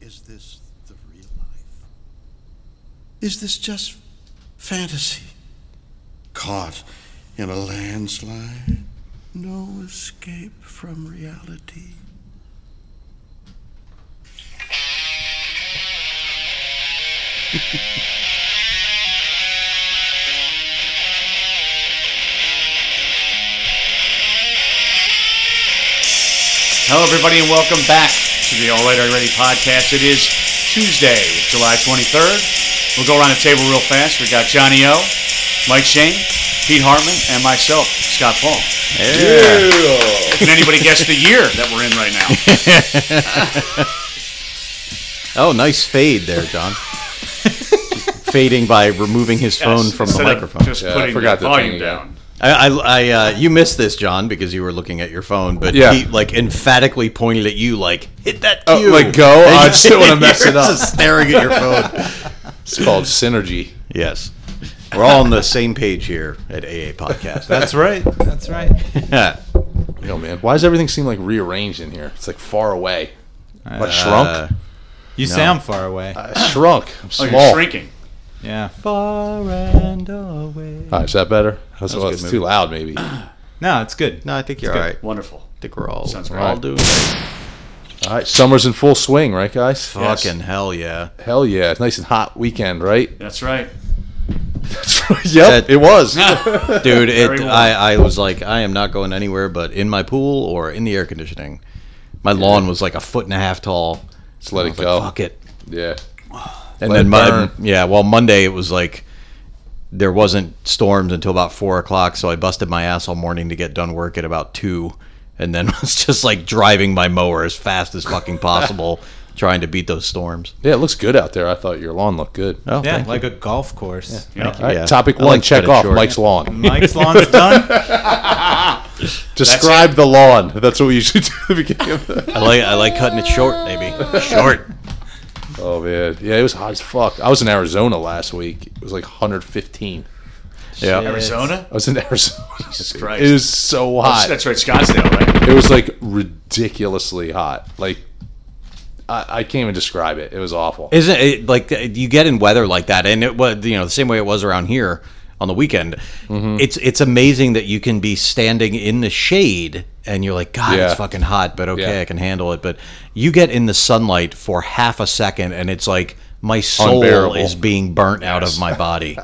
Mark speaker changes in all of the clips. Speaker 1: is this the real life? Is this just fantasy? Caught in a landslide? No escape from reality?
Speaker 2: Hello, everybody, and welcome back to the All Right Are You Ready podcast. It is Tuesday, July 23rd. We'll go around the table real fast. We got Johnny O, Mike Shane, Pete Hartman, and myself, Scott Paul. Can anybody guess the year that we're in right now?
Speaker 3: Oh, nice fade there, John. Fading by removing his
Speaker 2: Yes,
Speaker 3: phone from the
Speaker 2: instead of
Speaker 3: microphone.
Speaker 2: Just
Speaker 4: Yeah, I
Speaker 2: putting
Speaker 4: forgot
Speaker 2: the
Speaker 4: the
Speaker 2: volume
Speaker 4: thing, yeah.
Speaker 2: down.
Speaker 3: I, I, I uh, you missed this, John, because you were looking at your phone. But
Speaker 4: Yeah.
Speaker 3: he like emphatically pointed at you, like hit that
Speaker 4: Oh,
Speaker 3: cue.
Speaker 4: like, go? I
Speaker 3: you-
Speaker 4: still wanna mess
Speaker 3: you're
Speaker 4: it up.
Speaker 3: Just staring at your phone.
Speaker 4: It's called synergy.
Speaker 3: yes, we're all on the same page here at AA Podcast. That's
Speaker 4: right.
Speaker 5: That's right.
Speaker 3: yeah.
Speaker 4: Yo, man, why does everything seem like rearranged in here? It's like far away.
Speaker 3: Uh,
Speaker 4: Like shrunk.
Speaker 5: You sound far away.
Speaker 4: I shrunk. I'm
Speaker 2: Oh,
Speaker 4: small.
Speaker 2: you're shrinking.
Speaker 5: yeah.
Speaker 3: Far and away.
Speaker 4: All right, is that better?
Speaker 3: was
Speaker 4: That's
Speaker 3: a
Speaker 4: well,
Speaker 3: good
Speaker 4: it's
Speaker 3: movie.
Speaker 4: too loud, maybe.
Speaker 5: No, it's good.
Speaker 3: No, I think you're all right. I
Speaker 2: Wonderful.
Speaker 3: think we're all
Speaker 2: Sounds
Speaker 3: we're
Speaker 2: right.
Speaker 3: all doing it.
Speaker 4: All right, summer's in full swing, right, guys?
Speaker 3: Fucking hell yeah!
Speaker 4: hell yeah! It's nice and hot weekend, right?
Speaker 2: That's right.
Speaker 4: yep,
Speaker 3: That-
Speaker 4: it was.
Speaker 3: dude
Speaker 2: Very
Speaker 3: it,
Speaker 2: warm.
Speaker 3: I, I was like i am not going anywhere but in my pool or in the air conditioning my lawn was like a foot and a half tall
Speaker 4: Just let
Speaker 3: I
Speaker 4: it
Speaker 3: was like,
Speaker 4: go.
Speaker 3: fuck it
Speaker 4: Yeah.
Speaker 3: and
Speaker 4: Let
Speaker 3: then
Speaker 4: it
Speaker 3: my
Speaker 4: burn.
Speaker 3: yeah well monday it was like there wasn't storms until about four o'clock so i busted my ass all morning to get done work at about two and then was just like driving my mower as fast as fucking possible trying to beat those storms
Speaker 4: Yeah, it looks good out there. I thought your lawn looked good.
Speaker 3: oh
Speaker 5: Yeah,
Speaker 3: thank you.
Speaker 5: like a golf course.
Speaker 2: Yeah.
Speaker 4: All right,
Speaker 3: Yeah.
Speaker 4: topic
Speaker 3: I
Speaker 4: one,
Speaker 3: like to cut
Speaker 4: check
Speaker 3: it
Speaker 4: off
Speaker 3: short.
Speaker 4: Mike's lawn.
Speaker 5: Mike's lawn's done.
Speaker 4: Describe the lawn. That's what we usually do at the beginning of the.
Speaker 3: I like i like cutting it short maybe short
Speaker 4: Oh man, yeah, it was hot as fuck. I was in Arizona last week. It was like 115.
Speaker 3: yeah
Speaker 2: Arizona?
Speaker 4: I was in Arizona.
Speaker 2: Christ.
Speaker 4: It was so hot.
Speaker 2: That's right, Scottsdale, right?
Speaker 4: It was like ridiculously hot. Like I, I can't even describe it. It was awful.
Speaker 3: Isn't it like you get in weather like that, and it was you know the same way it was around here on the weekend.
Speaker 4: Mm-hmm.
Speaker 3: It's it's amazing that you can be standing in the shade and you're like, God,
Speaker 4: Yeah.
Speaker 3: it's fucking hot, but okay,
Speaker 4: Yeah.
Speaker 3: I can handle it. But you get in the sunlight for half a second, and it's like my soul
Speaker 4: Unbearable.
Speaker 3: is being burnt out of my body.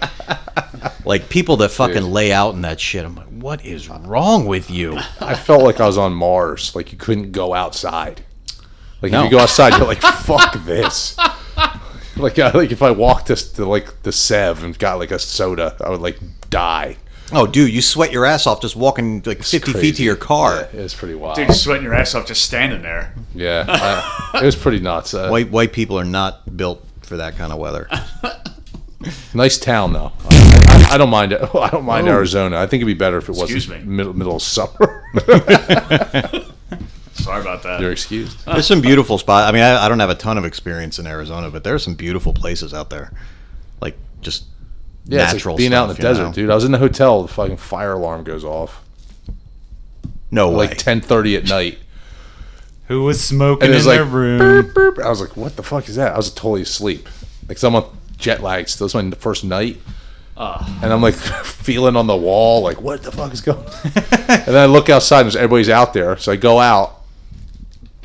Speaker 3: like people that fucking lay out in that shit, I'm like, what is wrong with you?
Speaker 4: I felt like I was on Mars. Like you couldn't go outside. Like
Speaker 3: No.
Speaker 4: if you go outside, you're like, fuck this. Like I, like if I walked this to like the Sev and got like a soda, I would like die.
Speaker 3: Oh, dude, you sweat your ass off just walking like 50 feet to
Speaker 4: crazy.
Speaker 3: your car.
Speaker 4: It was pretty wild.
Speaker 2: Dude, you're sweating your ass off just standing there.
Speaker 4: Yeah, I- it was pretty nuts. Uh,
Speaker 3: White white people are not built for that kind of weather.
Speaker 4: Nice town though. I, I, I don't mind. it. I don't mind Arizona. I think it'd be better if it
Speaker 2: Excuse
Speaker 4: wasn't
Speaker 2: me.
Speaker 4: middle middle of summer.
Speaker 2: Sorry about that.
Speaker 4: You're excused.
Speaker 3: There's some beautiful spots. I mean, I, I don't have a ton of experience in Arizona, but there are some beautiful places out there, like just
Speaker 4: Yeah, it's
Speaker 3: natural
Speaker 4: like being out in
Speaker 3: stuff,
Speaker 4: the
Speaker 3: you
Speaker 4: desert,
Speaker 3: know?
Speaker 4: dude. I was in the hotel. The fucking fire alarm goes off
Speaker 3: No way.
Speaker 4: like ten thirty at night.
Speaker 5: Who was smoking
Speaker 4: And
Speaker 5: in
Speaker 4: it's
Speaker 5: their
Speaker 4: like,
Speaker 5: room?
Speaker 4: Boop. I was like, "What the fuck is that?" I was totally asleep. Like, so I'm on jet lag. So this was my first night,
Speaker 5: Ah.
Speaker 4: and I'm like feeling on the wall, like, "What the fuck is going?" on? and then I look outside, and there's- everybody's out there. So I go out,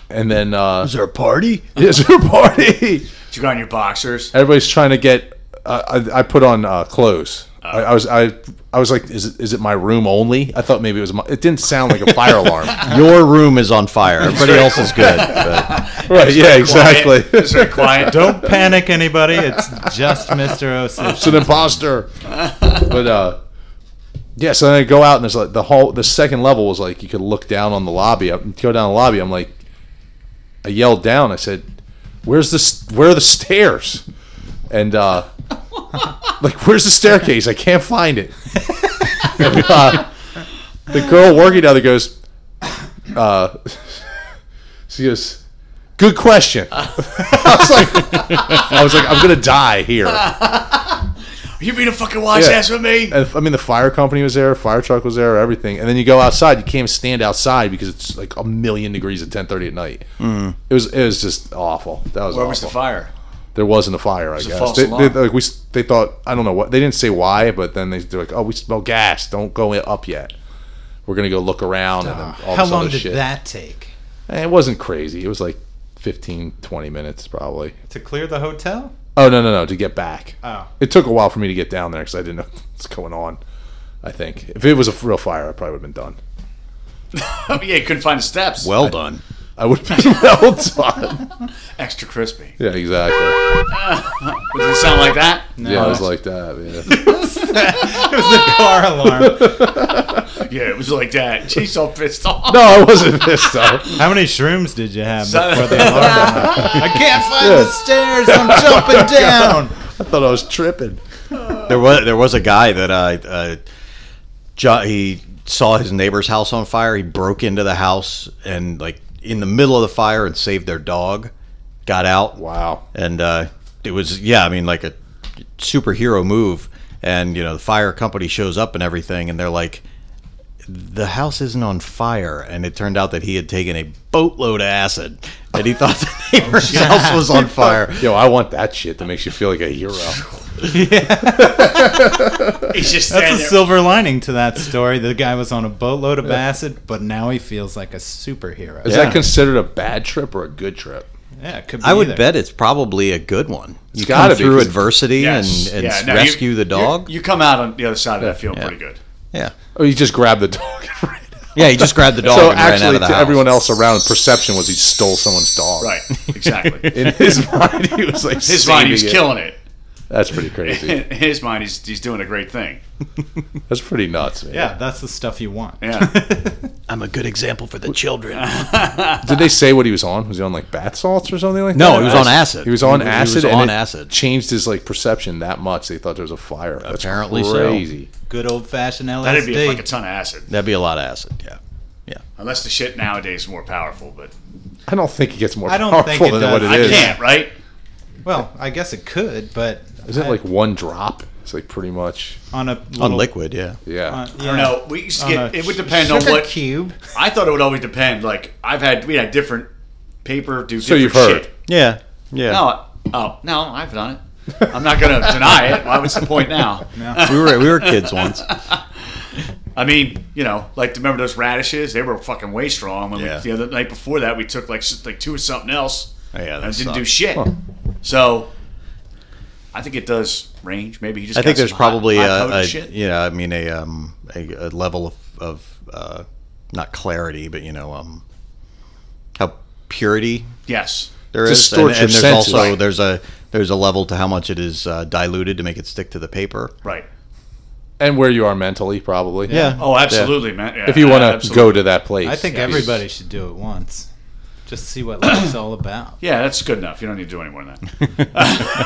Speaker 4: and then uh,
Speaker 3: Is there a party?
Speaker 4: it's a party.
Speaker 2: Did you go on your boxers?
Speaker 4: everybody's trying to get. Uh, I, I put on uh, clothes. I, I was I I was like, is it, is it my room only? I thought maybe it was. My, it didn't sound like a fire alarm.
Speaker 3: Your room is on fire. Everybody else is good. But
Speaker 4: right? Yeah, exactly.
Speaker 2: Quiet. Is there quiet?
Speaker 5: Don't panic, anybody. It's just Mr. Osage.
Speaker 4: it's an imposter. But uh, yeah. So then I go out and there's like the whole the second level was like you could look down on the lobby. I go down the lobby. I'm like, I yelled down. I said, "Where's this? Where are the stairs?" And uh, like, where's the staircase? I can't find it. And, uh, the girl working down there goes, uh, she goes, "Good question." I was like, I was like, I'm gonna die here.
Speaker 2: You mean a fucking wise
Speaker 4: Yeah.
Speaker 2: ass with me?
Speaker 4: And, I mean, the fire company was there, fire truck was there, everything. And then you go outside, you can't stand outside because it's like a million degrees at ten thirty at night. Mm. It was it was just awful. That was
Speaker 2: Where
Speaker 4: awful.
Speaker 2: was the fire?
Speaker 4: There wasn't a fire. I
Speaker 2: a
Speaker 4: guess
Speaker 2: false
Speaker 4: they,
Speaker 2: alarm.
Speaker 4: they- like we s- they thought I don't know what they didn't say why, but then they, they're like, oh, we smell gas. Don't go in- up yet. We're gonna go look around and then all
Speaker 5: How
Speaker 4: this
Speaker 5: long
Speaker 4: other
Speaker 5: did
Speaker 4: shit.
Speaker 5: that take
Speaker 4: And it wasn't crazy. It was like 15, 20 minutes probably.
Speaker 5: to clear the hotel?
Speaker 4: Oh no no no! To get back.
Speaker 5: Oh.
Speaker 4: It took a while for me to get down there because I didn't know what's going on. I think if it was a real fire, I probably would have been done.
Speaker 2: Oh, yeah, you couldn't find the steps.
Speaker 3: Well done.
Speaker 4: I would have been well done.
Speaker 2: extra crispy.
Speaker 4: Yeah, exactly.
Speaker 2: Does it sound like that?
Speaker 4: yeah, I was like that. Yeah.
Speaker 5: It was the car alarm.
Speaker 2: Yeah, it was like that. She's so pissed off.
Speaker 4: No, I wasn't pissed though.
Speaker 5: How many shrooms did you have
Speaker 2: Son-
Speaker 5: before the alarm? went off? I can't find the
Speaker 4: Yeah.
Speaker 5: stairs. I'm
Speaker 4: Oh
Speaker 5: jumping down.
Speaker 4: I thought I was tripping.
Speaker 3: There was there was a guy that uh, uh, jo- he saw his neighbor's house on fire. He broke into the house and like in the middle of the fire and saved their dog. Got out.
Speaker 4: Wow.
Speaker 3: and uh, it was yeah i mean like a superhero move and you know the fire company shows up and everything and they're like the house isn't on fire and it turned out that he had taken a boatload of acid and he thought the neighbor's house was on fire
Speaker 4: Yo, I want that shit that makes you feel like a hero.
Speaker 2: He's just
Speaker 5: That's a
Speaker 2: standing there.
Speaker 5: silver lining to that story. The guy was on a boatload of acid, but now he feels like a superhero.
Speaker 4: Is
Speaker 5: Yeah,
Speaker 4: that considered a bad trip or a good trip?
Speaker 5: it could be
Speaker 3: i would
Speaker 5: either.
Speaker 3: bet it's probably a good one you
Speaker 4: gotta
Speaker 3: come
Speaker 4: be,
Speaker 3: through
Speaker 4: 'cause-
Speaker 3: adversity
Speaker 2: Yes.
Speaker 3: and, and
Speaker 2: Yeah, no, you-
Speaker 3: rescue the dog
Speaker 2: You, you come out on the other side of that feeling
Speaker 3: Yeah.
Speaker 2: pretty good.
Speaker 3: yeah
Speaker 4: Oh, you just grabbed the dog. and ran.
Speaker 3: yeah he just grabbed the dog
Speaker 4: so
Speaker 3: and ran out
Speaker 4: actually,
Speaker 3: of the
Speaker 4: to
Speaker 3: house
Speaker 4: everyone else around, perception was he stole someone's dog.
Speaker 2: Right, exactly.
Speaker 4: In his mind, he was like
Speaker 2: His mind, he's
Speaker 4: saving it.
Speaker 2: killing it.
Speaker 4: That's pretty crazy.
Speaker 2: In his mind, he's, he's doing a great thing.
Speaker 4: That's pretty nuts, man.
Speaker 5: Yeah, that's the stuff you want.
Speaker 2: Yeah.
Speaker 3: i'm a good example for the children
Speaker 4: uh, Did they say what he was on? Was he on like bath salts or something like that?
Speaker 3: no he was on acid
Speaker 4: He was on
Speaker 3: he
Speaker 4: acid.
Speaker 3: was
Speaker 4: and
Speaker 3: on
Speaker 4: it
Speaker 3: acid
Speaker 4: Changed his like perception that much. They thought there was a fire. That's
Speaker 3: Apparently so.
Speaker 4: crazy.
Speaker 5: Good old fashioned LSD.
Speaker 2: That'd be like a ton of acid.
Speaker 3: that'd be a lot of acid yeah
Speaker 2: Unless the shit nowadays is more powerful, but
Speaker 4: I don't think it gets more
Speaker 5: I don't
Speaker 4: powerful
Speaker 5: think it
Speaker 4: than
Speaker 5: does.
Speaker 4: what it
Speaker 2: I
Speaker 4: is.
Speaker 2: can't, right?
Speaker 5: well, I guess it could, but
Speaker 4: Is it
Speaker 5: I-
Speaker 4: like one drop? It's like pretty much.
Speaker 5: on a little,
Speaker 3: on liquid yeah
Speaker 4: Yeah.
Speaker 2: I don't know. We used to get. It would depend on
Speaker 5: sugar
Speaker 2: what.
Speaker 5: cube.
Speaker 2: I thought it would always depend. Like I've had, we had different paper do.
Speaker 4: So
Speaker 2: different
Speaker 4: you've heard.
Speaker 2: shit.
Speaker 3: Yeah. Yeah.
Speaker 2: No, oh no, I've done it. I'm not going to deny it. Why was the point now?
Speaker 3: We were we were kids once.
Speaker 2: I mean, you know, like remember those radishes? They were fucking way strong. When
Speaker 3: Yeah.
Speaker 2: we, the other night before that, we took like s- like two of something else
Speaker 3: Oh, yeah, that
Speaker 2: and didn't
Speaker 3: sucked.
Speaker 2: do shit. So I think it does range. Maybe you just.
Speaker 3: I
Speaker 2: got
Speaker 3: think there's
Speaker 2: some
Speaker 3: probably
Speaker 2: high,
Speaker 3: a,
Speaker 2: high
Speaker 3: a
Speaker 2: shit.
Speaker 3: you know I mean a um a, a level of, of uh, not clarity but you know um how purity
Speaker 2: Yes.
Speaker 3: there is
Speaker 4: Distort your
Speaker 3: there's
Speaker 4: senses.
Speaker 3: also
Speaker 4: Right.
Speaker 3: there's a there's a level to how much it is uh, diluted to make it stick to the paper.
Speaker 2: Right.
Speaker 4: And where you are mentally, probably.
Speaker 5: Yeah.
Speaker 2: Oh, absolutely, man. Yeah,
Speaker 4: If you want to
Speaker 2: absolutely.
Speaker 4: go to that place.
Speaker 5: I think
Speaker 4: Yeah.
Speaker 5: everybody should do it once. Just see what life's all about.
Speaker 2: Yeah, that's good enough. You don't need to do any more than that.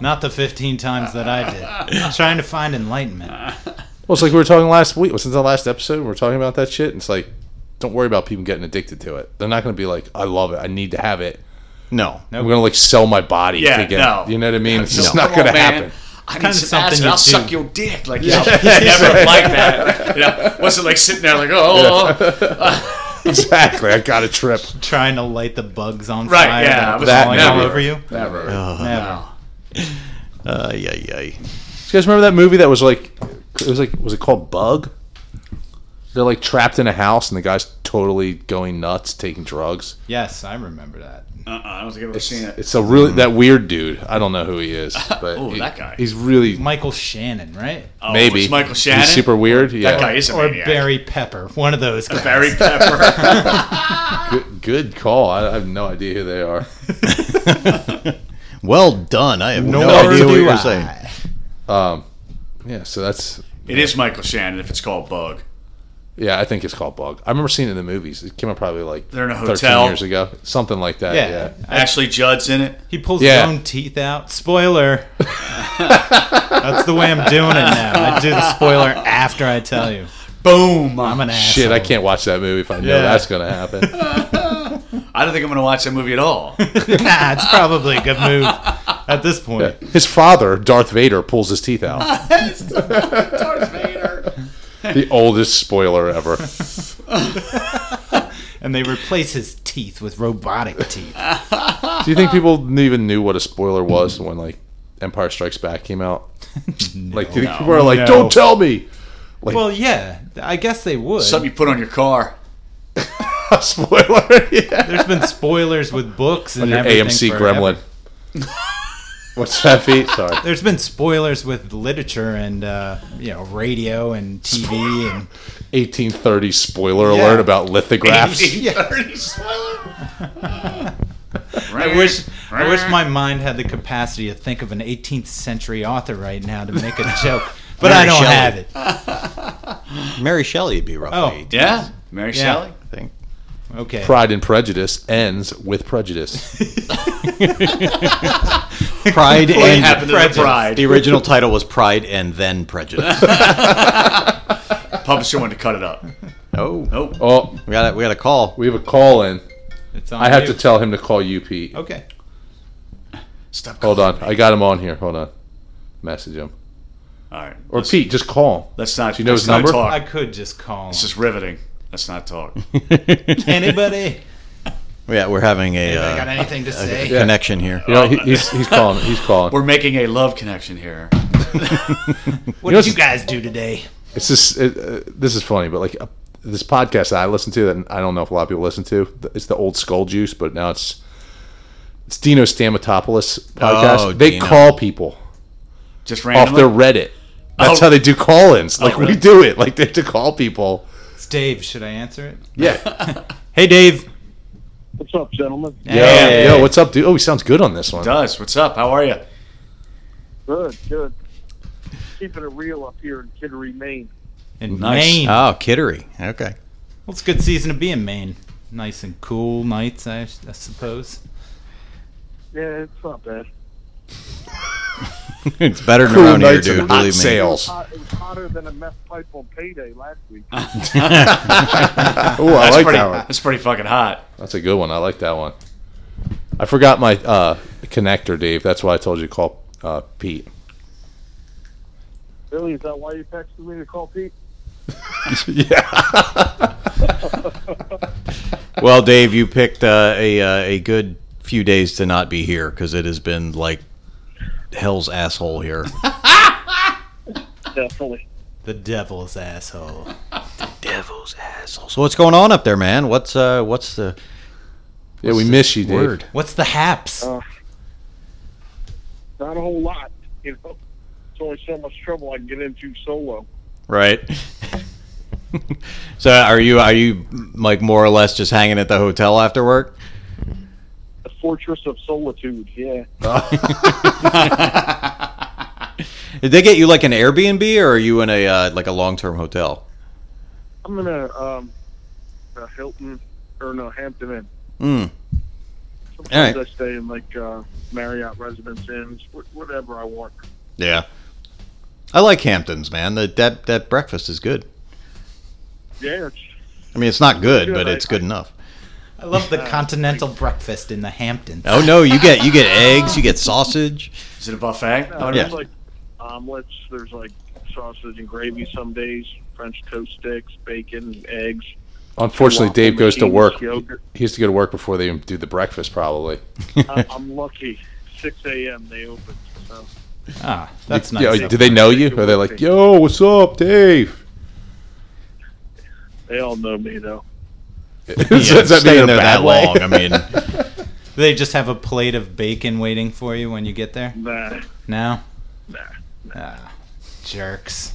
Speaker 5: Not the 15 times that I did. Trying to find enlightenment.
Speaker 4: Well, it's like we were talking last week. Since the last episode, we were talking about that shit. And it's like, don't worry about people getting addicted to it. They're not going to be like, I love it. I need to have it.
Speaker 3: No.
Speaker 4: I'm going to like sell my body
Speaker 2: Yeah,
Speaker 4: to get.
Speaker 2: no.
Speaker 4: You know what I mean? It's just
Speaker 2: No.
Speaker 4: not
Speaker 2: Come
Speaker 4: going to
Speaker 2: on, man.
Speaker 4: happen.
Speaker 2: I need
Speaker 5: Kinda
Speaker 2: some acid.
Speaker 5: something you
Speaker 2: I'll
Speaker 5: do.
Speaker 2: suck your dick. Like, yeah. never like that. You know, what's it like sitting there like, oh, oh, oh.
Speaker 4: exactly. I got a trip.
Speaker 5: Trying to light the bugs on
Speaker 2: Right,
Speaker 5: fire.
Speaker 2: yeah, I
Speaker 5: That
Speaker 2: was
Speaker 5: was falling all
Speaker 2: never. Oh,
Speaker 5: over you.
Speaker 2: never.
Speaker 5: Never.
Speaker 3: Uh, yeah, yeah.
Speaker 4: Do you guys remember that movie that was like, it was like, was it called Bug? They're like trapped in a house and the guy's totally going nuts, taking drugs.
Speaker 5: Yes, I remember that.
Speaker 2: Uh-uh, I don't think I've ever seen it.
Speaker 4: It's a really that weird dude. I don't know who he is, but
Speaker 2: Ooh,
Speaker 4: he-
Speaker 2: that guy.
Speaker 4: He's really
Speaker 5: Michael Shannon, right?
Speaker 2: Oh,
Speaker 4: maybe
Speaker 2: it's Michael Shannon.
Speaker 4: He's super weird. Yeah,
Speaker 2: That guy is a
Speaker 5: Or
Speaker 2: maniac.
Speaker 5: Barry Pepper, one of those guys.
Speaker 2: Barry Pepper.
Speaker 4: good, good call. I, I have no idea who they are.
Speaker 3: Well done. I have no,
Speaker 5: Nor
Speaker 3: idea what
Speaker 5: do
Speaker 3: you're
Speaker 5: I.
Speaker 3: saying.
Speaker 4: Um, yeah, so that's
Speaker 2: it is Michael Shannon if it's called Bug.
Speaker 4: yeah. I think it's called Bug. I remember seeing it in the movies. It came out probably like
Speaker 2: They're in a
Speaker 4: 13
Speaker 2: hotel.
Speaker 4: years ago, something like that.
Speaker 5: Yeah.
Speaker 4: Yeah,
Speaker 2: Ashley Judd's in it.
Speaker 5: He pulls
Speaker 4: Yeah.
Speaker 5: his own teeth out. Spoiler. That's the way I'm doing it now. I do the spoiler after I tell you.
Speaker 2: Boom.
Speaker 5: I'm an asshole.
Speaker 4: shit. I can't watch that movie if I know
Speaker 5: Yeah.
Speaker 4: that's gonna happen.
Speaker 2: I don't think I'm going to watch that movie at all.
Speaker 5: nah, it's probably a good move. At this point,
Speaker 4: His father, Darth Vader, pulls his teeth out.
Speaker 2: Darth Vader.
Speaker 4: the oldest spoiler ever.
Speaker 5: and they replace his teeth with robotic teeth.
Speaker 4: Do you think people even knew what a spoiler was when like Empire Strikes Back came out? like, do you think people are like,
Speaker 5: No.
Speaker 4: "Don't tell me
Speaker 5: Well, yeah, I guess they would.
Speaker 2: Something you put on your car.
Speaker 4: a spoiler"? yeah.
Speaker 5: There's been spoilers with books and
Speaker 4: Your
Speaker 5: everything
Speaker 4: AMC
Speaker 5: for
Speaker 4: Gremlin.
Speaker 5: every-
Speaker 4: What's that beat? Sorry.
Speaker 5: There's been spoilers with literature and uh, you know radio and TV and
Speaker 4: 1830 spoiler
Speaker 5: Yeah.
Speaker 4: alert about lithographs.
Speaker 5: I wish I wish my mind had the capacity to think of an 18th century author right now to make a joke, but
Speaker 3: Mary
Speaker 5: I don't
Speaker 3: Shelley. Oh.
Speaker 5: have it.
Speaker 3: Mary Shelley would be
Speaker 5: Oh.
Speaker 3: roughly. Oh.
Speaker 2: Yeah, Mary
Speaker 5: Yeah.
Speaker 2: Shelley.
Speaker 3: I think.
Speaker 5: Okay.
Speaker 4: Pride and Prejudice ends with prejudice.
Speaker 3: Pride
Speaker 2: What
Speaker 3: and
Speaker 2: happened to the
Speaker 5: Prejudice.
Speaker 2: bride?
Speaker 3: The original title was Pride and then Prejudice.
Speaker 2: Publisher wanted to cut it up.
Speaker 3: oh,
Speaker 2: Oh,
Speaker 4: Oh,
Speaker 3: we got a, we got a call.
Speaker 4: we have a call in.
Speaker 5: It's on
Speaker 4: I have
Speaker 5: you.
Speaker 4: to tell him to call you, Pete.
Speaker 5: Okay.
Speaker 2: stop.
Speaker 4: Hold on. I got him on here. Hold on. Message him.
Speaker 2: All right.
Speaker 4: Or Pete, just call him.
Speaker 2: Let's not.
Speaker 4: you know
Speaker 2: let's
Speaker 4: his
Speaker 2: not
Speaker 4: number?
Speaker 2: talk.
Speaker 5: I could just call
Speaker 2: This
Speaker 5: him.
Speaker 2: is riveting. Let's not talk.
Speaker 5: anybody.
Speaker 3: Yeah, we're having a
Speaker 5: I got
Speaker 3: uh,
Speaker 5: anything to say?
Speaker 3: connection here.
Speaker 4: You know, he, he's, he's calling. He's calling.
Speaker 2: We're making a love connection here.
Speaker 5: What
Speaker 4: know
Speaker 5: did you
Speaker 4: what's-
Speaker 5: guys do today?
Speaker 4: it's just it, uh, this is funny, but like uh, this podcast that I listen to that I don't know if a lot of people listen to. th- It's the old Skull Juice, but now it's it's Dino Stamatopoulos podcast.
Speaker 3: Oh,
Speaker 4: they
Speaker 3: Dino.
Speaker 4: call people
Speaker 2: Just
Speaker 4: off
Speaker 2: randomly.
Speaker 4: their Reddit. That's
Speaker 2: Oh.
Speaker 4: how they do call-ins. Like
Speaker 2: really?
Speaker 4: we do it. Like they have to call people.
Speaker 5: It's Dave. Should I answer it?
Speaker 4: Yeah.
Speaker 5: Hey, Dave.
Speaker 6: What's up, gentlemen?
Speaker 4: yo,
Speaker 5: Hey.
Speaker 4: yo, what's up, dude? Oh, he sounds good on this one.
Speaker 2: Does what's up? How are you?
Speaker 6: Good, good. Keeping it real up here in Kittery, Maine.
Speaker 5: In
Speaker 2: Nice.
Speaker 5: Maine.
Speaker 4: Uh,
Speaker 3: Oh, Kittery. Okay.
Speaker 5: well, it's a good season to be in Maine. Nice and cool nights, I, I suppose.
Speaker 6: Yeah, it's not bad.
Speaker 3: It's better than
Speaker 4: Cool
Speaker 3: around here,
Speaker 4: nights and
Speaker 3: dude.
Speaker 4: hot
Speaker 3: Believe me.
Speaker 4: sales.
Speaker 6: Hot, it was hotter than a meth pipe on payday last week.
Speaker 4: Oh, I
Speaker 2: That's
Speaker 4: like
Speaker 2: pretty,
Speaker 4: that one.
Speaker 2: That's pretty fucking hot.
Speaker 4: That's a good one. I like that one. I forgot my uh, connector, Dave. That's why I told you to call uh, Pete.
Speaker 6: Really, is that why you texted me to call Pete?
Speaker 3: Well, Dave, you picked uh, a uh, a good few days to not be here because it has been like hell's asshole here.
Speaker 6: Definitely.
Speaker 5: The devil's asshole.
Speaker 3: Devil's asshole. So what's going on up there, man? What's uh what's the
Speaker 4: Yeah, we miss you, Dave.
Speaker 3: word?
Speaker 5: What's the haps?
Speaker 6: Uh, not a whole lot, you know. It's only so much trouble I can get into solo.
Speaker 3: Right. so are you are you like more or less just hanging at the hotel after work?
Speaker 6: The Fortress of Solitude, yeah.
Speaker 3: Did they get you like an Airbnb or are you in a uh, like a long term hotel?
Speaker 6: I'm in a, um, a Hilton, or no, Hampton Inn.
Speaker 3: Mm.
Speaker 6: Sometimes
Speaker 3: All right.
Speaker 6: I stay in, like, uh, Marriott Residence Inns, wh- whatever I want.
Speaker 3: Yeah. I like Hamptons, man. That that that breakfast is good.
Speaker 6: Yeah, it's
Speaker 3: I mean, it's not good, but
Speaker 6: I-
Speaker 3: it's good enough.
Speaker 5: I love
Speaker 6: uh,
Speaker 5: the continental breakfast in the Hamptons.
Speaker 3: Oh no, you get you get eggs, you get sausage.
Speaker 2: Is it a buffet?
Speaker 6: No,
Speaker 3: yeah.
Speaker 6: Uh, there's like omelets. There's like sausage and gravy some days, French toast sticks, bacon, eggs.
Speaker 4: Unfortunately,
Speaker 6: waffle
Speaker 4: Dave goes to
Speaker 6: machines,
Speaker 4: work.
Speaker 6: yogurt.
Speaker 4: He has to go to work before they even do the breakfast, probably.
Speaker 6: I, I'm lucky. 6 a.m. they open. So
Speaker 5: Ah, that's
Speaker 4: Yeah,
Speaker 5: nice.
Speaker 4: do they know you? Are they like, yo, what's up, Dave?
Speaker 6: they all know me though.
Speaker 4: Does
Speaker 3: Yeah,
Speaker 4: that mean
Speaker 3: staying
Speaker 4: in a
Speaker 3: there
Speaker 4: bad
Speaker 3: that
Speaker 4: way?
Speaker 3: long. I mean,
Speaker 5: they just have a plate of bacon waiting for you when you get there?
Speaker 6: Nah,
Speaker 5: No?
Speaker 6: nah.
Speaker 5: Ah, jerks.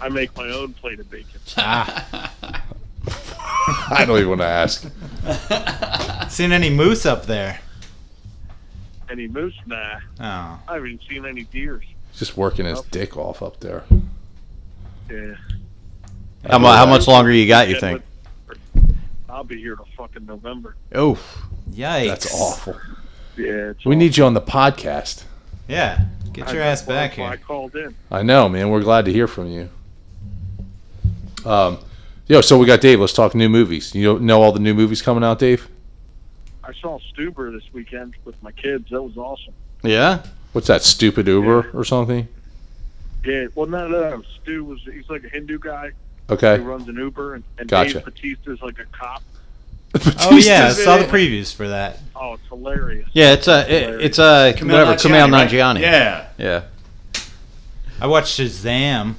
Speaker 6: I make my own plate of bacon.
Speaker 5: Ah,
Speaker 4: I don't even want to ask.
Speaker 5: seen any moose up there?
Speaker 6: Any moose? Nah.
Speaker 5: Oh.
Speaker 6: I haven't seen any deers.
Speaker 4: He's just working his dick off up there.
Speaker 6: Yeah.
Speaker 3: how, mu- how much longer you got? You
Speaker 6: Yeah,
Speaker 3: think?
Speaker 6: but I'll be here till fucking November.
Speaker 3: Oh,
Speaker 5: Yikes.
Speaker 4: That's awful.
Speaker 6: Yeah. It's
Speaker 4: We need you on the podcast.
Speaker 5: Yeah. Get your ass back
Speaker 6: That's why I
Speaker 5: here.
Speaker 6: called in.
Speaker 4: I know, man. We're glad to hear from you. Um, yo, so we got Dave. Let's talk new movies. You know all the new movies coming out, Dave?
Speaker 6: I saw Stuber this weekend with my kids. That was awesome.
Speaker 3: Yeah.
Speaker 4: What's that stupid Uber or something?
Speaker 6: Yeah, well, no, no, no. Stu was he's like a Hindu guy
Speaker 4: Okay.
Speaker 6: who runs an Uber, and, and
Speaker 4: Gotcha.
Speaker 6: Dave Batista's like a cop.
Speaker 5: Oh yeah, I
Speaker 4: Batista's in
Speaker 5: saw the
Speaker 4: it.
Speaker 5: previews for that.
Speaker 6: Oh, it's hilarious.
Speaker 3: Yeah, it's a it, it's a whatever Kumail
Speaker 2: right?
Speaker 3: Nanjiani.
Speaker 2: Yeah.
Speaker 3: Yeah.
Speaker 5: I watched Shazam.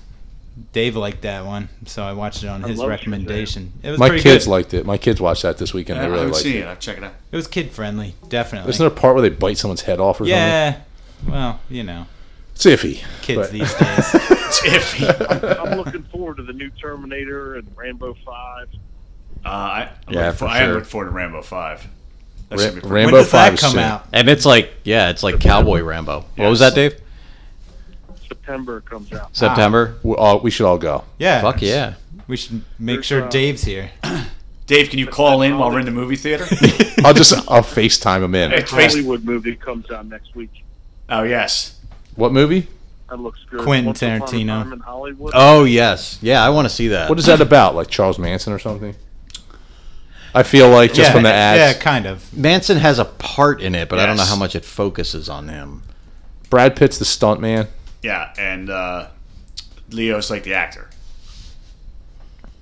Speaker 5: Dave liked that one, so I watched it on his
Speaker 6: love
Speaker 5: recommendation. It was
Speaker 4: My
Speaker 5: pretty
Speaker 4: kids
Speaker 5: good.
Speaker 4: liked it. My kids watched that this weekend.
Speaker 2: I
Speaker 4: they really
Speaker 2: haven't
Speaker 4: liked
Speaker 2: seen
Speaker 4: it.
Speaker 2: it. I'll check it out.
Speaker 5: it was kid friendly, definitely.
Speaker 4: Isn't there a part where they bite someone's head off or
Speaker 5: yeah. Well, you know,
Speaker 4: something? It's iffy.
Speaker 5: kids
Speaker 4: but-
Speaker 5: these days.
Speaker 2: It's iffy. uh,
Speaker 6: I'm looking forward to the new Terminator and Rambo Five.
Speaker 2: Uh, I, I'm
Speaker 3: Yeah,
Speaker 2: looking
Speaker 3: for
Speaker 2: for, I am
Speaker 3: sure.
Speaker 2: looking forward to Rambo 5. That
Speaker 4: Ra-
Speaker 2: should be pretty-
Speaker 5: when
Speaker 4: Rambo 5
Speaker 5: does that
Speaker 4: is
Speaker 5: come
Speaker 4: soon.
Speaker 5: out?
Speaker 3: And it's like yeah, it's like Cowboy Rambo. What was
Speaker 2: Yes.
Speaker 3: that, Dave?
Speaker 6: September comes
Speaker 4: Ah.
Speaker 6: out.
Speaker 3: September.
Speaker 4: We, all, we should all go.
Speaker 5: Yeah.
Speaker 3: Fuck yeah.
Speaker 5: We should make
Speaker 6: There's,
Speaker 5: sure
Speaker 6: uh,
Speaker 5: Dave's here.
Speaker 2: Dave, can you call in while we're in the movie theater?
Speaker 4: I'll just I'll FaceTime him in.
Speaker 2: It's face-
Speaker 6: Hollywood movie comes out next week.
Speaker 2: oh, yes.
Speaker 4: What movie?
Speaker 6: That looks good.
Speaker 5: Quentin
Speaker 6: Once Upon a
Speaker 5: Tarantino.
Speaker 6: Time in Hollywood.
Speaker 3: Oh yes. Yeah, I want to see that.
Speaker 4: What is that about? Like Charles Manson or something? I feel like just
Speaker 5: yeah,
Speaker 4: from the
Speaker 5: yeah,
Speaker 4: ads,
Speaker 5: kind of.
Speaker 3: Manson has a part in it, but I don't know
Speaker 2: Yes.
Speaker 3: how much it focuses on him.
Speaker 4: Brad Pitt's the stunt man.
Speaker 2: Yeah, and uh, Leo's like the actor.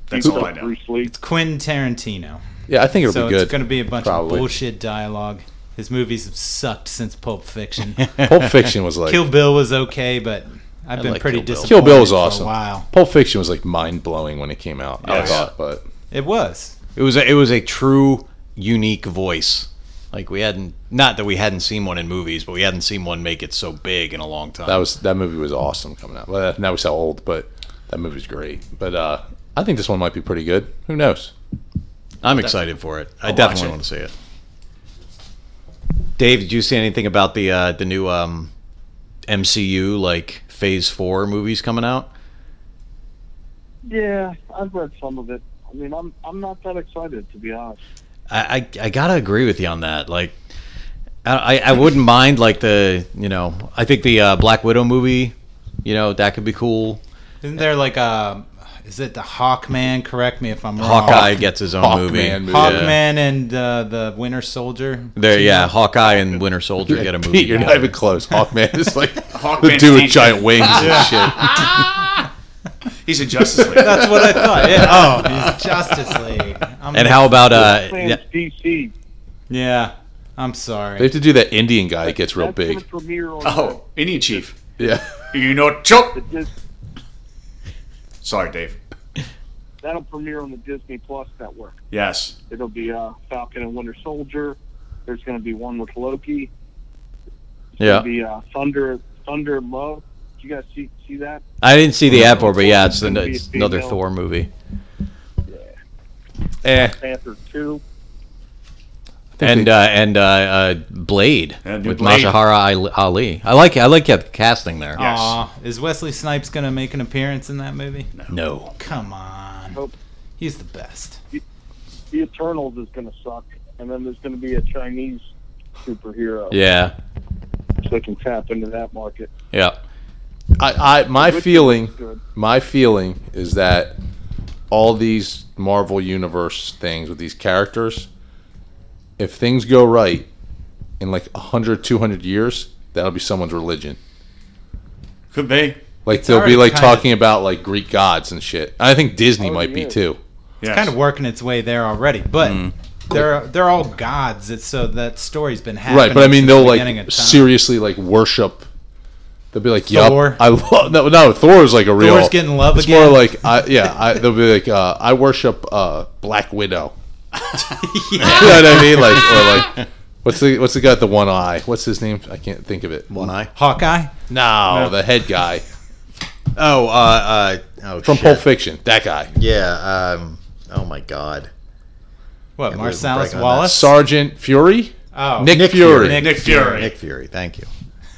Speaker 2: That's
Speaker 6: He's
Speaker 2: all I
Speaker 6: like
Speaker 2: know.
Speaker 6: Bruce Lee.
Speaker 5: Quentin Tarantino.
Speaker 4: Yeah, I think it'll
Speaker 5: so
Speaker 4: be good.
Speaker 5: it's going to be a bunch
Speaker 4: probably.
Speaker 5: of bullshit dialogue. His movies have sucked since Pulp Fiction.
Speaker 4: Pulp Fiction was like
Speaker 5: Kill Bill was okay, but I've been
Speaker 3: like
Speaker 5: pretty
Speaker 3: Kill Bill.
Speaker 5: disappointed.
Speaker 4: Kill Bill was
Speaker 5: for a
Speaker 4: awesome.
Speaker 5: while.
Speaker 4: Pulp Fiction was like mind blowing when it came out. I
Speaker 2: Yes.
Speaker 4: thought, but
Speaker 5: It was.
Speaker 3: It was a, it was a true unique voice. Like we hadn't not that we hadn't seen one in movies, but we hadn't seen one make it so big in a long time.
Speaker 4: that was that movie was awesome coming out. Well, now we sound old, but that movie was great. But uh, I think this one might be pretty good. Who knows?
Speaker 3: I'm excited for it. I
Speaker 2: I'll watch
Speaker 3: definitely
Speaker 2: it.
Speaker 3: want to see it. Dave, did you see anything about the uh, the new um, MCU like Phase Four movies coming out?
Speaker 6: Yeah, I've read some of it. I mean, I'm I'm not that excited to be honest.
Speaker 3: I, I, I gotta agree with you on that. Like, I, I- I wouldn't mind like the you know I think the uh, Black Widow movie, you know that could be cool.
Speaker 5: Isn't there like a? Is it the Hawkman? Correct me if I'm wrong.
Speaker 3: Hawkeye gets his own
Speaker 4: Hawkman
Speaker 3: movie.
Speaker 4: movie.
Speaker 3: Yeah.
Speaker 5: Hawkman and uh, the Winter Soldier.
Speaker 3: There, yeah, Hawkeye and Winter Soldier get a movie.
Speaker 4: Pete, you're not
Speaker 3: together.
Speaker 4: even close. Hawkman is like the
Speaker 2: Hawkman's
Speaker 4: dude with
Speaker 2: teeth.
Speaker 4: giant wings and shit.
Speaker 2: He's in Justice League.
Speaker 5: That's what I thought. Yeah. Oh, he's Justice League. I'm,
Speaker 3: and how about uh?
Speaker 6: Plans
Speaker 3: Yeah,
Speaker 6: DC.
Speaker 5: Yeah. I'm sorry.
Speaker 4: They have to do that Indian guy. It gets real
Speaker 6: That's gonna
Speaker 4: big.
Speaker 6: premiere on
Speaker 2: Oh, Indian Chief.
Speaker 4: Yeah.
Speaker 2: You know, choke.
Speaker 6: the Dis-
Speaker 2: Sorry, Dave.
Speaker 6: that'll premiere on the Disney Plus network.
Speaker 2: Yes.
Speaker 6: It'll be uh, Falcon and Winter Soldier. There's going to be one with Loki. There'll
Speaker 3: yeah.
Speaker 6: be uh, Thunder Thunder and Love. Did you guys see see that?
Speaker 3: I didn't see the ad for, it, but yeah, it's, the,
Speaker 6: Gonna be a
Speaker 3: it's another
Speaker 6: female.
Speaker 3: Thor movie.
Speaker 4: Eh.
Speaker 6: Panther two.
Speaker 3: and uh, and uh, uh, Blade
Speaker 2: And
Speaker 3: with
Speaker 2: Blade.
Speaker 3: Masahara Ali. I like I like your casting there.
Speaker 2: Yeah.
Speaker 5: Aw, is Wesley Snipes gonna make an appearance in that movie?
Speaker 6: Oh.
Speaker 3: No,
Speaker 5: Come on,
Speaker 6: Nope.
Speaker 5: he's the best.
Speaker 6: The Eternals is going to suck, and then there's going to be a Chinese superhero.
Speaker 3: yeah,
Speaker 6: so they can tap into that market.
Speaker 3: yeah,
Speaker 4: I, I my
Speaker 6: Which
Speaker 4: feeling
Speaker 6: is good.
Speaker 4: my feeling is that all these Marvel universe things with these characters if things go right in like 100 200 years that'll be someone's religion
Speaker 2: Could be.
Speaker 4: like they'll be
Speaker 5: already Oh,
Speaker 4: like
Speaker 5: kinda-
Speaker 4: talking about like Greek gods and shit I think Disney
Speaker 6: Already
Speaker 4: might be
Speaker 6: is.
Speaker 4: too
Speaker 2: Yes.
Speaker 5: Kind of working its way there already, but
Speaker 4: Mm.
Speaker 5: they're they're all gods. It's so that story's been happening.
Speaker 4: right but I mean
Speaker 5: since
Speaker 4: they'll
Speaker 5: the beginning
Speaker 4: like
Speaker 5: of time.
Speaker 4: seriously like worship they'll be like yup
Speaker 5: Thor?
Speaker 4: I love no no Thor is like a real
Speaker 5: Thor's getting love
Speaker 4: it's
Speaker 5: again.
Speaker 4: more like I yeah I, they'll be like uh, I worship uh, Black Widow You know what I mean? Like, or like, what's the what's the guy with the one eye? What's his name? I can't think of it.
Speaker 3: one eye.
Speaker 5: Hawkeye.
Speaker 4: No, the head guy
Speaker 3: Oh, uh, uh, oh,
Speaker 4: from
Speaker 3: shit.
Speaker 4: Pulp Fiction. That guy,
Speaker 3: Yeah. Um. Oh my God.
Speaker 5: What?
Speaker 3: Yeah, we didn't
Speaker 5: Marcellus
Speaker 3: break on
Speaker 5: Wallace.
Speaker 4: Sergeant Fury,
Speaker 5: Oh,
Speaker 4: Nick, Fury.
Speaker 5: Nick
Speaker 2: Nick Fury.
Speaker 3: Nick Fury. Thank you.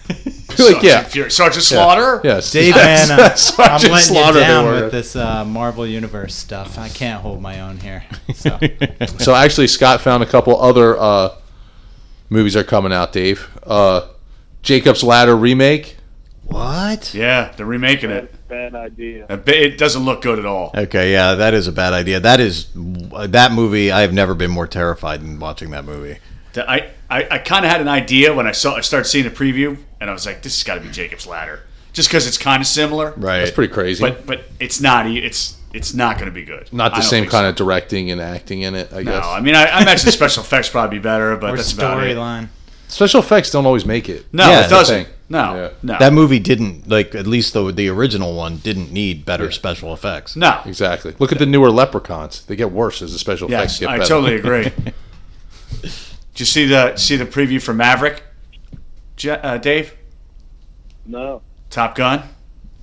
Speaker 4: Like, yeah,
Speaker 2: Sergeant Fury. Sergeant Slaughter?
Speaker 4: yes,
Speaker 5: Dave,
Speaker 4: Yes.
Speaker 5: man, uh, I'm
Speaker 4: Sergeant
Speaker 5: letting
Speaker 4: Slaughter.
Speaker 5: you
Speaker 4: They
Speaker 5: down
Speaker 4: were.
Speaker 5: with this uh, Marvel Universe stuff. I can't hold my own here. So.
Speaker 4: So actually, Scott found a couple other uh, movies are coming out. Dave, uh, Jacob's Ladder remake.
Speaker 3: What?
Speaker 2: Yeah, they're remaking it.
Speaker 6: Bad, bad idea.
Speaker 2: I bet It doesn't look good at all.
Speaker 3: Okay. Yeah, that is a bad idea. That is that movie. I have never been more terrified than watching that movie.
Speaker 2: The- I, I I, I kind of had an idea when I saw I started seeing the preview, and I was like, this has got to be Jacob's Ladder, just because it's kind of similar,
Speaker 3: Right.
Speaker 4: That's pretty crazy.
Speaker 2: But but it's not. e- It's it's not going to be good.
Speaker 4: Not
Speaker 2: I
Speaker 4: the
Speaker 2: don't
Speaker 4: same
Speaker 2: think so.
Speaker 4: kind of directing and acting in it, I
Speaker 2: No,
Speaker 4: guess.
Speaker 2: I mean I, I imagine special effects probably better, but
Speaker 5: Or
Speaker 2: that's about it.
Speaker 5: storyline.
Speaker 4: Special effects don't always make it.
Speaker 2: No,
Speaker 3: Yeah,
Speaker 2: it
Speaker 3: that's
Speaker 4: the
Speaker 2: doesn't.
Speaker 4: thing.
Speaker 2: No,
Speaker 4: Yeah.
Speaker 2: no,
Speaker 3: That movie didn't like at least the the original one didn't need better special effects.
Speaker 2: no.
Speaker 4: Exactly. Look at the newer leprechauns. They get worse as the special effects
Speaker 2: Yes,
Speaker 4: get
Speaker 2: I
Speaker 4: better.
Speaker 2: totally agree. Did you see the see the preview for Maverick, Je- uh, Dave?
Speaker 6: No.
Speaker 2: Top Gun.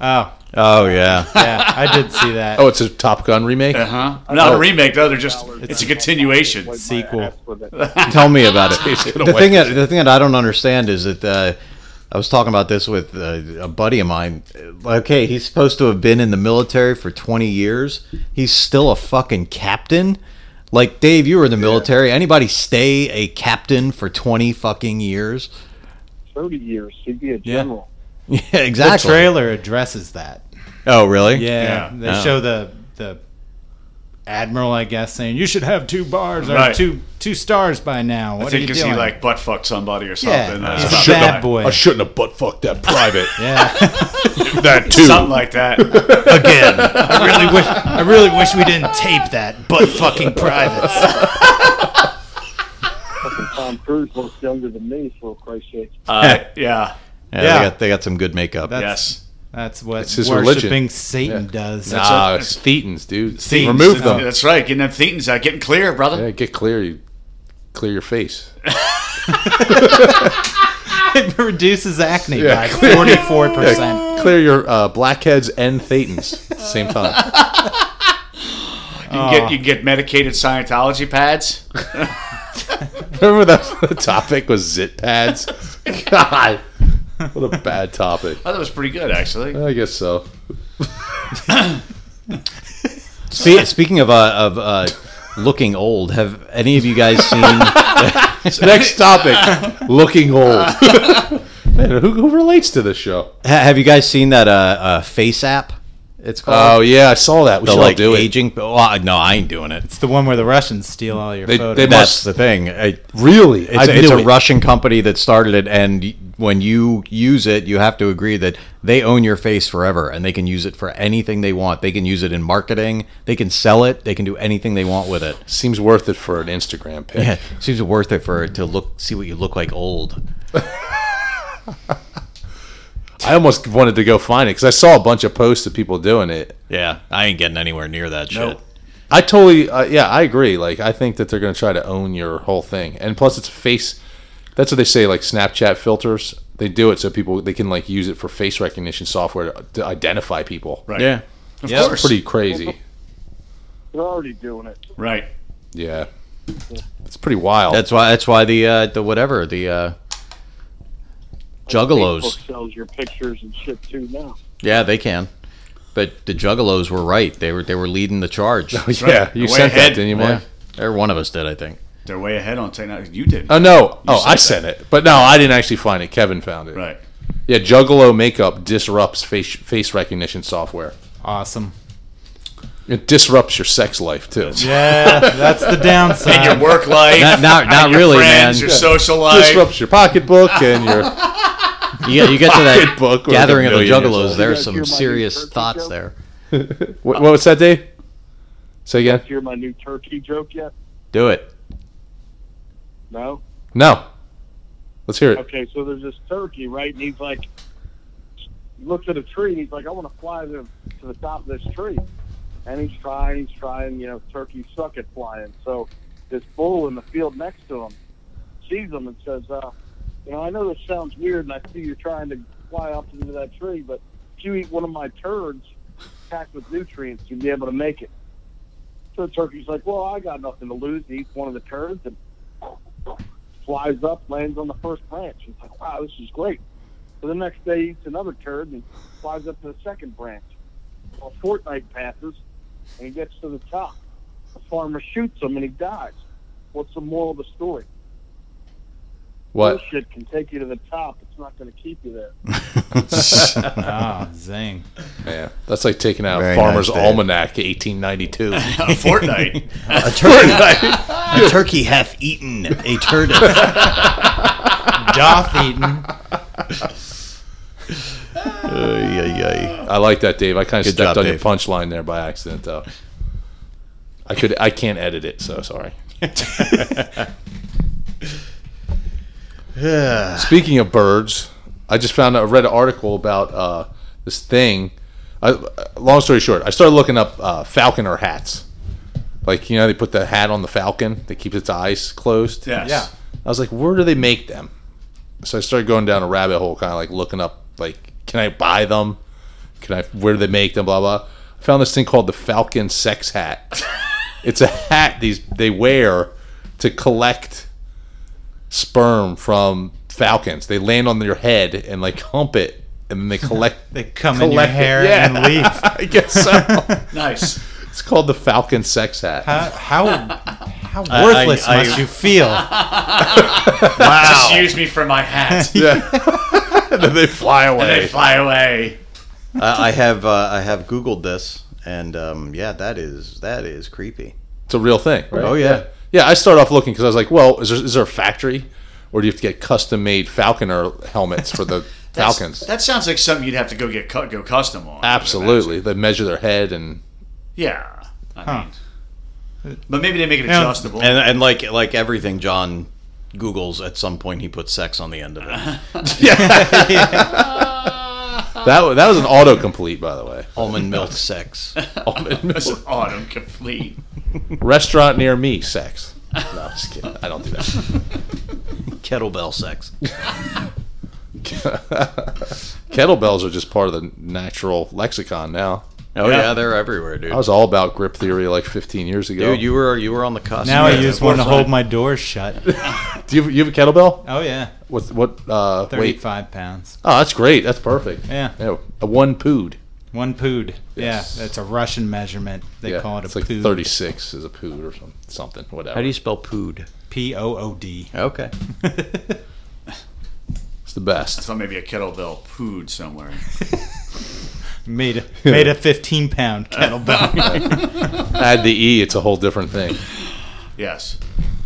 Speaker 5: Oh,
Speaker 3: Oh yeah.
Speaker 5: yeah, I did see that.
Speaker 4: Oh, it's a Top Gun remake?
Speaker 2: Uh huh. Not
Speaker 4: Oh.
Speaker 2: a remake though. They're just it's a continuation.
Speaker 6: Played my
Speaker 5: Sequel.
Speaker 6: ass with it.
Speaker 3: Tell me about it.
Speaker 4: He's gonna
Speaker 3: the
Speaker 4: wait.
Speaker 3: thing that the thing that I don't understand is that uh, I was talking about this with uh, a buddy of mine. Okay, he's supposed to have been in the military for 20 years. He's still a fucking captain. Like Dave, you were in the military. Anybody stay a captain for 20 fucking years?
Speaker 6: 30 years. He'd be a general.
Speaker 3: Yeah,
Speaker 5: the
Speaker 3: exactly.
Speaker 5: trailer addresses that.
Speaker 3: Oh, really?
Speaker 2: Yeah.
Speaker 5: Yeah, they
Speaker 3: Oh.
Speaker 5: show the the admiral, I guess, saying you should have two bars or
Speaker 2: Right.
Speaker 5: two two stars by now. What
Speaker 2: I
Speaker 5: are
Speaker 2: think
Speaker 5: you
Speaker 2: 'cause
Speaker 5: doing?
Speaker 2: he like butt fucked somebody or
Speaker 5: yeah,
Speaker 2: something.
Speaker 5: he's
Speaker 2: That's
Speaker 5: a
Speaker 2: about
Speaker 5: bad
Speaker 2: it.
Speaker 5: boy.
Speaker 4: I shouldn't have butt fucked that private.
Speaker 5: yeah,
Speaker 4: that too.
Speaker 2: Something like that.
Speaker 3: Again.
Speaker 5: I really wish I really wish we didn't tape that butt fucking privates.
Speaker 6: Tom Cruise looks younger than me, for Christ's sake.
Speaker 2: Uh, yeah.
Speaker 3: Yeah,
Speaker 5: Yeah.
Speaker 3: They, got, they got some good makeup.
Speaker 5: That's-
Speaker 2: Yes.
Speaker 5: That's what
Speaker 4: his
Speaker 5: worshiping
Speaker 4: religion.
Speaker 5: Satan does.
Speaker 4: Nah, Uh, it's thetans, dude.
Speaker 5: Thetans.
Speaker 4: Remove
Speaker 5: That's-
Speaker 4: them.
Speaker 2: That's right. Getting them thetans out, getting clear, brother.
Speaker 4: Yeah, get clear. You clear your face.
Speaker 5: It reduces acne
Speaker 4: Yeah,
Speaker 5: by
Speaker 4: clear.
Speaker 5: forty four percent.
Speaker 4: Clear your uh, blackheads and thetans at the same time.
Speaker 2: You, can get, you can get medicated Scientology pads.
Speaker 4: Remember that the topic was zit pads. God, what a bad topic.
Speaker 2: Oh, that was pretty good actually.
Speaker 4: I guess so.
Speaker 3: Spe- speaking of uh, of uh, looking old, have any of you guys seen?
Speaker 4: Next topic: looking old. Man, who, who relates to this show?
Speaker 3: Ha- Have you guys seen that uh, uh, face app? It's
Speaker 4: Oh
Speaker 3: called.
Speaker 4: yeah, I saw that. We
Speaker 3: the
Speaker 4: should
Speaker 3: like
Speaker 4: all do it.
Speaker 3: aging. Well, I- no, I ain't doing it.
Speaker 5: It's the one where the Russians steal all your
Speaker 4: They-
Speaker 5: photos.
Speaker 4: they
Speaker 3: That's
Speaker 4: must-
Speaker 3: the thing. I-
Speaker 4: Really,
Speaker 3: it's, it's a Russian company that started it, and y- when you use it, you have to agree that they own your face forever, and they can use it for anything they want. They can use it in marketing. They can sell it. They can do anything they want with it.
Speaker 4: Seems worth it for an Instagram pic.
Speaker 3: Yeah, seems worth it for to look, see what you look like old.
Speaker 4: I almost wanted to go find it because I saw a bunch of posts of people doing it.
Speaker 3: Yeah, I ain't getting anywhere near that shit.
Speaker 4: I totally, uh, yeah, I agree. Like, I think that they're going to try to own your whole thing, and plus, it's face. That's what they say. Like Snapchat filters, they do it so people they can like use it for face recognition software to, to identify people.
Speaker 2: Right.
Speaker 3: Yeah.
Speaker 2: Of
Speaker 5: Yeah.
Speaker 2: course.
Speaker 4: Pretty crazy.
Speaker 6: They're already doing it.
Speaker 2: Right.
Speaker 4: Yeah, it's pretty wild.
Speaker 3: That's why. That's why the uh, the whatever the uh, juggalos.
Speaker 6: Facebook sells your pictures and shit too now.
Speaker 3: Yeah, they can. But the juggalos were right. They were they were leading the charge.
Speaker 4: yeah,
Speaker 2: right.
Speaker 4: you
Speaker 2: Way
Speaker 4: sent
Speaker 2: ahead.
Speaker 4: that, didn't you, Mike?
Speaker 3: Yeah. Every one of us did, I think.
Speaker 2: They're way ahead on technology. You did.
Speaker 4: Oh no! oh,
Speaker 2: sent
Speaker 4: I
Speaker 2: that.
Speaker 4: sent it, but no, I didn't actually find it. Kevin found it.
Speaker 2: Right.
Speaker 4: Yeah, Juggalo makeup disrupts face face recognition software.
Speaker 5: awesome.
Speaker 4: It disrupts your sex life too.
Speaker 5: Yeah, that's the downside.
Speaker 4: Uh,
Speaker 2: And your work life.
Speaker 3: Not not, not
Speaker 2: your
Speaker 3: really,
Speaker 2: friends,
Speaker 3: man.
Speaker 2: Your social life.
Speaker 4: Disrupts your pocketbook and your
Speaker 3: You, you get to that
Speaker 4: Pocketbook with
Speaker 3: gathering
Speaker 4: a
Speaker 3: of the
Speaker 4: million years
Speaker 3: juggalos.
Speaker 4: old.
Speaker 3: There's
Speaker 6: You
Speaker 3: some
Speaker 6: guys hear my new
Speaker 3: serious
Speaker 6: turkey
Speaker 3: thoughts
Speaker 6: joke?
Speaker 3: there.
Speaker 4: What, what was that, Dave? Say again.
Speaker 6: Hear my new turkey joke yet?
Speaker 3: Do it.
Speaker 6: No?
Speaker 4: No. Let's hear it.
Speaker 6: Okay, so there's this turkey, right? And he's like, looks at a tree. He's like, I want to fly to, to the top of this tree. And he's trying, he's trying, you know, turkeys suck at flying. So this bull in the field next to him sees him and says, uh, You know, I know this sounds weird, and I see you're trying to fly up into that tree, but if you eat one of my turds packed with nutrients, you'll be able to make it. So the turkey's like, Well, I got nothing to lose. He eats one of the turds and flies up, lands on the first branch. He's like, wow, this is great. So the next day, he eats another turd and flies up to the second branch. Well, a fortnight passes, and he gets to the top. The farmer shoots him, and he dies. What's the moral of the story?
Speaker 4: What?
Speaker 6: Bullshit can take you to the top. It's not going to keep you there.
Speaker 5: oh, zing.
Speaker 4: Man, that's like taking out
Speaker 3: Very
Speaker 4: Farmer's
Speaker 3: nice, Dave.
Speaker 4: Almanac, 1892.
Speaker 2: Uh, Fortnite.
Speaker 3: A turkey, a turkey half eaten a turd.
Speaker 5: doff eaten.
Speaker 3: Ay, ay, ay.
Speaker 4: I like that, Dave. I kind of
Speaker 3: Good
Speaker 4: stepped
Speaker 3: job,
Speaker 4: on
Speaker 3: Dave.
Speaker 4: your punchline there by accident, though. I could, I can't edit it, so sorry.
Speaker 3: Ah.
Speaker 4: Speaking of birds, I just found out, I read an article about uh, this thing. I, long story short, I started looking up uh, falconer hats. Like you know, they put the hat on the falcon that keeps its eyes closed.
Speaker 2: Yes.
Speaker 5: Yeah.
Speaker 4: I was like, where do they make them? So I started going down a rabbit hole, kind of like looking up, like, can I buy them? Can I? Where do they make them? Blah blah. I found this thing called the Falcon Sex Hat. it's a hat these they wear to collect sperm from falcons. They land on their head and like hump it, and then they collect.
Speaker 5: They come in your
Speaker 4: collect it.
Speaker 5: hair
Speaker 4: Yeah.
Speaker 5: and leave.
Speaker 4: I guess so.
Speaker 2: Nice.
Speaker 4: it's called the Falcon Sex Hat.
Speaker 5: How how, how worthless
Speaker 3: I-
Speaker 5: must you feel?
Speaker 2: Just use me for my hat.
Speaker 4: Yeah. and then they fly away.
Speaker 2: and they fly away.
Speaker 3: I, I have uh, I have Googled this, and um, yeah, that is that is creepy.
Speaker 4: It's a real thing. Right?
Speaker 3: Oh, yeah.
Speaker 4: yeah. I started off looking because I was like, well, is there, is there a factory, or do you have to get custom made falconer helmets for the
Speaker 2: That's-
Speaker 4: falcons?
Speaker 2: That sounds like something you'd have to go get cu- go custom on.
Speaker 4: Absolutely, they measure their head and
Speaker 2: Yeah. I mean, but maybe they make it
Speaker 5: Yeah.
Speaker 2: adjustable.
Speaker 3: And and like like everything, John Googles at some point he puts sex on the end of it.
Speaker 4: that wa- that was an autocomplete, by the way.
Speaker 3: Almond milk sex.
Speaker 2: It's an autumn complete.
Speaker 4: Restaurant near me, sex. No, I'm just kidding. I don't do that.
Speaker 3: kettlebell sex.
Speaker 4: Kettlebells are just part of the natural lexicon now.
Speaker 3: Oh
Speaker 2: Yeah.
Speaker 3: yeah, they're everywhere, dude.
Speaker 4: I was all about grip theory like 15 years ago.
Speaker 3: Dude, you were you were on the cusp.
Speaker 5: Now I
Speaker 3: Yeah.
Speaker 5: use one to hold my door shut.
Speaker 4: do you, you have a kettlebell?
Speaker 5: Oh yeah,
Speaker 4: What what uh, weight?
Speaker 5: thirty-five pounds.
Speaker 4: Oh, that's great. That's perfect.
Speaker 5: Yeah.
Speaker 4: a one pood.
Speaker 5: One pood.
Speaker 4: Yes.
Speaker 5: Yeah, that's a Russian measurement. They call it a
Speaker 4: it's like
Speaker 5: pood.
Speaker 4: 36 is a pood or something, something whatever.
Speaker 3: How do you spell pood?
Speaker 5: P O O D.
Speaker 3: Okay.
Speaker 4: it's the best.
Speaker 2: So maybe a kettlebell pooed somewhere.
Speaker 5: Made a, made a fifteen-pound kettlebell.
Speaker 4: Add the E, it's a whole different thing.
Speaker 2: Yes.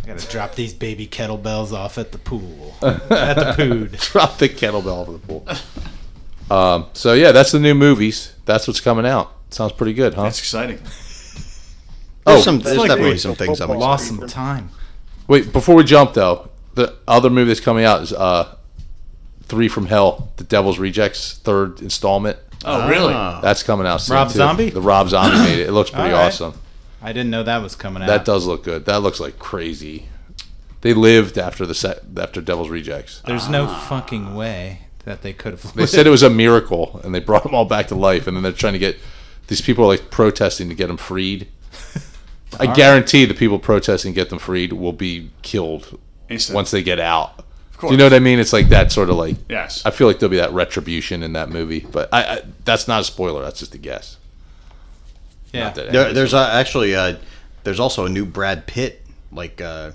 Speaker 5: Gotta drop these baby kettlebells off at the pool. at the pood.
Speaker 4: Drop the kettlebell over the pool. Um, so, yeah, that's the new movies. That's what's coming out. Sounds pretty good, huh?
Speaker 2: That's exciting.
Speaker 3: There's
Speaker 4: Oh,
Speaker 3: some,
Speaker 4: it's
Speaker 3: there's
Speaker 6: like
Speaker 3: definitely
Speaker 6: we-
Speaker 3: some things I'm
Speaker 6: football.
Speaker 3: excited.
Speaker 5: Lost some time.
Speaker 4: Wait, before we jump, though, the other movie that's coming out is uh, Three from Hell, The Devil's Rejects, third installment.
Speaker 2: Oh, really?
Speaker 4: That's coming out soon.
Speaker 5: Rob
Speaker 4: too.
Speaker 5: Zombie?
Speaker 4: The Rob Zombie made it. It looks pretty
Speaker 5: All right.
Speaker 4: awesome.
Speaker 5: I didn't know that was coming out.
Speaker 4: That does look good. That looks like crazy. They lived after the set after Devil's Rejects.
Speaker 5: There's no fucking way that they could have.
Speaker 4: They said it was a miracle, and they brought them all back to life. And then they're trying to get these people are like protesting to get them freed. I guarantee the people protesting to get them freed will be killed
Speaker 2: Instantly.
Speaker 4: once they get out. Do
Speaker 2: course.
Speaker 4: you know what I mean? It's like that sort of like.
Speaker 2: Yes.
Speaker 4: I feel like there'll be that retribution in that movie, but I, I that's not a spoiler. That's just a guess.
Speaker 5: yeah.
Speaker 4: Not that
Speaker 3: There,
Speaker 4: anybody's-
Speaker 3: there's uh, actually uh, there's also a new Brad Pitt like uh,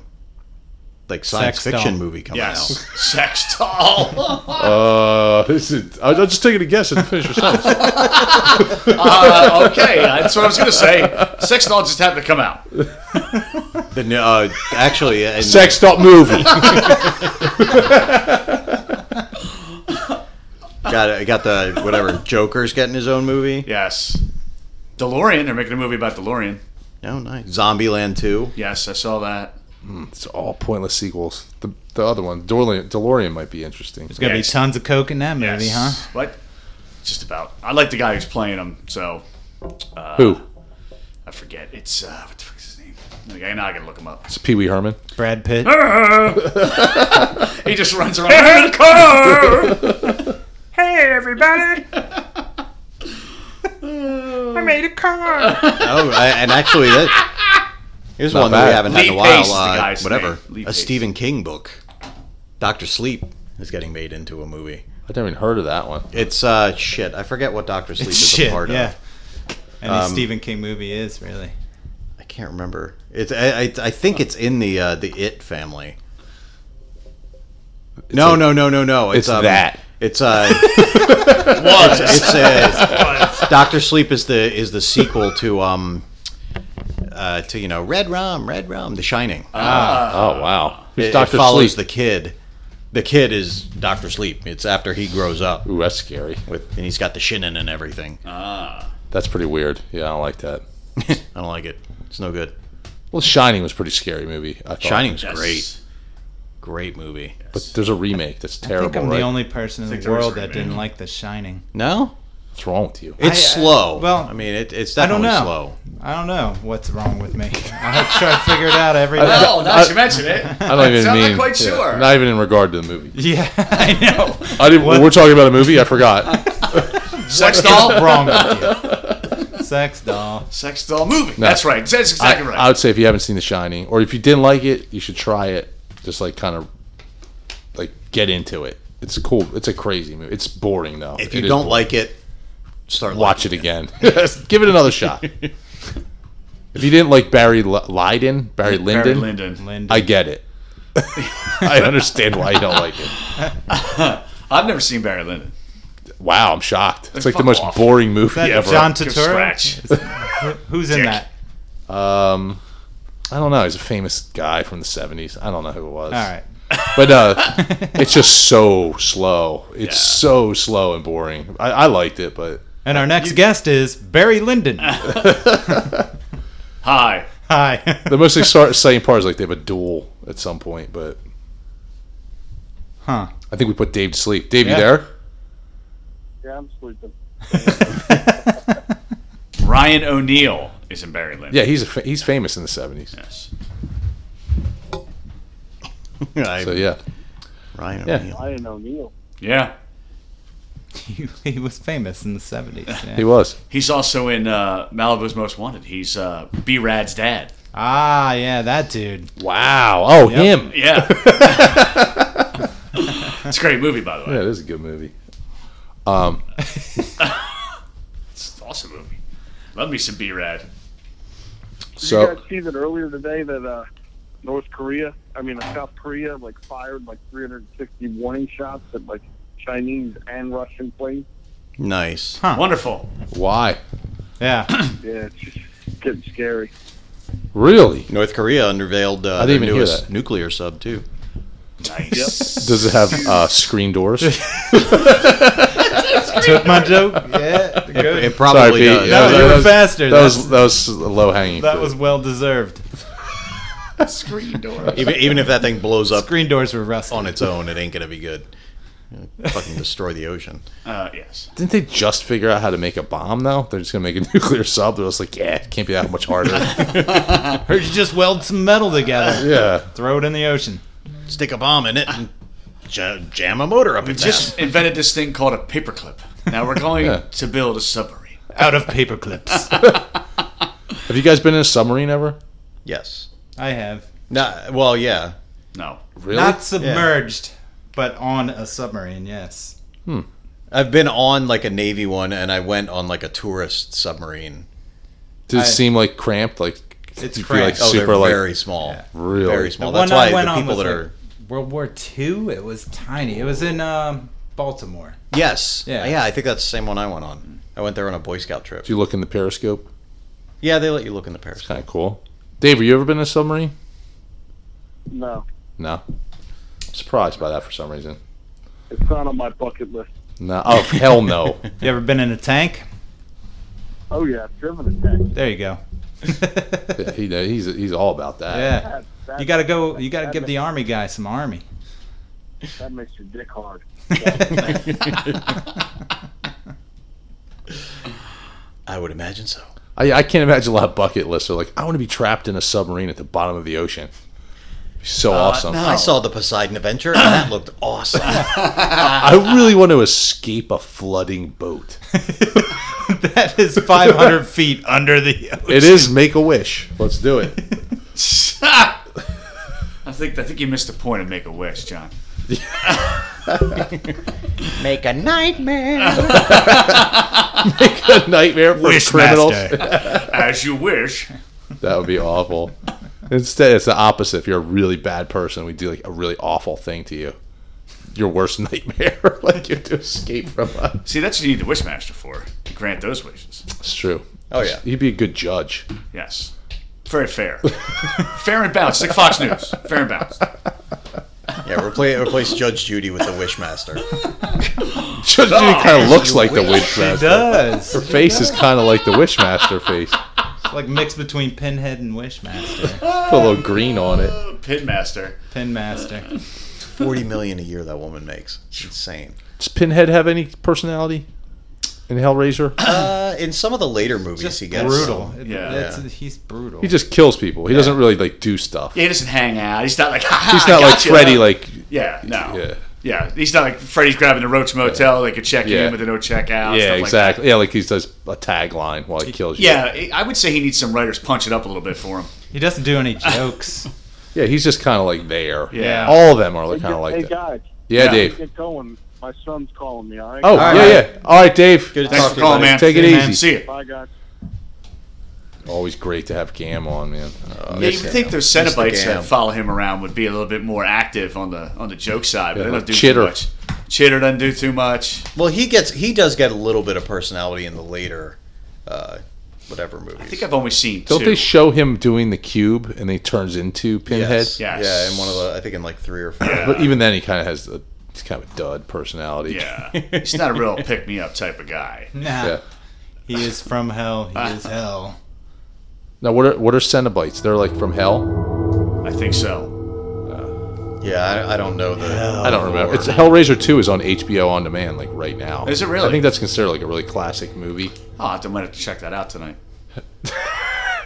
Speaker 3: like science
Speaker 5: Sex
Speaker 3: fiction
Speaker 5: doll.
Speaker 3: movie coming
Speaker 2: yes.
Speaker 3: out.
Speaker 2: Sex doll.
Speaker 4: uh, this is, I- I'm just taking a guess and finish your sentence.
Speaker 2: Uh, okay. That's what I was going to say. Sex doll just had to come out.
Speaker 3: The new- uh, actually, and
Speaker 4: Sex stop movie.
Speaker 3: got got the whatever Joker's getting his own movie.
Speaker 2: Yes. DeLorean. They're making a movie about DeLorean.
Speaker 3: Oh, nice. Zombieland two.
Speaker 2: Yes, I saw that.
Speaker 4: It's all pointless sequels. The, the other one, DeLorean, DeLorean might be interesting.
Speaker 5: There's gonna
Speaker 2: Yes.
Speaker 5: be tons of coke in that movie, huh?
Speaker 2: Yes. What? Just about. I like the guy who's playing him, so
Speaker 4: Who?
Speaker 2: I forget. It's, uh, what the fuck's his name? Okay, now I gotta look him up.
Speaker 4: It's Pee Wee Herman.
Speaker 5: Brad Pitt.
Speaker 2: He just runs around. Hey, car!
Speaker 7: Hey, everybody! I made a car.
Speaker 3: Oh, I, and actually, that, here's
Speaker 4: Not
Speaker 3: one that
Speaker 4: bad.
Speaker 3: we haven't had
Speaker 2: Lee
Speaker 3: in a while.
Speaker 2: Pace is the
Speaker 3: uh,
Speaker 2: guy's
Speaker 3: whatever,
Speaker 2: name. Lee
Speaker 3: a
Speaker 2: Pace.
Speaker 3: Stephen King book. Doctor Sleep is getting made into a movie.
Speaker 4: I've never even heard of that one.
Speaker 3: It's uh shit. I forget what Doctor Sleep is
Speaker 5: Shit.
Speaker 3: a part
Speaker 5: Yeah.
Speaker 3: of.
Speaker 5: Any
Speaker 4: Um,
Speaker 5: Stephen King movie is really.
Speaker 3: I can't remember. It's I, I, I think it's in the uh, the It family. no,
Speaker 4: a-
Speaker 3: no, no, no, no. It's, um,
Speaker 4: it's um, that.
Speaker 3: It's uh, it's uh, Doctor Sleep is the is the sequel to um uh to you know Red Rum, Red Rum, The Shining.
Speaker 4: Oh wow. Who's
Speaker 3: it, it
Speaker 4: Doctor
Speaker 3: follows
Speaker 4: Sleep?
Speaker 3: the kid the kid is Doctor Sleep. It's after he grows up
Speaker 4: Ooh, that's scary.
Speaker 3: with, and he's got the shinin and everything.
Speaker 4: That's pretty weird. Yeah, I don't like that.
Speaker 3: I don't like it. It's no good.
Speaker 4: Well, Shining was a pretty scary movie. I thought.
Speaker 3: Shining's
Speaker 2: Yes.
Speaker 3: great, great movie.
Speaker 4: but there's a remake that's terrible.
Speaker 5: I think I'm
Speaker 4: right?
Speaker 5: the only person in
Speaker 2: think
Speaker 5: the
Speaker 2: there is
Speaker 5: world
Speaker 2: a
Speaker 5: that
Speaker 2: remake.
Speaker 5: didn't like The Shining.
Speaker 3: No,
Speaker 4: What's wrong with you?
Speaker 3: it's
Speaker 5: I- I-
Speaker 3: slow.
Speaker 5: well,
Speaker 3: I mean, it, it's
Speaker 5: I don't
Speaker 3: definitely
Speaker 5: know.
Speaker 3: slow.
Speaker 5: I don't know what's wrong with me. I'll try to figure it out every day.
Speaker 2: Oh, now that you mention it,
Speaker 4: I don't even
Speaker 2: I'm
Speaker 4: mean.
Speaker 2: not quite
Speaker 4: yeah,
Speaker 2: sure.
Speaker 4: Not even in regard to the movie.
Speaker 5: Yeah, I know.
Speaker 4: I didn't, we're talking about a movie. I forgot.
Speaker 2: Sex doll,
Speaker 5: wrong with you? Sex doll.
Speaker 2: sex doll movie. That's right. That's exactly
Speaker 4: I,
Speaker 2: right.
Speaker 4: I would say if you haven't seen The Shining, or if you didn't like it, you should try it. Just like kind of like get into it. It's cool. It's a crazy movie. It's boring though.
Speaker 3: If
Speaker 4: It
Speaker 3: you
Speaker 4: is
Speaker 3: don't
Speaker 4: boring.
Speaker 3: like it, start
Speaker 4: watch it
Speaker 3: liking
Speaker 4: again. Give it another shot. if you didn't like Barry L- Lyndon, Barry Lyndon,
Speaker 2: Barry Lyndon.
Speaker 5: Linda.
Speaker 4: I get it. I understand why you don't like it.
Speaker 2: I've never seen Barry Lyndon.
Speaker 4: Wow, I'm shocked. It's like the
Speaker 2: fuck
Speaker 4: most
Speaker 2: off.
Speaker 4: boring movie
Speaker 5: that
Speaker 4: ever.
Speaker 5: John
Speaker 2: Give
Speaker 5: Turturro.
Speaker 2: scratch.
Speaker 5: Who's in
Speaker 2: Dick.
Speaker 5: that?
Speaker 4: um, I don't know. He's a famous guy from the '70s. I don't know who it was.
Speaker 5: All right.
Speaker 4: but uh, it's just so slow. It's
Speaker 2: Yeah.
Speaker 4: so slow and boring. I, I liked it, but
Speaker 5: And our next guest is Barry Lyndon.
Speaker 2: Hi.
Speaker 5: Hi.
Speaker 4: the most exciting part is like they have a duel at some point. But
Speaker 5: huh.
Speaker 4: I think we put Dave to sleep. Dave,
Speaker 5: Yeah.
Speaker 4: you there?
Speaker 6: Yeah, I'm sleeping.
Speaker 2: Ryan O'Neal is in Barry Lyndon.
Speaker 4: Yeah, he's a fa- he's famous in the '70s.
Speaker 2: Yes.
Speaker 3: it. I,
Speaker 4: So yeah,
Speaker 3: Ryan
Speaker 4: Yeah.
Speaker 3: O'Neal.
Speaker 6: I didn't know Neil.
Speaker 2: Yeah.
Speaker 5: He, he was famous in the 70s. yeah.
Speaker 4: he was.
Speaker 2: He's also in uh, Malibu's Most Wanted. He's uh, B Rad's dad.
Speaker 5: Ah, yeah, that dude.
Speaker 4: Wow. Oh,
Speaker 5: Yep.
Speaker 4: him.
Speaker 2: Yeah. it's a great movie, by the way.
Speaker 4: Yeah, this is a good movie.
Speaker 2: It's an awesome movie. Love me some B Rad.
Speaker 6: Did
Speaker 4: So
Speaker 6: you guys see that earlier today that uh, North Korea, I mean uh, South Korea, like fired like 360 warning shots at like Chinese and Russian planes?
Speaker 3: Nice.
Speaker 2: Wonderful.
Speaker 4: why?
Speaker 5: Yeah.
Speaker 6: Yeah, it's just getting scary.
Speaker 4: Really?
Speaker 3: North Korea unveiled uh, their
Speaker 4: didn't even hear
Speaker 3: newest
Speaker 4: that.
Speaker 3: nuclear sub too.
Speaker 2: Nice.
Speaker 4: Does it have uh, screen doors?
Speaker 5: Took my joke. Yeah. Good.
Speaker 3: It probably
Speaker 4: Pete.
Speaker 5: uh,
Speaker 3: does.
Speaker 4: Yeah,
Speaker 5: No, you were faster.
Speaker 4: That
Speaker 5: That
Speaker 4: was that was low hanging.
Speaker 5: that was well deserved.
Speaker 2: Screen door.
Speaker 3: Even, even if that thing blows up
Speaker 5: Screen doors were rusty.
Speaker 3: on its own, it ain't gonna be good. It'll Fucking destroy the ocean.
Speaker 2: Uh, yes.
Speaker 4: Didn't they just figure out how to make a bomb though? They're just gonna make a nuclear sub. They're just like, yeah, it can't be that much harder.
Speaker 5: Or you just weld some metal together,
Speaker 4: yeah.
Speaker 5: throw it in the ocean.
Speaker 3: Stick a bomb in it and ja- jam a motor up
Speaker 2: We
Speaker 3: its
Speaker 2: just
Speaker 3: ass.
Speaker 2: invented this thing called a paperclip. Now we're going
Speaker 4: Yeah.
Speaker 2: to build a submarine.
Speaker 5: Out of paper clips.
Speaker 4: Have you guys been in a submarine ever?
Speaker 3: Yes.
Speaker 5: I have.
Speaker 3: Nah, well, yeah.
Speaker 2: No.
Speaker 4: Really?
Speaker 5: Not submerged, but on a submarine, yes.
Speaker 3: I've been on like a Navy one, and I went on like a tourist submarine.
Speaker 4: Did it
Speaker 5: I-
Speaker 4: seem like cramped? Like
Speaker 5: It's
Speaker 4: you feel like
Speaker 5: cramped.
Speaker 3: Oh,
Speaker 4: super
Speaker 3: they're
Speaker 4: like
Speaker 3: very small.
Speaker 4: Really?
Speaker 3: Very small.
Speaker 5: The
Speaker 3: That's
Speaker 5: one I
Speaker 3: why
Speaker 5: went
Speaker 3: the
Speaker 5: on
Speaker 3: people
Speaker 5: was,
Speaker 3: that
Speaker 5: like,
Speaker 3: are.
Speaker 5: World War II, it was tiny. It was in um, Baltimore.
Speaker 3: Yes.
Speaker 5: Yeah.
Speaker 3: Yeah. I think that's the same one I went on. I went there on a Boy Scout trip.
Speaker 4: Do you look in the periscope?
Speaker 3: Yeah, they let you look in the Paris.
Speaker 4: Kind of cool. Dave, have you ever been in a submarine?
Speaker 6: No,
Speaker 4: No. Surprised by that for some reason.
Speaker 6: it's not on my bucket list.
Speaker 4: No. Oh hell no.
Speaker 5: You ever been in a tank?
Speaker 6: Oh yeah, I've driven a tank.
Speaker 5: There you go.
Speaker 4: Yeah, he, he's he's all about that.
Speaker 5: yeah.
Speaker 6: That, that,
Speaker 5: You gotta go. You gotta give the army guy some army.
Speaker 6: that makes your dick hard.
Speaker 3: I would imagine so.
Speaker 4: I, I can't imagine a lot of bucket lists are like, I want to be trapped in a submarine at the bottom of the ocean. So awesome.
Speaker 3: I saw the Poseidon Adventure, and that looked awesome.
Speaker 4: I really want to escape a flooding boat.
Speaker 5: that is 500 feet under the ocean.
Speaker 4: It is make a wish. Let's do it.
Speaker 2: I think I think you missed the point of Make a Wish, John.
Speaker 3: Make a nightmare.
Speaker 4: a nightmare for criminals.
Speaker 2: As you wish.
Speaker 4: That would be awful. Instead, it's the opposite. If you're a really bad person, we do like a really awful thing to you. Your worst nightmare, like you have to escape from us.
Speaker 2: See, that's what you need the Wishmaster for. To grant those wishes.
Speaker 4: It's true.
Speaker 3: Oh, yeah.
Speaker 4: You'd be a good judge.
Speaker 2: Yes. Very fair. fair and balanced. Like Fox News. Fair and balanced.
Speaker 3: Yeah, replace, replace Judge Judy with the Wishmaster.
Speaker 4: Judge Judy kind of looks like the Wishmaster.
Speaker 5: does.
Speaker 4: Her face is kind of like the Wishmaster face.
Speaker 5: It's like mixed between Pinhead and Wishmaster.
Speaker 4: Put a little green on it.
Speaker 2: Pitmaster.
Speaker 5: Pinmaster.
Speaker 3: Forty million a year that woman makes. It's insane.
Speaker 4: Does Pinhead have any personality in Hellraiser?
Speaker 3: Uh, in some of the later movies,
Speaker 5: Just
Speaker 3: he gets
Speaker 5: brutal.
Speaker 2: Yeah.
Speaker 5: That's, He's brutal.
Speaker 4: He just kills people. He doesn't really like do stuff.
Speaker 2: Yeah, he doesn't hang out. He's not like, ha ha.
Speaker 4: He's not like
Speaker 2: gotcha."
Speaker 4: Freddy. Like
Speaker 2: Yeah, no.
Speaker 4: yeah,
Speaker 2: Yeah. he's not like Freddy's grabbing the Roach Motel. They could check
Speaker 4: Yeah.
Speaker 2: in, but they don't check out.
Speaker 4: yeah,
Speaker 2: stuff like that.
Speaker 4: exactly. yeah, like he does a tagline while he kills you.
Speaker 2: Yeah, I would say he needs some writers punch it up a little bit for him.
Speaker 5: He doesn't do any jokes.
Speaker 4: yeah. He's just kind of like there.
Speaker 2: Yeah.
Speaker 4: all of them are kind of like
Speaker 6: hey
Speaker 4: that.
Speaker 6: guys,
Speaker 4: Yeah,
Speaker 2: Yeah.
Speaker 4: Dave.
Speaker 6: get going. My son's calling me. All right.
Speaker 4: Oh
Speaker 3: right,
Speaker 4: yeah,
Speaker 3: man.
Speaker 4: yeah. All right, Dave.
Speaker 3: Good to
Speaker 2: Thanks
Speaker 3: talk
Speaker 2: for
Speaker 3: to you.
Speaker 2: calling,
Speaker 3: buddy.
Speaker 2: man.
Speaker 4: Take it
Speaker 2: Hey,
Speaker 4: easy.
Speaker 2: Man. See you.
Speaker 6: Bye guys.
Speaker 4: Always great to have Gam on, man. Uh,
Speaker 2: Yeah, you would think those Cenobites
Speaker 3: Mr. Gam.
Speaker 2: that follow him around would be a little bit more active on the on the joke side, but
Speaker 4: Yeah,
Speaker 2: they
Speaker 4: like
Speaker 2: don't do
Speaker 4: Chitter.
Speaker 2: too much. Chitter doesn't do too much.
Speaker 3: Well, he gets he does get a little bit of personality in the later, uh, whatever movies.
Speaker 2: I think I've only seen
Speaker 4: Don't
Speaker 2: two.
Speaker 4: they show him doing the cube and he turns into Pinhead?
Speaker 3: yes.
Speaker 2: Pinhead?
Speaker 3: Yeah,
Speaker 2: Yes.
Speaker 3: in one of the I think in like three or four.
Speaker 4: But even then, he kind of has a, he's kind of a dud personality.
Speaker 2: yeah, he's not a real pick me up type of guy.
Speaker 5: Nah.
Speaker 4: Yeah.
Speaker 5: He is from hell. He is hell.
Speaker 4: Now, what are what are Cenobites? They're like from hell.
Speaker 2: I think so.
Speaker 3: Yeah, I, I don't know the.
Speaker 4: I don't remember. It's Hellraiser Two is on HBO on demand, like right now.
Speaker 2: Is it really?
Speaker 4: I think that's considered like a really classic movie.
Speaker 2: I'll have to, might have to check that out tonight.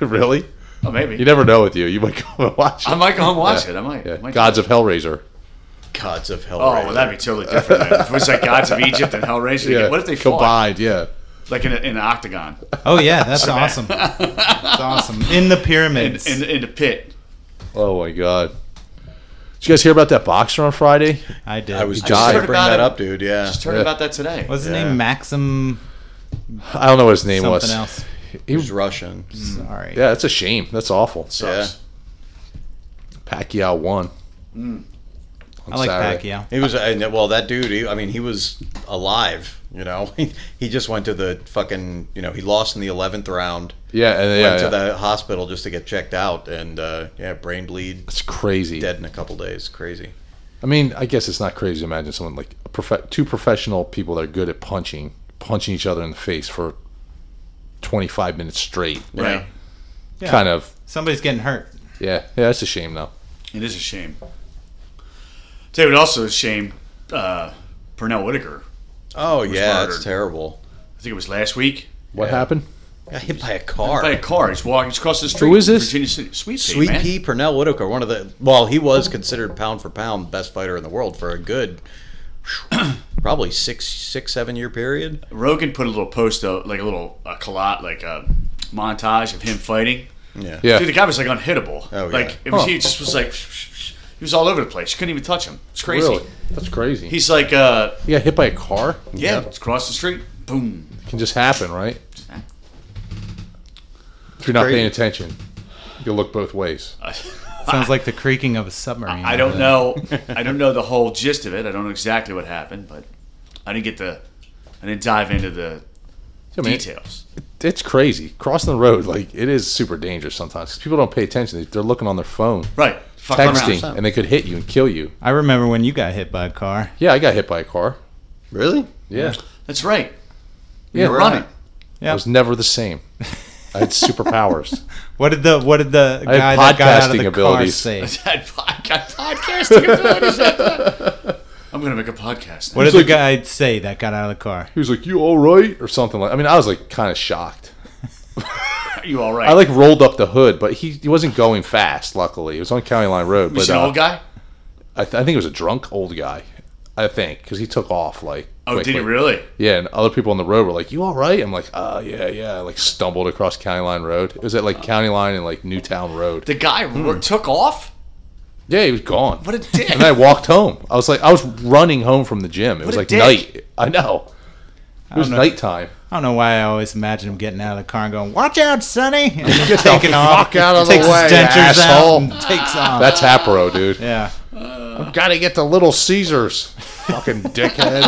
Speaker 4: really?
Speaker 2: Oh, maybe.
Speaker 4: You never know with you. You might go and watch it.
Speaker 2: I might go and watch it. I might.
Speaker 4: Yeah.
Speaker 2: might
Speaker 4: Gods of Hellraiser.
Speaker 3: Gods of Hell.
Speaker 2: Oh, well, that'd be totally different. Then. If it was like Gods of Egypt and Hellraiser,
Speaker 4: Yeah.
Speaker 2: what if they fought
Speaker 4: combined? Yeah.
Speaker 2: like in, a, in an octagon
Speaker 5: Oh yeah, that's awesome. That's awesome. In the
Speaker 2: in,
Speaker 5: pyramids.
Speaker 2: in, in the pit?
Speaker 4: Oh my god. Did you guys hear about that boxer on Friday?
Speaker 5: I did.
Speaker 3: I was
Speaker 4: just
Speaker 3: just
Speaker 4: heard
Speaker 3: to bring
Speaker 2: about
Speaker 3: that
Speaker 2: it.
Speaker 3: up, dude. Yeah.
Speaker 2: Just heard about that today.
Speaker 5: What's his name? Maxim
Speaker 4: I don't know what his name
Speaker 5: something
Speaker 4: was.
Speaker 5: else.
Speaker 3: He was Russian.
Speaker 5: Sorry.
Speaker 4: Yeah, that's a shame. That's awful.
Speaker 3: Yeah.
Speaker 2: Sucks.
Speaker 4: Pacquiao won.
Speaker 3: Mm.
Speaker 4: on
Speaker 5: I like
Speaker 4: Saturday.
Speaker 5: Pacquiao.
Speaker 3: He was. and, Well, that dude. He, I mean, he was alive. You know, he just went to the fucking. You know, he lost in the eleventh round.
Speaker 4: Yeah, and yeah,
Speaker 3: went
Speaker 4: yeah.
Speaker 3: to the hospital just to get checked out, and uh, yeah, brain bleed,
Speaker 4: That's crazy.
Speaker 3: dead in a couple days. Crazy.
Speaker 4: I mean, I guess it's not crazy to imagine someone like a prof- two professional people that are good at punching, punching each other in the face for 25 minutes straight.
Speaker 2: Right.
Speaker 5: Yeah.
Speaker 4: Kind of.
Speaker 5: Somebody's getting hurt.
Speaker 4: Yeah. Yeah, that's a shame though.
Speaker 2: It is a shame. David also is a shame. Uh, Pernell Whitaker.
Speaker 3: Oh yeah, it's
Speaker 2: murdered.
Speaker 3: terrible.
Speaker 2: I think it was last week.
Speaker 4: What happened?
Speaker 3: Got hit by a car.
Speaker 2: By a car. He's walking. He's crossing the street.
Speaker 4: is
Speaker 2: in
Speaker 4: this?
Speaker 2: Virginia City. Sweet Pea.
Speaker 3: Sweet
Speaker 2: man.
Speaker 3: Pea Pernell Whitaker, one of the well, he was considered pound for pound best fighter in the world for a good, probably six, six, seven year period.
Speaker 2: Rogan put a little post, uh, like a little a collage, like a montage of him fighting.
Speaker 3: Yeah,
Speaker 4: Yeah.
Speaker 2: Dude, the guy was like unhittable.
Speaker 3: Oh, yeah.
Speaker 2: Like it was,
Speaker 4: Huh.
Speaker 2: he just was like, he was all over the place. You couldn't even touch him. It's crazy.
Speaker 4: Really? That's crazy.
Speaker 2: He's like, uh,
Speaker 4: he got hit by a car?
Speaker 2: yeah, it's across the street. Boom.
Speaker 4: It can just happen, right? If you're not paying attention, you'll look both ways.
Speaker 5: Sounds like the creaking of a submarine.
Speaker 2: I don't know. I don't know the whole gist of it. I don't know exactly what happened, but I didn't get the. I didn't dive into the
Speaker 4: Yeah, man,
Speaker 2: details.
Speaker 4: It's crazy. Crossing the road, like, it is super dangerous sometimes 'cause people don't pay attention. They- They're looking on their phone,
Speaker 2: Right. Fuck around.
Speaker 4: texting, and they could hit you and kill you.
Speaker 5: I remember when you got hit by a car.
Speaker 4: Yeah, I got hit by a car.
Speaker 3: really.
Speaker 4: Yeah.
Speaker 2: That's right.
Speaker 4: Yeah,
Speaker 2: You're running.
Speaker 4: I
Speaker 5: Yep.
Speaker 4: was never the same. I had superpowers.
Speaker 5: What did the what did the
Speaker 4: I
Speaker 5: guy
Speaker 4: have
Speaker 5: that got out of
Speaker 4: podcasting
Speaker 5: the
Speaker 4: abilities.
Speaker 5: car say?
Speaker 2: That podcast, podcasting abilities like that. I'm gonna make a podcast. Now.
Speaker 5: What
Speaker 2: What is
Speaker 5: did the guy say that got out of the car?
Speaker 4: He was like, "You all right?" or something like. I mean, I was like kind of shocked.
Speaker 2: are you all right?
Speaker 4: I like rolled up the hood, but he, he wasn't going fast. Luckily, it was on County Line Road.
Speaker 2: Was
Speaker 4: But
Speaker 2: he an
Speaker 4: uh,
Speaker 2: old guy?
Speaker 4: I, th- I think it was a drunk old guy. I think because he took off like.
Speaker 2: Oh, did he
Speaker 4: quickly.
Speaker 2: really?
Speaker 4: Yeah, and other people on the road were like, "You all right?" I'm like, "Uh, yeah, yeah." I, like stumbled across County Line Road. It was at like County Line and like Newtown Road.
Speaker 2: The guy
Speaker 4: Hmm.
Speaker 2: ro- took off.
Speaker 4: Yeah, he was gone.
Speaker 2: What a dick!
Speaker 4: and I walked home. I was like, I was running home from the gym. It was
Speaker 2: a
Speaker 4: like
Speaker 2: dick.
Speaker 4: night. I know. It was
Speaker 5: know.
Speaker 4: nighttime.
Speaker 5: I don't know why I always imagine him getting out of the car and going, "Watch out, Sonny!" And he's taking off,
Speaker 4: fuck out of the
Speaker 5: takes
Speaker 4: way,
Speaker 5: his dentures
Speaker 4: asshole.
Speaker 5: out, and takes off.
Speaker 4: That's Hapro, dude.
Speaker 5: yeah,
Speaker 4: Gotta get the Little Caesars. Fucking dickhead.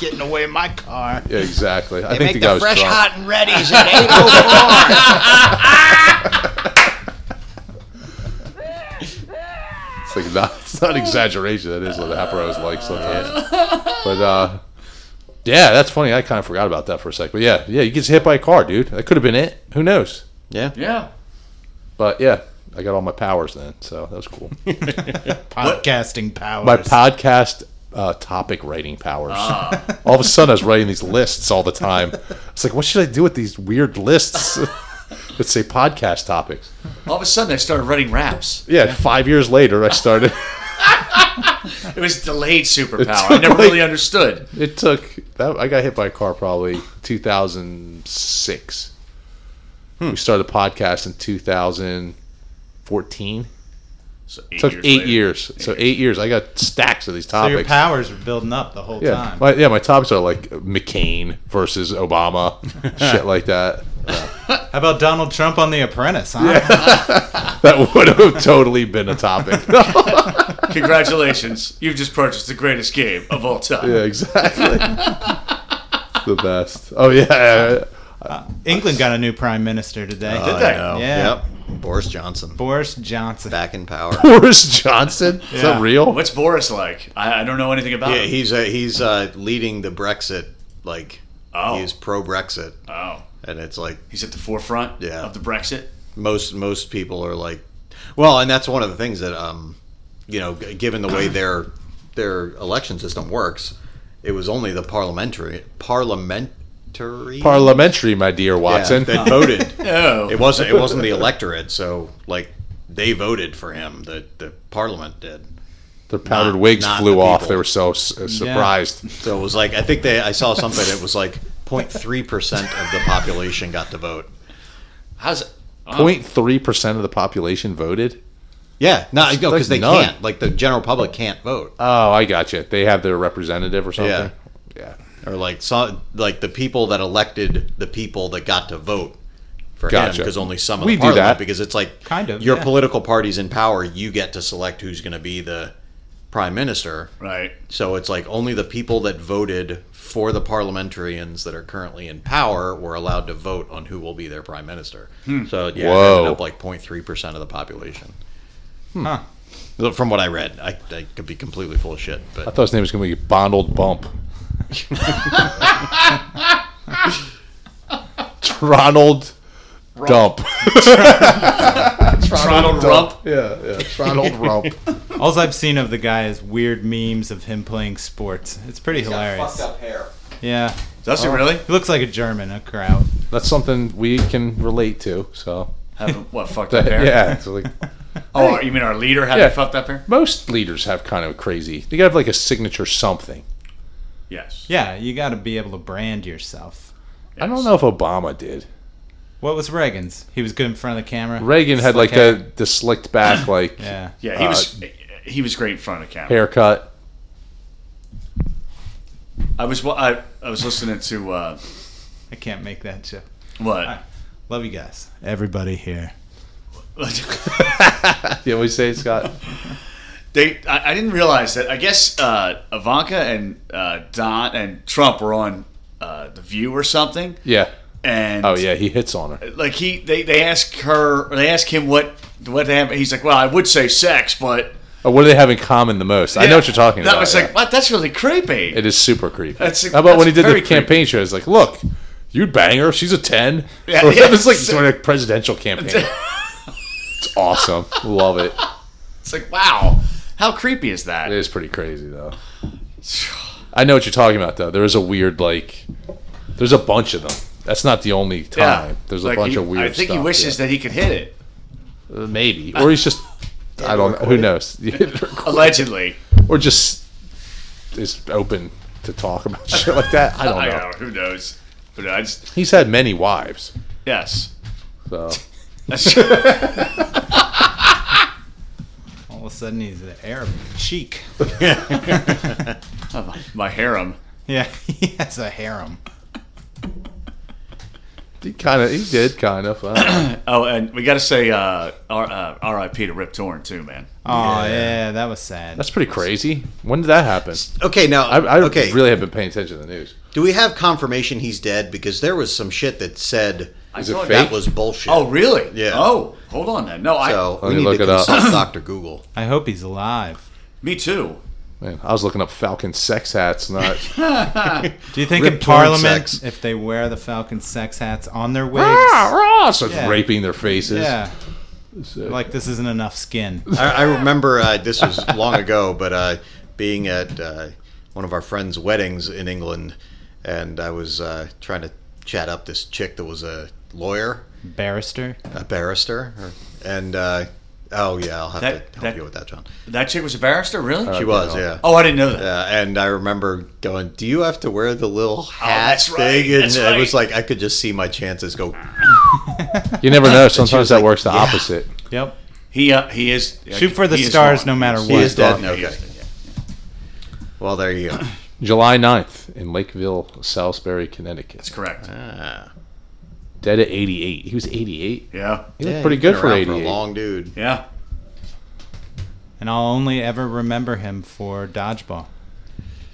Speaker 5: getting away in my car.
Speaker 4: yeah, exactly. I think the guy was drunk.
Speaker 3: and ready's
Speaker 4: like not it's not an exaggeration. That is what Aparo is like sometimes. But uh, yeah, that's funny. I kind of forgot about that for a sec. But yeah, yeah, you gets hit by a car, dude. That could have been it. Who knows?
Speaker 8: Yeah.
Speaker 9: Yeah.
Speaker 4: But yeah, I got all my powers then, so that was cool.
Speaker 5: Podcasting powers.
Speaker 4: my podcast uh, topic writing powers. all of a sudden, I was writing these lists all the time. It's like, what should I do with these weird lists that say podcast topics?
Speaker 2: All of a sudden, I started running raps.
Speaker 4: Yeah, five years later, I started.
Speaker 2: It was delayed superpower.
Speaker 4: It's
Speaker 2: I never
Speaker 4: like-
Speaker 2: really understood.
Speaker 4: It took that. I got hit by a car probably 2006. We started a podcast in 2014.
Speaker 2: So
Speaker 4: took eight
Speaker 2: later.
Speaker 4: years. So eight years. I got stacks of these
Speaker 5: so your
Speaker 4: topics.
Speaker 5: powers were building up the whole
Speaker 4: yeah,
Speaker 5: time.
Speaker 4: my, yeah. My topics are like McCain versus Obama, shit like that.
Speaker 5: How about Donald Trump on The Apprentice? Huh?
Speaker 4: That would have totally been a topic.
Speaker 2: Congratulations, you've just purchased the greatest game of all time.
Speaker 4: yeah, exactly. the best. Oh yeah.
Speaker 5: England got a new prime minister today.
Speaker 2: Did they?
Speaker 5: Yeah.
Speaker 3: Yep. Boris Johnson.
Speaker 5: Boris Johnson.
Speaker 3: Back in power.
Speaker 4: Boris Johnson. Is
Speaker 5: Yeah.
Speaker 4: that real?
Speaker 2: What's Boris like? I, I don't know anything about
Speaker 3: Yeah,
Speaker 2: him.
Speaker 3: he's uh, he's uh, leading the Brexit. Like
Speaker 2: Oh.
Speaker 3: he's pro Brexit,
Speaker 2: oh,
Speaker 3: and it's like
Speaker 2: he's at the forefront
Speaker 3: Yeah.
Speaker 2: of the Brexit.
Speaker 3: most most people are like, well, and that's one of the things that um, you know, g- given the way their their election system works, it was only the parliamentary parliamentary
Speaker 4: Parliamentary, my dear
Speaker 3: yeah,
Speaker 4: Watson.
Speaker 3: that voted.
Speaker 2: Oh,
Speaker 3: It wasn't it wasn't the electorate, so like they voted for him. The the parliament did.
Speaker 4: Their powdered
Speaker 3: Not-
Speaker 4: wigs
Speaker 3: not
Speaker 4: flew
Speaker 3: the
Speaker 4: off.
Speaker 3: people.
Speaker 4: They were so s- uh, surprised.
Speaker 3: So it was like I think they I saw something. It was like 0.3 percent of the population got to vote.
Speaker 2: how's it?
Speaker 4: 0.3 percent of the population voted.
Speaker 3: Yeah, no, because
Speaker 4: like
Speaker 3: they
Speaker 4: none.
Speaker 3: can't. Like the general public can't vote,
Speaker 4: Oh, I got you. They have their representative or something. Yeah.
Speaker 3: or like so, like the people that elected the people that got to vote for
Speaker 4: Gotcha.
Speaker 3: because only some of
Speaker 4: We
Speaker 3: the
Speaker 4: do
Speaker 3: parliament,
Speaker 4: that.
Speaker 3: because it's like
Speaker 5: Kind of,
Speaker 3: your
Speaker 5: yeah.
Speaker 3: political party's in power. You get to select who's going to be the prime minister.
Speaker 2: Right.
Speaker 3: So it's like only the people that voted for the parliamentarians that are currently in power were allowed to vote on who will be their prime minister.
Speaker 5: Hmm.
Speaker 3: So yeah, it
Speaker 4: Whoa.
Speaker 3: ended up like 0.3 percent of the population.
Speaker 5: Huh.
Speaker 3: Look, From what I read, I, I could be completely full of shit,
Speaker 4: I
Speaker 3: but
Speaker 4: thought his name was going to be Bonald Bump. Ronald Dump.
Speaker 2: Ronald Rump.
Speaker 4: Yeah, yeah. Ronald Rump.
Speaker 5: All I've seen of the guy is weird memes of him playing sports. It's pretty hilarious. Yeah.
Speaker 2: Does
Speaker 3: Oh.
Speaker 2: he really?
Speaker 5: He looks like a German, a crowd.
Speaker 4: That's something we can relate to. So,
Speaker 2: Have a, what fucked up hair?
Speaker 4: yeah. It's like,
Speaker 2: Oh, you mean our leader had
Speaker 4: Yeah.
Speaker 2: a fucked up hair?
Speaker 4: most leaders have kind of crazy. They got to have like a signature something.
Speaker 2: Yes.
Speaker 5: Yeah, you got to be able to brand yourself.
Speaker 4: I don't know if Obama did.
Speaker 5: What was Reagan's? He was good in front of the camera.
Speaker 4: Reagan had
Speaker 5: Slick
Speaker 4: like
Speaker 5: hair.
Speaker 4: the, the slicked back, like
Speaker 5: Yeah.
Speaker 2: Yeah, he was.
Speaker 4: Uh,
Speaker 2: He was great in front of the camera.
Speaker 4: haircut.
Speaker 2: I was. wa- I, I was listening to uh,
Speaker 5: I can't make that joke.
Speaker 2: what?
Speaker 5: Love you guys. Everybody here.
Speaker 4: You always say, Scott?
Speaker 2: They, I, I didn't realize that. I guess uh, Ivanka and uh, Don and Trump were on uh, the View or something,
Speaker 4: Yeah.
Speaker 2: and
Speaker 4: Oh, yeah. He hits on her.
Speaker 2: like he, they, they ask her, or they ask him what what they have. He's like, well, I would say sex, but
Speaker 4: Oh, what do they have in common the most? I know what you're talking
Speaker 2: that
Speaker 4: about.
Speaker 2: was
Speaker 4: yeah.
Speaker 2: like, what? That's really creepy.
Speaker 4: It is super creepy.
Speaker 2: That's-
Speaker 4: How about when he
Speaker 2: that's
Speaker 4: did the
Speaker 2: very creepy.
Speaker 4: campaign show? He's like, look, you'd bang her. She's a 10.
Speaker 2: Yeah,
Speaker 4: Or-
Speaker 2: yeah.
Speaker 4: It's like sort of presidential campaign. it's awesome. Love it.
Speaker 2: It's like, wow, how creepy is that?
Speaker 4: It is pretty crazy, though. I know what you're talking about, though. There is a weird, like, there's a bunch of them. That's not the only time. There's a
Speaker 2: Like,
Speaker 4: bunch
Speaker 2: he-
Speaker 4: of weird
Speaker 2: I think
Speaker 4: stuff,
Speaker 2: he wishes
Speaker 4: yeah.
Speaker 2: that he could hit it
Speaker 4: Uh, Maybe. Or he's just, I don't know. Who knows?
Speaker 2: allegedly.
Speaker 4: or just is open to talk about shit like that. I don't
Speaker 2: I
Speaker 4: know.
Speaker 2: know who knows, but I just
Speaker 4: He's had many wives,
Speaker 2: yes.
Speaker 4: so
Speaker 5: All of a sudden, he's an Arab cheek.
Speaker 2: My harem.
Speaker 5: Yeah, he has a harem.
Speaker 4: he kind of he did kind of. Uh,
Speaker 2: Oh, and we got to say uh, R, uh, R.I.P. to Rip Torn too, man.
Speaker 5: Oh yeah, that was sad.
Speaker 4: that's pretty crazy. When did that happen?
Speaker 3: okay. Now,
Speaker 4: I, I
Speaker 3: okay,
Speaker 4: really have been paying attention to the news.
Speaker 3: do we have confirmation he's dead? Because there was some shit that said
Speaker 4: Is it
Speaker 3: thought
Speaker 4: fake?
Speaker 3: That was bullshit.
Speaker 2: Oh, really?
Speaker 3: Yeah.
Speaker 2: Oh, hold on then. No,
Speaker 3: so
Speaker 4: Let
Speaker 3: we
Speaker 4: me
Speaker 3: need
Speaker 4: look
Speaker 3: to
Speaker 4: it up.
Speaker 3: consult Doctor Google.
Speaker 5: I hope he's alive.
Speaker 2: I. Me too.
Speaker 4: Man, I was looking up Falcon sex hats, not
Speaker 5: Do you think in
Speaker 4: Rip torn
Speaker 5: Parliament,
Speaker 4: sex.
Speaker 5: if they wear the Falcon sex hats on their
Speaker 4: rah,
Speaker 5: wigs,
Speaker 4: rah, starts
Speaker 5: Yeah.
Speaker 4: raping their faces.
Speaker 5: yeah,
Speaker 4: So-
Speaker 5: like this isn't enough skin.
Speaker 3: I, I remember uh, this was long ago, but uh, being at uh, one of our friends' weddings in England, and I was uh, trying to chat up this chick that was a lawyer,
Speaker 5: Barrister.
Speaker 3: a barrister, or- and uh, oh yeah, I'll have
Speaker 2: That-
Speaker 3: to help
Speaker 2: that-
Speaker 3: you with that, John.
Speaker 2: That chick was a barrister, really?
Speaker 3: She was, yeah.
Speaker 2: Oh, I didn't know that.
Speaker 3: Yeah, and I remember going, "Do you have to wear the little hat
Speaker 2: that's
Speaker 3: thing?"
Speaker 2: right,
Speaker 3: And
Speaker 2: that's
Speaker 3: it was
Speaker 2: right.
Speaker 3: like I could just see my chances go.
Speaker 4: You never know.
Speaker 3: she was
Speaker 4: Sometimes that
Speaker 3: like,
Speaker 4: works the
Speaker 3: yeah.
Speaker 4: opposite.
Speaker 5: Yep.
Speaker 2: He uh, he is.
Speaker 5: Shoot for the
Speaker 2: he is
Speaker 5: stars
Speaker 2: gone.
Speaker 5: no matter
Speaker 2: He
Speaker 5: what.
Speaker 3: is dead?
Speaker 2: gone. He
Speaker 3: Okay.
Speaker 2: dead, yeah.
Speaker 3: Well, there you go.
Speaker 4: July 9th in Lakeville, Salisbury, Connecticut.
Speaker 2: That's correct.
Speaker 3: Ah,
Speaker 4: Dead at 88. He was 88.
Speaker 2: Yeah.
Speaker 4: He
Speaker 3: yeah,
Speaker 4: looked pretty
Speaker 3: you've been
Speaker 4: good for
Speaker 3: around
Speaker 4: 88.
Speaker 3: a long dude.
Speaker 2: Yeah.
Speaker 5: And I'll only ever remember him for dodgeball.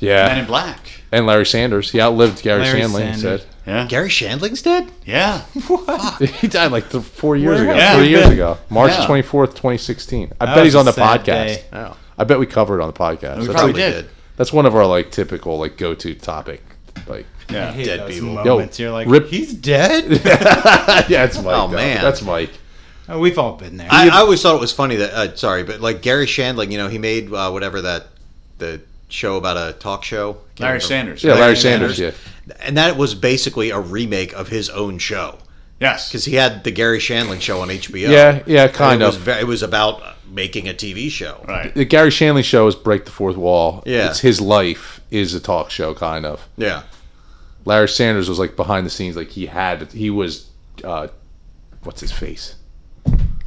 Speaker 2: Men in
Speaker 4: yeah.
Speaker 2: Black.
Speaker 4: And Larry Sanders. He outlived Gary
Speaker 5: Larry
Speaker 4: Sandling, he
Speaker 5: Sanders.
Speaker 4: said.
Speaker 2: Yeah.
Speaker 3: Gary Shandling's dead.
Speaker 2: Yeah.
Speaker 4: He died like th- four years ago,
Speaker 2: have
Speaker 4: three
Speaker 2: you
Speaker 4: years
Speaker 2: been?
Speaker 4: ago, March
Speaker 2: Yeah.
Speaker 4: 24th, 2016. I
Speaker 5: That
Speaker 4: bet
Speaker 5: was
Speaker 4: he's on
Speaker 5: a
Speaker 4: the
Speaker 5: sad
Speaker 4: podcast.
Speaker 5: day.
Speaker 3: Oh,
Speaker 4: I bet we covered it on the podcast.
Speaker 2: We
Speaker 4: That's,
Speaker 2: probably
Speaker 4: like-
Speaker 2: did.
Speaker 4: that's one of our like typical like go to topic. Like,
Speaker 5: I
Speaker 2: Yeah.
Speaker 5: hate
Speaker 3: Dead
Speaker 5: those
Speaker 3: people. Yo,
Speaker 5: moments. You're like,
Speaker 4: Rip-
Speaker 5: he's dead.
Speaker 4: yeah, it's Mike.
Speaker 3: Oh,
Speaker 4: though.
Speaker 3: man.
Speaker 4: that's Mike.
Speaker 5: Oh, we've all been there.
Speaker 3: I, I always thought it was funny that uh, sorry, but like Gary Shandling, you know, he made uh, whatever that the show about a talk show. Can't
Speaker 2: Larry
Speaker 3: remember.
Speaker 2: Sanders.
Speaker 4: Yeah,
Speaker 2: right?
Speaker 4: Larry Sanders.
Speaker 3: and that was basically a remake of his own show
Speaker 2: Yes.
Speaker 3: because he had the Gary Shandling show on HBO.
Speaker 4: Yeah, yeah, yeah,
Speaker 3: And
Speaker 4: kind
Speaker 3: it
Speaker 4: of.
Speaker 3: Was ve- it was about making a TV show.
Speaker 2: Right.
Speaker 4: the Gary Shanley show is break the fourth wall.
Speaker 3: Yeah.
Speaker 4: it's his life is a talk show kind of.
Speaker 3: Yeah,
Speaker 4: Larry Sanders was like behind the scenes, like he had he was, uh, what's his face,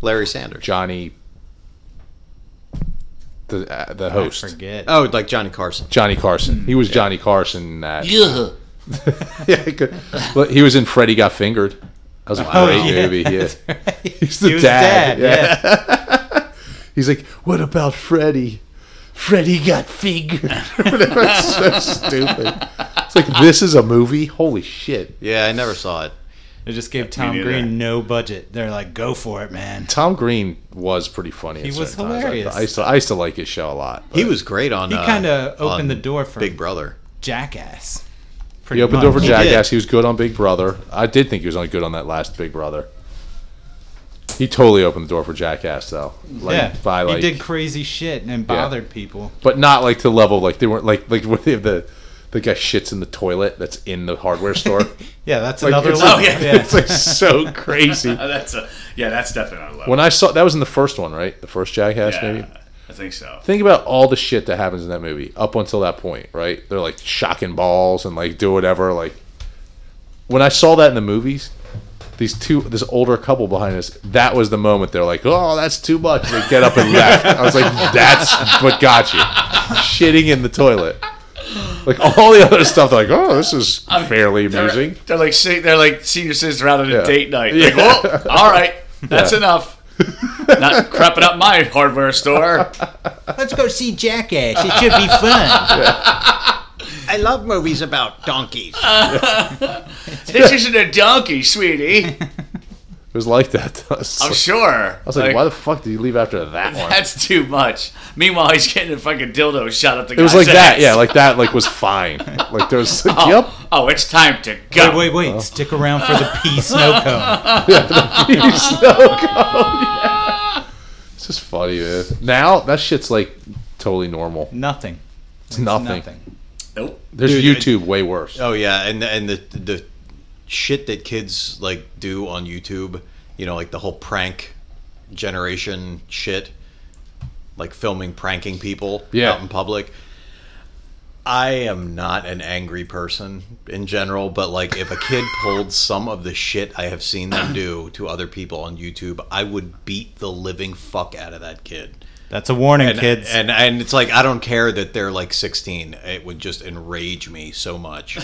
Speaker 3: Larry Sanders.
Speaker 4: Johnny, the uh, the
Speaker 5: I
Speaker 4: host,
Speaker 5: forget.
Speaker 3: Oh, like Johnny Carson.
Speaker 4: Johnny Carson. He was Johnny Carson in that. Yeah, yeah. good. Well, he was in Freddy Got Fingered. That was a
Speaker 5: Oh,
Speaker 4: great movie. Yeah.
Speaker 5: that's right.
Speaker 4: He's the
Speaker 5: He was
Speaker 4: dad.
Speaker 5: dead, yeah.
Speaker 4: He's like, what about Freddy? Freddy got fingered. Whatever. It's so stupid. It's like this is a movie. Holy shit!
Speaker 3: Yeah, I never saw it.
Speaker 5: They just gave Tom
Speaker 2: neither.
Speaker 5: Green no budget. They're like, go for it, man.
Speaker 4: Tom Green was pretty funny. He
Speaker 5: was hilarious.
Speaker 4: I, used to, I used to like his show a lot.
Speaker 3: He was great on.
Speaker 5: He
Speaker 3: uh,
Speaker 5: kind of
Speaker 3: on
Speaker 5: opened the door for
Speaker 3: Big Brother.
Speaker 5: Jackass.
Speaker 4: He
Speaker 5: Pretty
Speaker 4: opened over
Speaker 5: much.
Speaker 4: Jackass. He was good on Big Brother. I did think he was only good on that last Big Brother. He totally opened the door for Jackass though. Like,
Speaker 5: yeah,
Speaker 4: by like,
Speaker 5: he did crazy shit and bothered people.
Speaker 4: but not like to the level like they weren't like like where they have the the guy shits in the toilet that's in the hardware store.
Speaker 5: Yeah, that's
Speaker 4: Like,
Speaker 5: another
Speaker 4: it's
Speaker 5: level. Oh,
Speaker 4: like- Oh, it's like so crazy.
Speaker 2: Uh, that's a yeah. That's definitely on a level.
Speaker 4: When I saw that was in the first one, right? The first Jackass
Speaker 2: yeah,
Speaker 4: maybe.
Speaker 2: I think so.
Speaker 4: Think about all the shit that happens in that movie up until that point, right? They're like shocking balls and like do whatever. Like when I saw that in the movies, these two, this older couple behind us, that was the moment they're like, "Oh, that's too much." They get up and left. I was like, "That's what got you." Shitting in the toilet. Like all the other stuff, they're like, "Oh, this is fairly
Speaker 2: They're,
Speaker 4: amusing."
Speaker 2: they're like se- they're like senior citizens out on a
Speaker 4: Yeah.
Speaker 2: date night.
Speaker 4: Yeah.
Speaker 2: Like, well, all right, that's enough. Not crapping up my hardware store.
Speaker 5: Let's go see Jackass. It should be fun.
Speaker 3: I love movies about donkeys.
Speaker 2: This isn't a donkey, sweetie.
Speaker 4: It was like that. I was,
Speaker 2: I'm
Speaker 4: like,
Speaker 2: sure.
Speaker 4: I was like, "Why the fuck did you leave after that one?"
Speaker 2: That's too much. Meanwhile, he's getting a fucking dildo shot up the
Speaker 4: It was like
Speaker 2: ass.
Speaker 4: that, yeah, like that, like was fine. Like there was, like, yep,
Speaker 2: Oh, it's time to go.
Speaker 5: wait, wait, wait.
Speaker 4: Oh.
Speaker 5: Stick around for the pea snow cone.
Speaker 4: It's just funny, man. Now that shit's like totally normal.
Speaker 5: Nothing.
Speaker 4: It's nothing.
Speaker 5: Nothing.
Speaker 2: Nope.
Speaker 4: There's YouTube way worse.
Speaker 3: Oh yeah, and and the the shit that kids like do on YouTube, you know, like the whole prank generation shit, like filming pranking people
Speaker 4: Yeah.
Speaker 3: out in public. I am not an angry person in general, but like if a kid pulled some of the shit I have seen them do to other people on YouTube, I would beat the living fuck out of that kid.
Speaker 5: That's a warning,
Speaker 3: And,
Speaker 5: kids.
Speaker 3: and and it's like I don't care that they're like 16. It would just enrage me so much.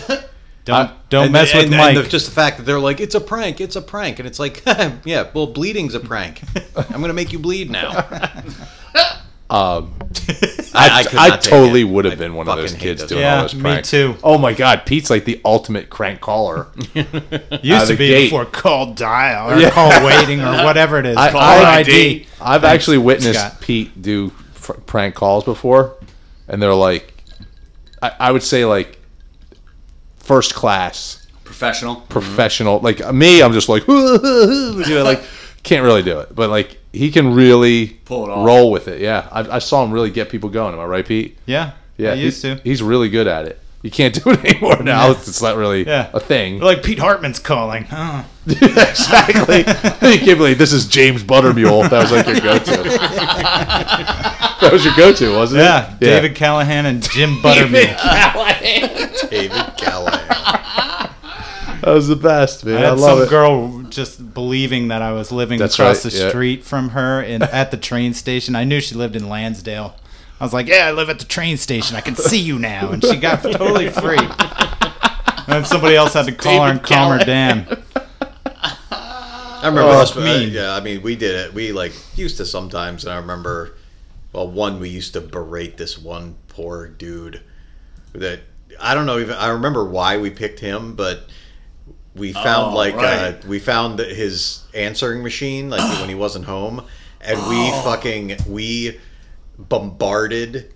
Speaker 5: don't don't
Speaker 3: And-
Speaker 5: mess
Speaker 3: and-
Speaker 5: with
Speaker 3: and
Speaker 5: Mike.
Speaker 3: the- just the fact that they're like, it's a prank, it's a prank, and it's like, yeah, well, bleeding's a prank. I'm gonna make you bleed now.
Speaker 4: I,
Speaker 3: I could
Speaker 4: I
Speaker 3: not take
Speaker 4: totally
Speaker 3: it.
Speaker 4: would
Speaker 3: I
Speaker 4: have been one of
Speaker 3: fucking
Speaker 4: those
Speaker 3: hate
Speaker 4: kids
Speaker 3: those
Speaker 4: doing
Speaker 5: guys.
Speaker 4: all those
Speaker 5: Yeah, me
Speaker 4: pranks.
Speaker 5: too.
Speaker 4: Oh my god, Pete's like the ultimate crank caller.
Speaker 5: Used
Speaker 4: of
Speaker 5: to
Speaker 4: the
Speaker 5: be
Speaker 4: gate.
Speaker 5: before call dial or
Speaker 4: Yeah.
Speaker 5: call waiting or whatever it is.
Speaker 4: I,
Speaker 5: call
Speaker 4: I,
Speaker 5: ID.
Speaker 4: I've actually witnessed
Speaker 5: Scott.
Speaker 4: Pete do fr- prank calls before, and they're like, I, I would say like first class
Speaker 2: Professional.
Speaker 4: professional. Like me, I'm just like, you know, like can't really do it, but like he can really
Speaker 2: Pull it off.
Speaker 4: roll with it. Yeah, I, I saw him really get people going. Am I right, Pete?
Speaker 5: Yeah.
Speaker 4: Yeah,
Speaker 5: I used
Speaker 4: he's,
Speaker 5: to.
Speaker 4: He's really good at it. You can't do it anymore now. It's, it's not really
Speaker 5: Yeah.
Speaker 4: a thing.
Speaker 5: Like Pete Hartman's calling. Oh.
Speaker 4: exactly. you can't believe this is James Buttermule. That was like your go-to. that was your go-to, wasn't
Speaker 5: Yeah,
Speaker 4: it?
Speaker 5: David Callahan and Jim Buttermilk.
Speaker 3: David Callahan.
Speaker 4: That was the best, man.
Speaker 5: I
Speaker 4: I,
Speaker 5: had
Speaker 4: love
Speaker 5: some
Speaker 4: it.
Speaker 5: girl just believing that I was living
Speaker 4: That's
Speaker 5: across
Speaker 4: right,
Speaker 5: the
Speaker 4: yeah.
Speaker 5: street from her in, at the train station. I knew she lived in Lansdale. I was like, "Yeah, I live at the train station. I can see you now." And she got totally freaked. And somebody else had to call her and calm her down.
Speaker 3: I remember us. uh,
Speaker 5: mean.
Speaker 3: yeah, I mean, we did it. We like used to sometimes, and I remember, well, one we used to berate this one poor dude that I don't know even. I remember why we picked him, but we found like uh,
Speaker 2: right.
Speaker 3: we found that his answering machine like when he wasn't home, and we fucking we bombarded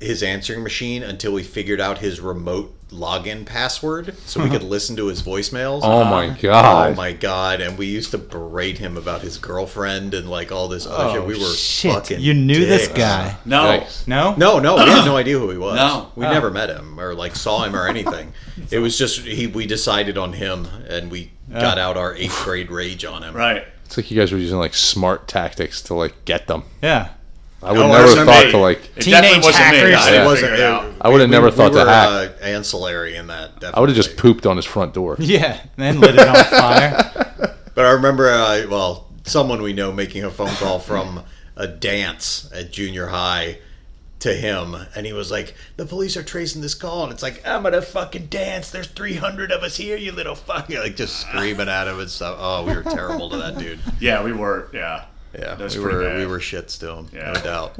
Speaker 3: his answering machine until we figured out his remote login password so we could listen to his voicemails.
Speaker 4: Oh my
Speaker 3: Oh
Speaker 4: god.
Speaker 3: my god! And we used to berate him about his girlfriend and like all this other
Speaker 4: Oh,
Speaker 3: shit. We were
Speaker 5: Shit,
Speaker 3: fucking.
Speaker 5: you knew this
Speaker 3: dicks.
Speaker 5: guy?
Speaker 2: No.
Speaker 4: Yikes.
Speaker 5: No,
Speaker 3: No, no, we had no idea who he was.
Speaker 2: No.
Speaker 4: Oh.
Speaker 3: we never met him or like saw him or anything. it was just he. We decided on him, and we got out our eighth grade rage on him.
Speaker 2: Right.
Speaker 4: It's like you guys were using like smart tactics to like get them.
Speaker 5: Yeah,
Speaker 4: I would
Speaker 2: Oh, it
Speaker 4: never
Speaker 2: wasn't
Speaker 4: thought
Speaker 2: me.
Speaker 4: to like.
Speaker 2: It definitely
Speaker 5: Teenage
Speaker 2: wasn't me.
Speaker 5: hackers.
Speaker 2: I
Speaker 4: Yeah.
Speaker 2: didn't figure it out.
Speaker 4: I would have never
Speaker 3: We
Speaker 4: thought
Speaker 3: were
Speaker 4: to hack.
Speaker 3: uh, ancillary in that. Definitely.
Speaker 4: I would have just pooped on his front door.
Speaker 5: yeah. Then lit it on fire.
Speaker 3: But I remember, uh, well, someone we know making a phone call from a dance at junior high to him, and he was like, "The police are tracing this call," and it's like, "I'm gonna fucking dance. There's 300 of us here, you little fuck!" Like just screaming at him and stuff. Oh, we were terrible to that dude.
Speaker 2: Yeah, we were. Yeah.
Speaker 3: Yeah,
Speaker 2: That's
Speaker 3: we
Speaker 2: pretty
Speaker 3: were
Speaker 2: bad.
Speaker 3: we were shit still,
Speaker 2: Yeah.
Speaker 3: no doubt.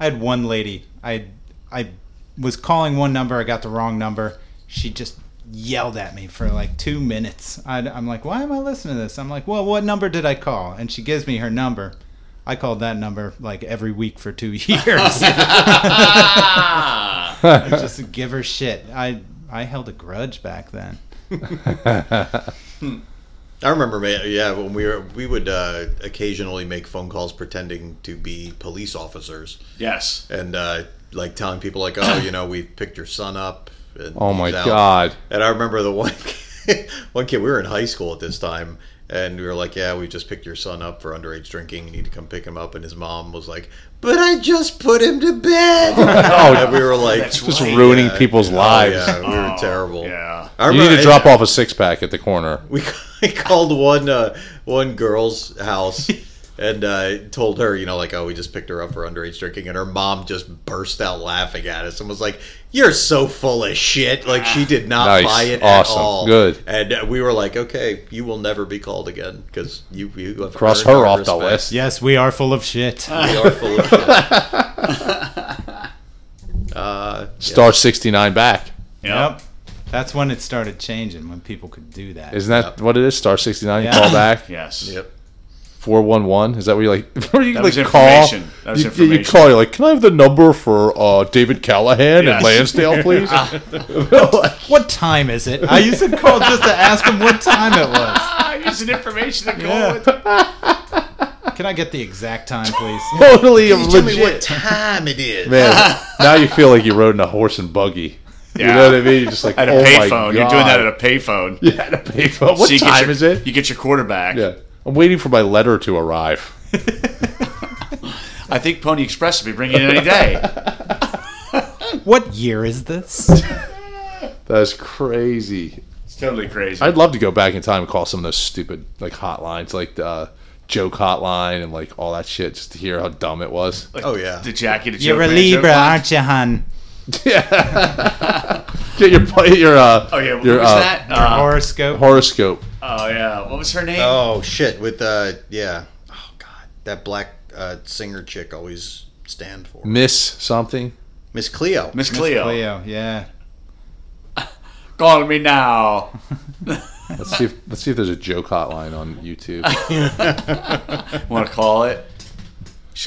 Speaker 5: I had one lady. I I was calling one number. I got the wrong number. She just yelled at me for like two minutes. i I'm like, why am I listening to this? I'm like, well, what number did I call? And she gives me her number. I called that number like every week for two years. I just give her shit. I I held a grudge back then.
Speaker 3: I remember, ma- yeah, when we were we would uh, occasionally make phone calls pretending to be police officers.
Speaker 2: Yes.
Speaker 3: and uh, like telling people like, oh, you know, we picked your son up. And
Speaker 4: Oh my
Speaker 3: he's out."
Speaker 4: god.
Speaker 3: And I remember the one kid, one kid. We were in high school at this time, and we were like, yeah, we just picked your son up for underage drinking. You need to come pick him up. And his mom was like, but I just put him to bed.
Speaker 4: Oh,
Speaker 3: and we were like,
Speaker 4: just ruining
Speaker 3: Yeah.
Speaker 4: people's
Speaker 3: Oh,
Speaker 4: lives.
Speaker 3: yeah, we were
Speaker 2: Oh,
Speaker 3: terrible.
Speaker 2: Yeah.
Speaker 3: I
Speaker 4: You need
Speaker 3: remember-
Speaker 4: to drop off a six pack at the corner.
Speaker 3: we I called one uh, one girl's house and uh, told her, you know, like, oh, we just picked her up for underage drinking, and her mom just burst out laughing at us and was like, "You're so full of shit!" Like she did not
Speaker 4: Nice.
Speaker 3: buy it
Speaker 4: Awesome.
Speaker 3: at all.
Speaker 4: Good.
Speaker 3: And uh, we were like, "Okay, you will never be called again because you you have
Speaker 4: Cross
Speaker 3: earned
Speaker 4: her
Speaker 3: our
Speaker 4: off
Speaker 3: respect.
Speaker 4: the list.
Speaker 5: Yes, we are full of shit.
Speaker 3: We are full of shit." Uh,
Speaker 4: Star sixty nine back.
Speaker 5: Yep. That's when it started changing when people could do that.
Speaker 4: Isn't that what it is? Star sixty nine. You
Speaker 5: Yeah.
Speaker 4: Call back.
Speaker 2: Yes.
Speaker 3: yep.
Speaker 4: four one one. Is that what you like? Where you
Speaker 2: That
Speaker 4: like
Speaker 2: was
Speaker 4: call?
Speaker 2: information. That was
Speaker 4: you, you
Speaker 2: information.
Speaker 4: call. You're like, can I have the number for uh, David Callahan
Speaker 2: Yes.
Speaker 4: and Lansdale, please?
Speaker 2: Ah.
Speaker 5: What time is it? I used to call just to ask him what time it was.
Speaker 2: I used an Ah, information to go
Speaker 5: Yeah.
Speaker 2: with. it.
Speaker 5: Can I get the exact time, please?
Speaker 4: totally
Speaker 3: You tell me what
Speaker 4: legit.
Speaker 3: time it is.
Speaker 4: Man, now you feel like you rode in a horse and buggy. You
Speaker 2: Yeah.
Speaker 4: know what I mean? You're just like
Speaker 2: At a
Speaker 4: oh my
Speaker 2: payphone. You're doing that at
Speaker 4: God.
Speaker 2: a payphone.
Speaker 4: yeah, at a payphone. What
Speaker 2: So you get
Speaker 4: time
Speaker 2: your-
Speaker 4: is it?
Speaker 2: You get your quarterback.
Speaker 4: yeah, I'm waiting for my letter to arrive.
Speaker 2: I think Pony Express will be bringing it any day.
Speaker 5: What year is this?
Speaker 4: That's crazy.
Speaker 2: It's totally crazy.
Speaker 4: I'd love to go back in time and call some of those stupid like hotlines, like the uh, joke hotline and like all that shit, just to hear how dumb it was.
Speaker 2: Like,
Speaker 3: Oh, yeah.
Speaker 2: The Jackie the
Speaker 5: You're a
Speaker 2: Joke Man
Speaker 5: Libra,
Speaker 2: joke.
Speaker 5: aren't you, hun?
Speaker 4: Get your your uh,
Speaker 2: Oh yeah. What
Speaker 4: your
Speaker 2: was
Speaker 4: uh,
Speaker 2: that? Uh,
Speaker 5: Horoscope.
Speaker 4: horoscope.
Speaker 2: oh yeah. What was her name?
Speaker 3: Oh shit! With uh, yeah. Oh god, that black uh, singer chick always stand for.
Speaker 4: Miss something.
Speaker 3: Miss Cleo.
Speaker 2: Miss Cleo.
Speaker 5: Cleo, Oh, yeah.
Speaker 2: Call me now.
Speaker 4: Let's see if let's see if there's a joke hotline on YouTube.
Speaker 2: Want to call it?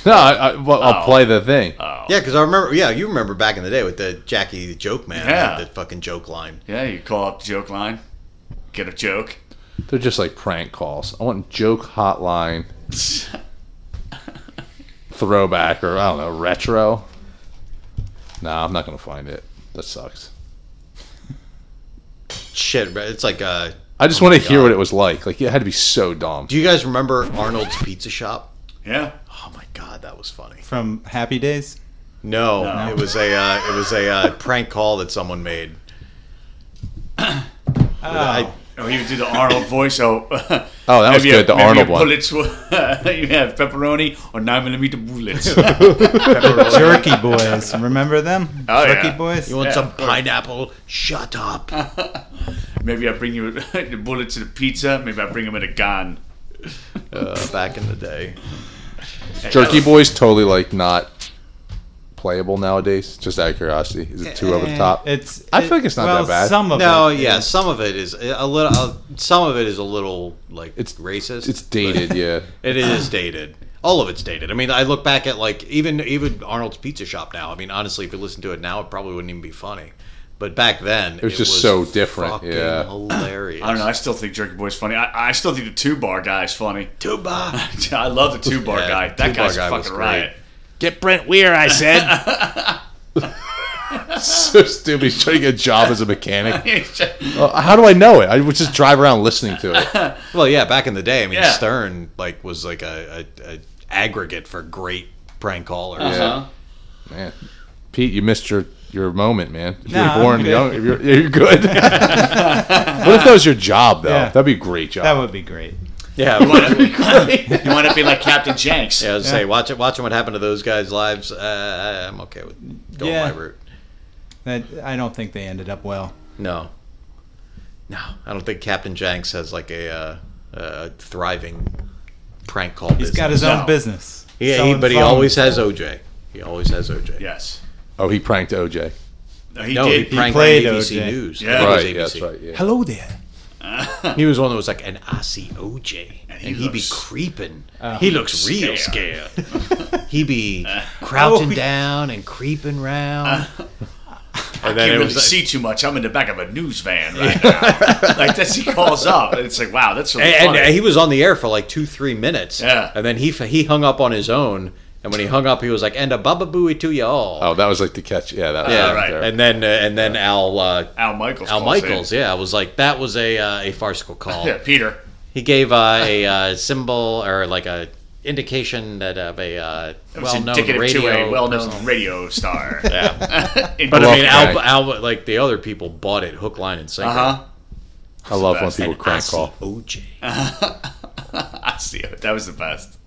Speaker 4: no, I, I, well,
Speaker 2: Oh.
Speaker 4: I'll play the thing.
Speaker 3: Yeah, because I remember. Yeah, you remember back in the day with the Jackie the Joke Man.
Speaker 2: Yeah.
Speaker 3: The fucking joke line.
Speaker 2: Yeah, you call up the joke line, get a joke.
Speaker 4: They're just like prank calls. I want joke hotline throwback or I don't know retro. Nah, I'm not gonna find it. That sucks.
Speaker 3: Shit, bro, it's like. Uh,
Speaker 4: I just
Speaker 3: Oh
Speaker 4: want to
Speaker 3: my
Speaker 4: hear
Speaker 3: God.
Speaker 4: what it was like. Like it had to be so dumb.
Speaker 3: do you guys remember Arnold's Pizza Shop?
Speaker 2: Yeah.
Speaker 3: Oh my god, that was funny.
Speaker 5: From Happy Days.
Speaker 3: No,
Speaker 2: No.
Speaker 3: it was a uh, it was a uh, prank call that someone made. I-
Speaker 2: Oh, he would do the Arnold voice. Oh, that
Speaker 4: Oh, that was good. The Arnold one.
Speaker 2: Bullets, will- you have pepperoni or nine millimeter bullets.
Speaker 5: Jerky Boys. Remember them?
Speaker 2: Oh,
Speaker 5: Jerky
Speaker 2: yeah.
Speaker 5: Boys?
Speaker 3: you want
Speaker 2: Yeah,
Speaker 3: some
Speaker 2: of course.
Speaker 3: pineapple? Shut up.
Speaker 2: Maybe I bring you the bullets and a pizza. Maybe I bring him in a gun.
Speaker 3: Uh, back in the day,
Speaker 4: Jerky Boys totally like not playable nowadays. Just out of curiosity, is it too over the top?
Speaker 5: Eh, It's.
Speaker 4: I feel like it's not
Speaker 5: well,
Speaker 4: that bad.
Speaker 5: Some of
Speaker 3: no,
Speaker 5: it.
Speaker 3: yeah, some of it is a little. Uh, some of it is a little like it's
Speaker 4: It's-
Speaker 3: racist.
Speaker 4: It's dated, yeah.
Speaker 3: It is dated. All of it's dated. I mean, I look back at like even even Arnold's Pizza Shop now. I mean, honestly, if you listen to it now, it probably wouldn't even be funny. But back then, it
Speaker 4: was just so different,
Speaker 3: fucking
Speaker 4: yeah.
Speaker 3: hilarious.
Speaker 2: I don't know. I still think Jerky Boy's funny. I, I still think the two bar guy's funny.
Speaker 3: Tuba.
Speaker 2: I love the two bar
Speaker 3: Yeah,
Speaker 2: guy. That
Speaker 3: two bar
Speaker 2: guy's
Speaker 3: guy was
Speaker 2: fucking
Speaker 3: great.
Speaker 2: riot.
Speaker 4: Get Brent Weir, I said. so stupid. He's trying to get a job as a mechanic. Uh, How do I know it? I would just drive around listening to it.
Speaker 3: Well, yeah, back in the day, I mean,
Speaker 2: Yeah.
Speaker 3: Stern like was like a, a, a aggregate for great prank callers.
Speaker 2: Uh-huh.
Speaker 4: Man, Pete, you missed your, your moment, man. If you
Speaker 5: Nah,
Speaker 4: were
Speaker 5: I'm
Speaker 4: born
Speaker 5: good.
Speaker 4: young, if you're, you're good. what if that was your job, though?
Speaker 5: Yeah.
Speaker 4: That'd be a great job.
Speaker 5: That would be great.
Speaker 3: Yeah,
Speaker 2: You want to- you want to be like Captain Jenks?
Speaker 3: Yeah, I was gonna say watching watching what happened to those guys' lives. Uh, I'm okay with going
Speaker 5: Yeah.
Speaker 3: my route.
Speaker 5: That I don't think they ended up well.
Speaker 3: No, no, I don't think Captain Jenks has like a, uh, a thriving prank call.
Speaker 5: He's got his own business.
Speaker 3: yeah, he,
Speaker 5: Selling
Speaker 3: but he
Speaker 5: phones.
Speaker 3: always has OJ. He always has OJ.
Speaker 2: Yes.
Speaker 4: oh, he pranked OJ.
Speaker 2: No, he
Speaker 3: No, he,
Speaker 2: did.
Speaker 3: pranked
Speaker 5: played
Speaker 3: ABC
Speaker 5: OJ.
Speaker 3: News.
Speaker 2: Yeah.
Speaker 3: I
Speaker 4: Right,
Speaker 3: think
Speaker 4: yeah,
Speaker 3: it was
Speaker 4: that's
Speaker 3: ABC.
Speaker 4: right. Yeah.
Speaker 5: Hello there.
Speaker 3: He was one that was like, and I see OJ, and,
Speaker 2: he
Speaker 3: he, would be
Speaker 2: looks-
Speaker 3: creeping.
Speaker 2: he looks
Speaker 3: real
Speaker 2: scared.
Speaker 3: He would be
Speaker 2: Uh,
Speaker 3: crouching
Speaker 5: Oh, he-
Speaker 3: down and creeping round. and
Speaker 2: I
Speaker 3: then
Speaker 2: can't
Speaker 3: it
Speaker 2: really
Speaker 3: was like,
Speaker 2: see too much. I'm in the back of a news van right now. like that's he calls up, and it's like, wow, that's really
Speaker 3: and,
Speaker 2: funny.
Speaker 3: and he was on the air for like two, three minutes.
Speaker 2: Yeah.
Speaker 3: and then he f- he hung up on his own. And when he hung up, he was like, "And a baba booey to you all."
Speaker 4: Oh, that was like the catch. Yeah, that was
Speaker 3: yeah,
Speaker 4: that was
Speaker 2: right.
Speaker 4: there.
Speaker 3: And then uh, and then Al uh,
Speaker 2: Al Michaels.
Speaker 3: Al
Speaker 2: calls in.
Speaker 3: Michaels, yeah, I was like that was a uh, a farcical call.
Speaker 2: Yeah, Peter.
Speaker 3: He gave uh, a uh, symbol or like a indication that of a uh,
Speaker 2: It was
Speaker 3: well known
Speaker 2: indicative
Speaker 3: radio.
Speaker 2: to a well-known
Speaker 3: personal-
Speaker 2: radio star.
Speaker 3: Yeah.
Speaker 2: In-
Speaker 3: but I mean,
Speaker 4: Well,
Speaker 3: Al, Al, like the other people bought it hook, line, and sinker.
Speaker 2: uh-huh.
Speaker 4: I love when
Speaker 2: Sebastian
Speaker 4: people crank call.
Speaker 3: OJ.
Speaker 2: I see it. That was the best.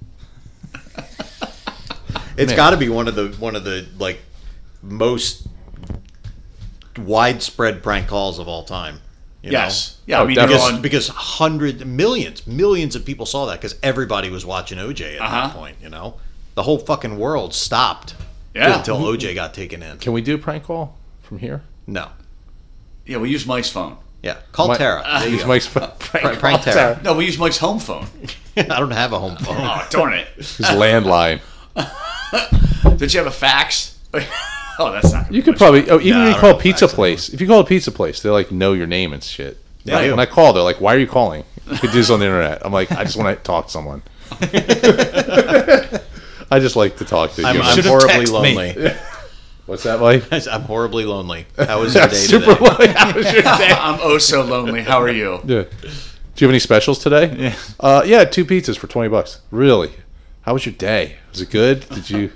Speaker 3: It's got to be one of the one of the like most widespread prank calls of all time. you
Speaker 2: yes.
Speaker 3: know?
Speaker 2: Yeah.
Speaker 4: Oh,
Speaker 2: I mean, you go
Speaker 4: definitely.
Speaker 2: on.
Speaker 3: Because, because hundreds, millions, millions of people saw that because everybody was watching OJ at
Speaker 2: Uh-huh.
Speaker 3: that point. You know, the whole fucking world stopped
Speaker 2: Yeah.
Speaker 3: until OJ got taken in.
Speaker 4: Can we do a prank call from here?
Speaker 3: No,
Speaker 2: yeah. We use Mike's phone.
Speaker 3: yeah, call
Speaker 4: Mike-
Speaker 3: Tara. There you
Speaker 4: Use
Speaker 3: go.
Speaker 4: Mike's prank,
Speaker 3: Prank, prank Tara.
Speaker 2: No, we use Mike's home phone.
Speaker 3: I don't have a home phone.
Speaker 2: Oh, darn it!
Speaker 4: His landline.
Speaker 2: Did you have a fax? oh, that's not. Gonna
Speaker 4: You
Speaker 2: be
Speaker 4: could
Speaker 2: much.
Speaker 4: probably. Oh, even
Speaker 3: Nah, I
Speaker 4: if you
Speaker 3: don't
Speaker 4: call
Speaker 3: know
Speaker 4: a
Speaker 3: the
Speaker 4: pizza
Speaker 3: facts anymore.
Speaker 4: place, if you call a pizza place, they like know your name and shit.
Speaker 3: Yeah, I do.
Speaker 4: When I call, they're like, "Why are you calling?" You could do this on the internet. I'm like, I just want to talk to someone. I just like to talk to
Speaker 3: I'm,
Speaker 4: you.
Speaker 3: I'm
Speaker 5: should've
Speaker 3: horribly
Speaker 5: text me.
Speaker 3: lonely.
Speaker 4: What's that like?
Speaker 3: I'm horribly lonely. How was your day
Speaker 4: Super
Speaker 3: today?
Speaker 4: like. How was your day?
Speaker 2: I'm oh so lonely. How are you?
Speaker 4: Yeah. Do you have any specials today?
Speaker 5: Yeah.
Speaker 4: Uh, yeah, two pizzas for twenty bucks. Really? How was your day? Was it good? Did you?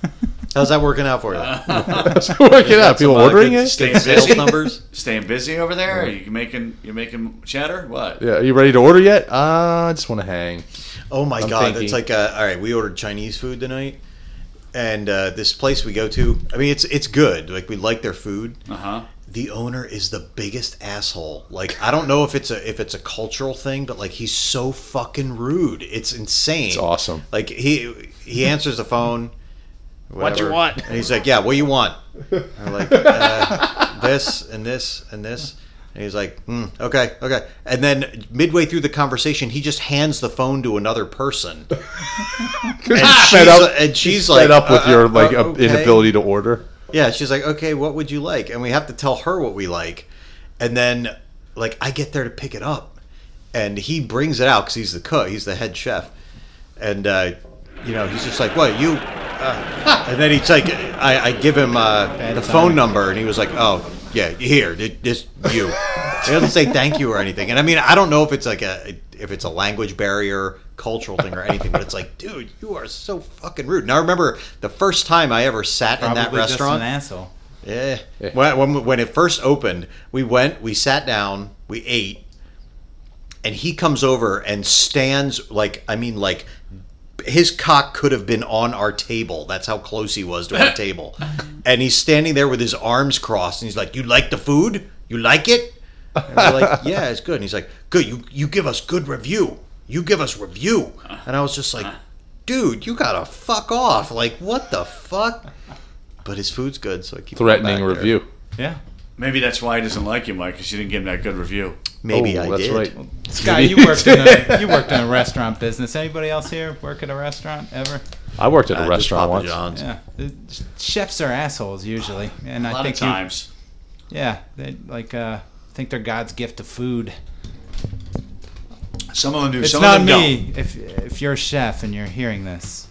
Speaker 3: How's that working out for you?
Speaker 2: Uh,
Speaker 4: work it out. People
Speaker 3: Some, uh,
Speaker 4: ordering
Speaker 3: good
Speaker 4: it?
Speaker 3: state
Speaker 2: Staying
Speaker 3: sales
Speaker 2: busy?
Speaker 3: numbers.
Speaker 2: Staying busy over there? Are you making you making cheddar? What?
Speaker 4: Yeah. Are you ready to order yet? Uh, I just want to hang.
Speaker 3: Oh my god,
Speaker 4: thinking.
Speaker 3: that's like uh all right. We ordered Chinese food tonight, and uh, this place we go to. I mean, it's it's good. Like we like their food.
Speaker 2: Uh huh.
Speaker 3: The owner is the biggest asshole. Like I don't know if it's a if it's a cultural thing, but like he's so fucking rude. It's insane.
Speaker 4: It's awesome.
Speaker 3: Like he he answers the phone. What
Speaker 2: you want?
Speaker 3: And he's like, yeah, what do you want? I'm like, uh, this and this and this. And he's like, hmm, okay, okay. And then midway through the conversation, he just hands the phone to another person.
Speaker 4: Fed
Speaker 3: she's-
Speaker 4: up-
Speaker 3: and she's
Speaker 4: she's
Speaker 3: like,
Speaker 4: fed up with
Speaker 3: uh,
Speaker 4: your
Speaker 3: uh,
Speaker 4: like
Speaker 3: uh,
Speaker 4: uh,
Speaker 3: okay.
Speaker 4: inability to order.
Speaker 3: Yeah, she's like, okay, what would you like? And we have to tell her what we like. And then, like, I get there to pick it up. And he brings it out because he's the cook, he's the head chef. And, uh, you know, he's just like, what, you. Uh, and then he's like, I, I give him uh, the phone number, and he was like, oh, yeah, here, th- this, you. He doesn't say thank you or anything. And I mean, I don't know if it's like a. If it's a language barrier, cultural thing, or anything, but it's like, dude, you are so fucking rude. And I remember the first time I ever sat in that
Speaker 5: Probably just
Speaker 3: restaurant.
Speaker 5: an asshole.
Speaker 3: Yeah. Eh.
Speaker 4: Eh.
Speaker 3: When, when, when it first opened, we went, we sat down, we ate, and he comes over and stands like, I mean, like, his cock could have been on our table. That's how close he was to our table. And he's standing there with his arms crossed, and he's like, "You like the food? You like it?" And we're like, "Yeah, it's good." And he's like, "Good. You you give us good review. You give us review." And I was just like, "Dude, you gotta fuck off! Like, what the fuck?" But his food's good, so I keep going
Speaker 4: Threatening
Speaker 3: back there.
Speaker 4: review.
Speaker 5: Yeah.
Speaker 2: Maybe that's why he doesn't like you, Mike, because you didn't give him that good review.
Speaker 3: Maybe
Speaker 4: Oh,
Speaker 3: I
Speaker 4: that's
Speaker 3: did.
Speaker 4: right.
Speaker 5: Scott, you worked in a you worked in a restaurant business. Anybody else here work at a restaurant ever?
Speaker 4: I worked at
Speaker 3: Uh,
Speaker 4: a
Speaker 3: just
Speaker 4: restaurant
Speaker 3: Papa
Speaker 4: once.
Speaker 3: John's.
Speaker 5: Yeah, The chefs are assholes usually, and
Speaker 2: A
Speaker 5: I
Speaker 2: lot of
Speaker 5: think you,
Speaker 2: times.
Speaker 5: yeah, they like uh, think they're God's gift to food.
Speaker 2: Some of them do.
Speaker 5: It's
Speaker 2: some
Speaker 5: not
Speaker 2: of them
Speaker 5: me. If if you're a chef and you're hearing this,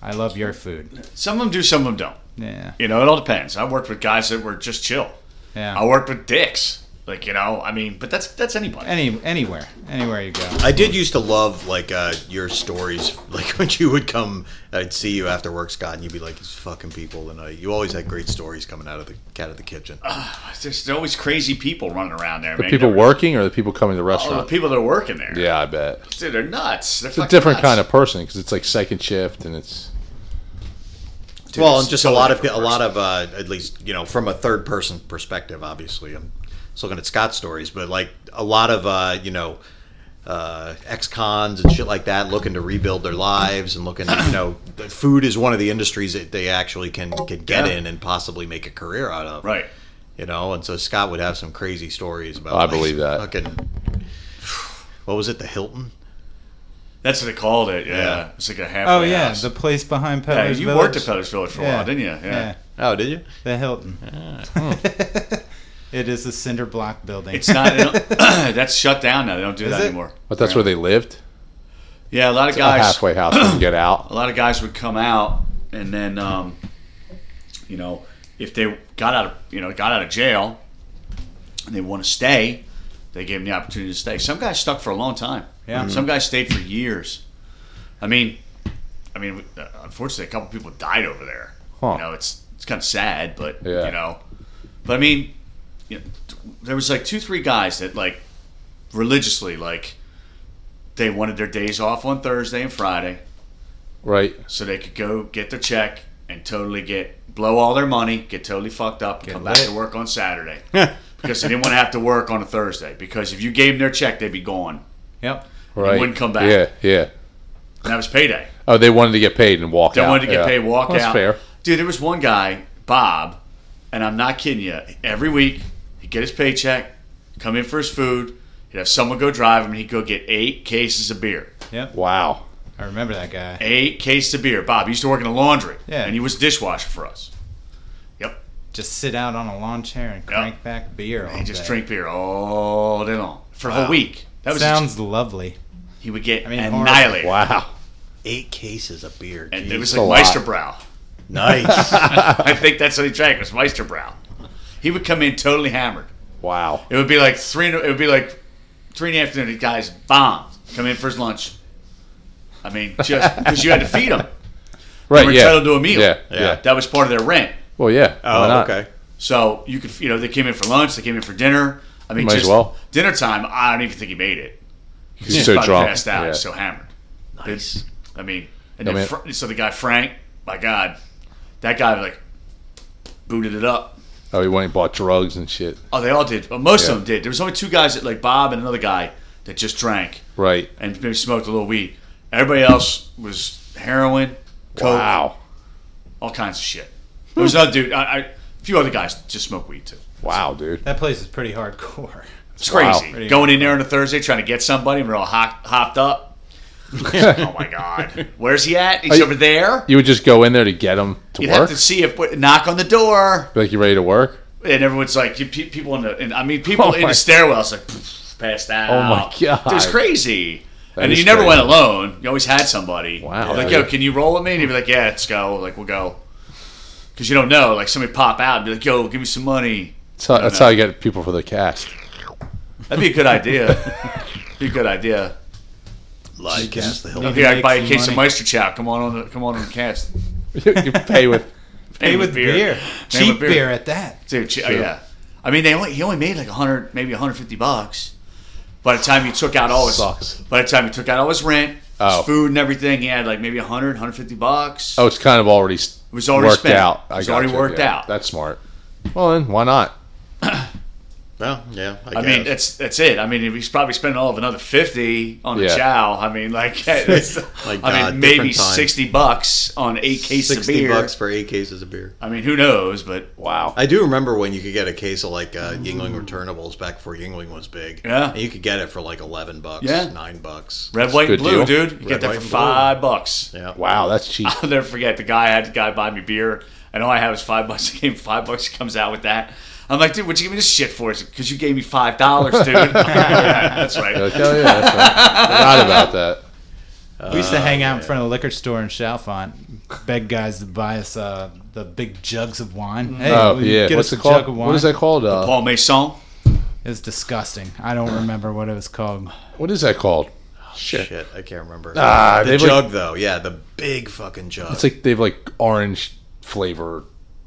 Speaker 5: I love your food.
Speaker 2: Don't. Some of them do. Some of them don't.
Speaker 5: Yeah,
Speaker 2: You know, it all depends. I worked with guys that were just chill. I
Speaker 5: yeah.
Speaker 2: worked with dicks. Like you know, I mean, but that's that's anybody.
Speaker 5: Any anywhere, anywhere you go.
Speaker 3: I did used to love like uh, your stories, like when you would come, I'd see you after work, Scott, and you'd be like, "These fucking people," and uh, you always had great stories coming out of the cat of the kitchen.
Speaker 2: There's always crazy people running around there.
Speaker 4: The
Speaker 2: man.
Speaker 4: people
Speaker 2: They're-
Speaker 4: working or the people coming to the
Speaker 2: Oh, the
Speaker 4: restaurant?
Speaker 2: people that are working there.
Speaker 4: yeah, I bet. It's
Speaker 2: Dude, they're nuts. They're
Speaker 4: a different kind of person because it's like second shift and it's.
Speaker 3: well, and just a
Speaker 2: totally
Speaker 3: lot of a
Speaker 2: different
Speaker 3: lot of uh, at least you know from a third person perspective. Obviously, I'm just looking at Scott's stories, but like a lot of uh, you know uh, ex cons and shit like that, looking to rebuild their lives and looking, you know, the food is one of the industries that they actually can can get
Speaker 2: Yeah.
Speaker 3: in and possibly make a career out of.
Speaker 2: Right.
Speaker 3: you know. And so Scott would have some crazy stories about.
Speaker 4: Oh, I
Speaker 3: like,
Speaker 4: believe that.
Speaker 3: Fucking, what was it? The Hilton.
Speaker 2: That's what they called it. Yeah.
Speaker 3: Yeah.
Speaker 2: It's like a halfway
Speaker 5: Oh yeah,
Speaker 2: house.
Speaker 5: the place behind Peddler's
Speaker 2: yeah, you
Speaker 5: Village.
Speaker 2: worked at Peddler's Village for a
Speaker 5: Yeah,
Speaker 2: while, didn't you? Yeah. Ah,
Speaker 3: Oh, did you?
Speaker 5: the Hilton. it is a cinder block building.
Speaker 2: It's not. they don't- that's shut down now. They don't do that
Speaker 5: it?
Speaker 2: anymore.
Speaker 4: But that's where they lived.
Speaker 2: Yeah, a lot of
Speaker 4: A
Speaker 2: guys.
Speaker 4: halfway house and get out.
Speaker 2: a lot of guys would come out and then um, you know if they got out of you know got out of jail and they want to stay they gave them the opportunity to stay some guys stuck for a long time
Speaker 5: Yeah.
Speaker 2: some guys stayed for years i mean i mean uh, unfortunately a couple people died over there
Speaker 4: Huh.
Speaker 2: you know it's it's kind of sad but
Speaker 4: Yeah.
Speaker 2: you know but i mean you know, t- there was like two three guys that like religiously like they wanted their days off on thursday and friday
Speaker 4: Right.
Speaker 2: so they could go get their check and totally get blow all their money, get totally fucked up, and come back to work on Saturday because they didn't want to have to work on a Thursday. Because if you gave them their check, they'd be gone.
Speaker 5: Yep.
Speaker 4: Right.
Speaker 2: wouldn't come back.
Speaker 4: Yeah, yeah.
Speaker 2: And that was payday.
Speaker 4: Oh, they wanted to get paid and walk
Speaker 2: They
Speaker 4: out.
Speaker 2: wanted to get
Speaker 4: yeah.
Speaker 2: paid, walk
Speaker 4: That's
Speaker 2: out.
Speaker 4: fair.
Speaker 2: Dude, there was one guy, Bob, and I'm not kidding you. Every week, he'd get his paycheck, come in for his food. He'd have someone go drive him, and he'd go get eight cases of beer.
Speaker 5: Yep.
Speaker 4: Wow.
Speaker 5: I remember that guy.
Speaker 2: Eight cases of beer. Bob he used to work in the laundry,
Speaker 5: Yeah.
Speaker 2: and he was a dishwasher for us. Yep.
Speaker 5: Just sit out on a lawn chair and crank back beer all
Speaker 2: and just
Speaker 5: day.
Speaker 2: drink beer all day long for a whole week. That was
Speaker 5: Sounds lovely.
Speaker 2: he would get
Speaker 5: mean, horrible.
Speaker 2: annihilated.
Speaker 4: Wow.
Speaker 3: Eight cases of beer.
Speaker 2: And
Speaker 3: Jeez.
Speaker 2: it was
Speaker 4: a
Speaker 2: like
Speaker 4: lot.
Speaker 2: Meisterbrow.
Speaker 3: nice.
Speaker 2: I think that's what he drank was Meisterbrow. He would come in totally hammered.
Speaker 4: Wow.
Speaker 2: It would be like three. in- It would be like three in the afternoon. The guys bombed. Come in for his lunch. I mean, just because you had to feed them,
Speaker 4: Right.
Speaker 2: were
Speaker 4: yeah.
Speaker 2: entitled to a meal.
Speaker 4: Yeah. Yeah.
Speaker 2: that was part of their rent.
Speaker 4: Well, yeah. Why
Speaker 3: oh,
Speaker 4: not?
Speaker 3: okay.
Speaker 2: So you could, you know, they came in for lunch. They came in for dinner. I mean,
Speaker 4: Might as
Speaker 2: just
Speaker 4: well.
Speaker 2: dinner time. I don't even think he made it.
Speaker 4: He's so
Speaker 2: probably
Speaker 4: drunk.
Speaker 2: Passed out.
Speaker 4: Yeah.
Speaker 2: He's so hammered. Nice. I mean, and
Speaker 4: I
Speaker 2: then
Speaker 4: mean-
Speaker 2: Fra- so the guy Frank, my God, that guy like booted it up.
Speaker 4: oh, he went and bought drugs and shit.
Speaker 2: Oh, they all did. Well, most
Speaker 4: Yeah.
Speaker 2: of them did. There was only two guys that like Bob and another guy that just drank
Speaker 4: Right.
Speaker 2: and maybe smoked a little weed. Everybody else was heroin, coke,
Speaker 4: Wow.
Speaker 2: all kinds of shit. There was another dude. I, I, a few other guys just smoke weed too.
Speaker 4: Wow, dude.
Speaker 5: That place is pretty hardcore.
Speaker 2: It's crazy.
Speaker 5: Wow.
Speaker 2: Going in there on a Thursday trying to get somebody, and we're all hop, hopped up. oh my god, where's he at? He's
Speaker 4: you-
Speaker 2: over there.
Speaker 4: You would just go in there to get them to
Speaker 2: You'd
Speaker 4: work.
Speaker 2: have to see if knock on the door,
Speaker 4: Be like you ready to work?
Speaker 2: and everyone's like, you, pe- people in the, and I mean, people
Speaker 4: Oh
Speaker 2: in
Speaker 4: my-
Speaker 2: the stairwells like pff, passed out.
Speaker 4: Oh my God.
Speaker 2: it was crazy.
Speaker 4: That
Speaker 2: and
Speaker 4: is
Speaker 2: you never
Speaker 4: crazy.
Speaker 2: went alone. You always had somebody.
Speaker 4: Wow.
Speaker 2: Like,
Speaker 4: Yeah.
Speaker 2: yo, can you roll with me? And he'd be like, yeah, let's go. Like, we'll go. Because you don't know. Like, somebody pop out and be like, yo, give me some money.
Speaker 4: That's how, that's how you get people for the cast.
Speaker 2: That'd be a good idea. be a good idea.
Speaker 3: Like,
Speaker 5: Just
Speaker 3: the
Speaker 5: need to
Speaker 2: Here, I
Speaker 5: make
Speaker 2: buy a
Speaker 5: some
Speaker 2: case of
Speaker 5: money.
Speaker 2: Meister Chow. Come on, on the, come on, on the cast.
Speaker 4: you you pay with
Speaker 5: Pay with beer.
Speaker 2: Pay with
Speaker 5: Cheap beer. at that.
Speaker 2: Dude, che- yeah. I mean, they only, he only made like 100, maybe 150 bucks. By the time you took out all his,
Speaker 4: Sucks.
Speaker 2: by the time you took out all his rent,
Speaker 4: Oh.
Speaker 2: his food and everything, he had like maybe 100, 150 bucks.
Speaker 4: Oh, it's kind of already s-
Speaker 2: It was already
Speaker 4: worked
Speaker 2: spent.
Speaker 4: out.
Speaker 2: It was
Speaker 4: gotcha,
Speaker 2: already worked
Speaker 4: yeah.
Speaker 2: out.
Speaker 4: That's smart. Well, then why not?
Speaker 3: Well, yeah. I,
Speaker 2: I
Speaker 3: guess.
Speaker 2: mean, that's that's it. I mean, if he's probably spending all of another fifty on the
Speaker 4: Yeah.
Speaker 2: chow. I mean, like, it's-
Speaker 3: Like,
Speaker 2: I
Speaker 3: God,
Speaker 2: mean, maybe
Speaker 3: different time.
Speaker 2: sixty bucks on eight cases of
Speaker 3: 60
Speaker 2: beer.
Speaker 3: bucks for eight cases of beer.
Speaker 2: I mean, who knows? But
Speaker 4: Wow.
Speaker 3: I do remember when you could get a case of like uh, Yingling returnables back before Yingling was big.
Speaker 2: Yeah.
Speaker 3: And you could get it for like 11 bucks,
Speaker 2: Yeah.
Speaker 3: 9 bucks.
Speaker 2: red, white, and
Speaker 4: good
Speaker 2: blue,
Speaker 4: deal.
Speaker 2: dude, you get
Speaker 3: Red,
Speaker 2: that
Speaker 3: white,
Speaker 2: for
Speaker 3: and blue.
Speaker 2: five bucks.
Speaker 3: Yeah.
Speaker 4: Wow, that's cheap.
Speaker 2: I'll never forget. The guy had the guy buy me beer, and all I had was five bucks. He gave me five bucks. He comes out with that. I'm like, dude, what you give me this shit for? Because you gave me five dollars, dude. Yeah, that's right.
Speaker 4: Like, oh, yeah, that's right. Forgot about that.
Speaker 5: we
Speaker 3: Uh,
Speaker 5: used to hang out in front of the liquor store in Chalfont, beg guys to buy us uh, the big jugs of wine.
Speaker 3: Mm.
Speaker 5: Hey,
Speaker 4: Oh,
Speaker 5: will you
Speaker 4: yeah.
Speaker 5: get
Speaker 4: What's
Speaker 5: us
Speaker 4: it
Speaker 5: a jug
Speaker 4: called?
Speaker 5: of wine.
Speaker 4: What is that called? Uh,
Speaker 2: Paul Mason.
Speaker 5: It was disgusting. I don't
Speaker 3: Uh,
Speaker 5: remember what it was called.
Speaker 4: what is that called?
Speaker 5: Oh,
Speaker 3: Shit. I can't remember.
Speaker 4: Ah,
Speaker 3: the
Speaker 4: they've,
Speaker 3: jug,
Speaker 4: like-
Speaker 3: though. Yeah, the big fucking jug.
Speaker 4: It's like they've like orange flavor.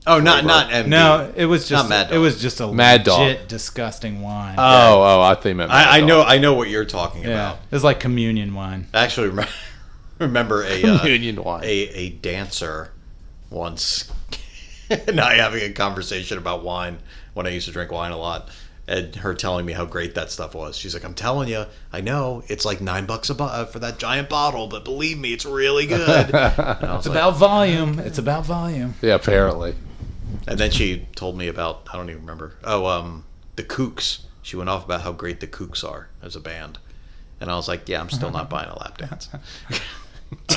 Speaker 3: oh, not, not MD.
Speaker 5: No, it was just
Speaker 3: Mad Dog. Uh,
Speaker 5: it was just a
Speaker 4: Mad Dog.
Speaker 5: legit disgusting wine.
Speaker 4: Oh, oh, I think meant.
Speaker 3: I, I know I know what you're talking
Speaker 5: yeah,
Speaker 3: about.
Speaker 5: it was like communion wine.
Speaker 3: I actually remember, remember a, uh,
Speaker 4: Union wine.
Speaker 3: a, a dancer once and I having a conversation about wine when I used to drink wine a lot. And her telling me how great that stuff was. She's like, "I'm telling you, I know it's like nine bucks a bo- uh, for that giant bottle, but believe me, it's really good."
Speaker 5: It's about volume. It's about volume.
Speaker 4: Yeah, apparently.
Speaker 3: And then she told me about I don't even remember. Oh, um, the Kooks. She went off about how great the Kooks are as a band, and I was like, yeah, I'm still not buying a lap dance.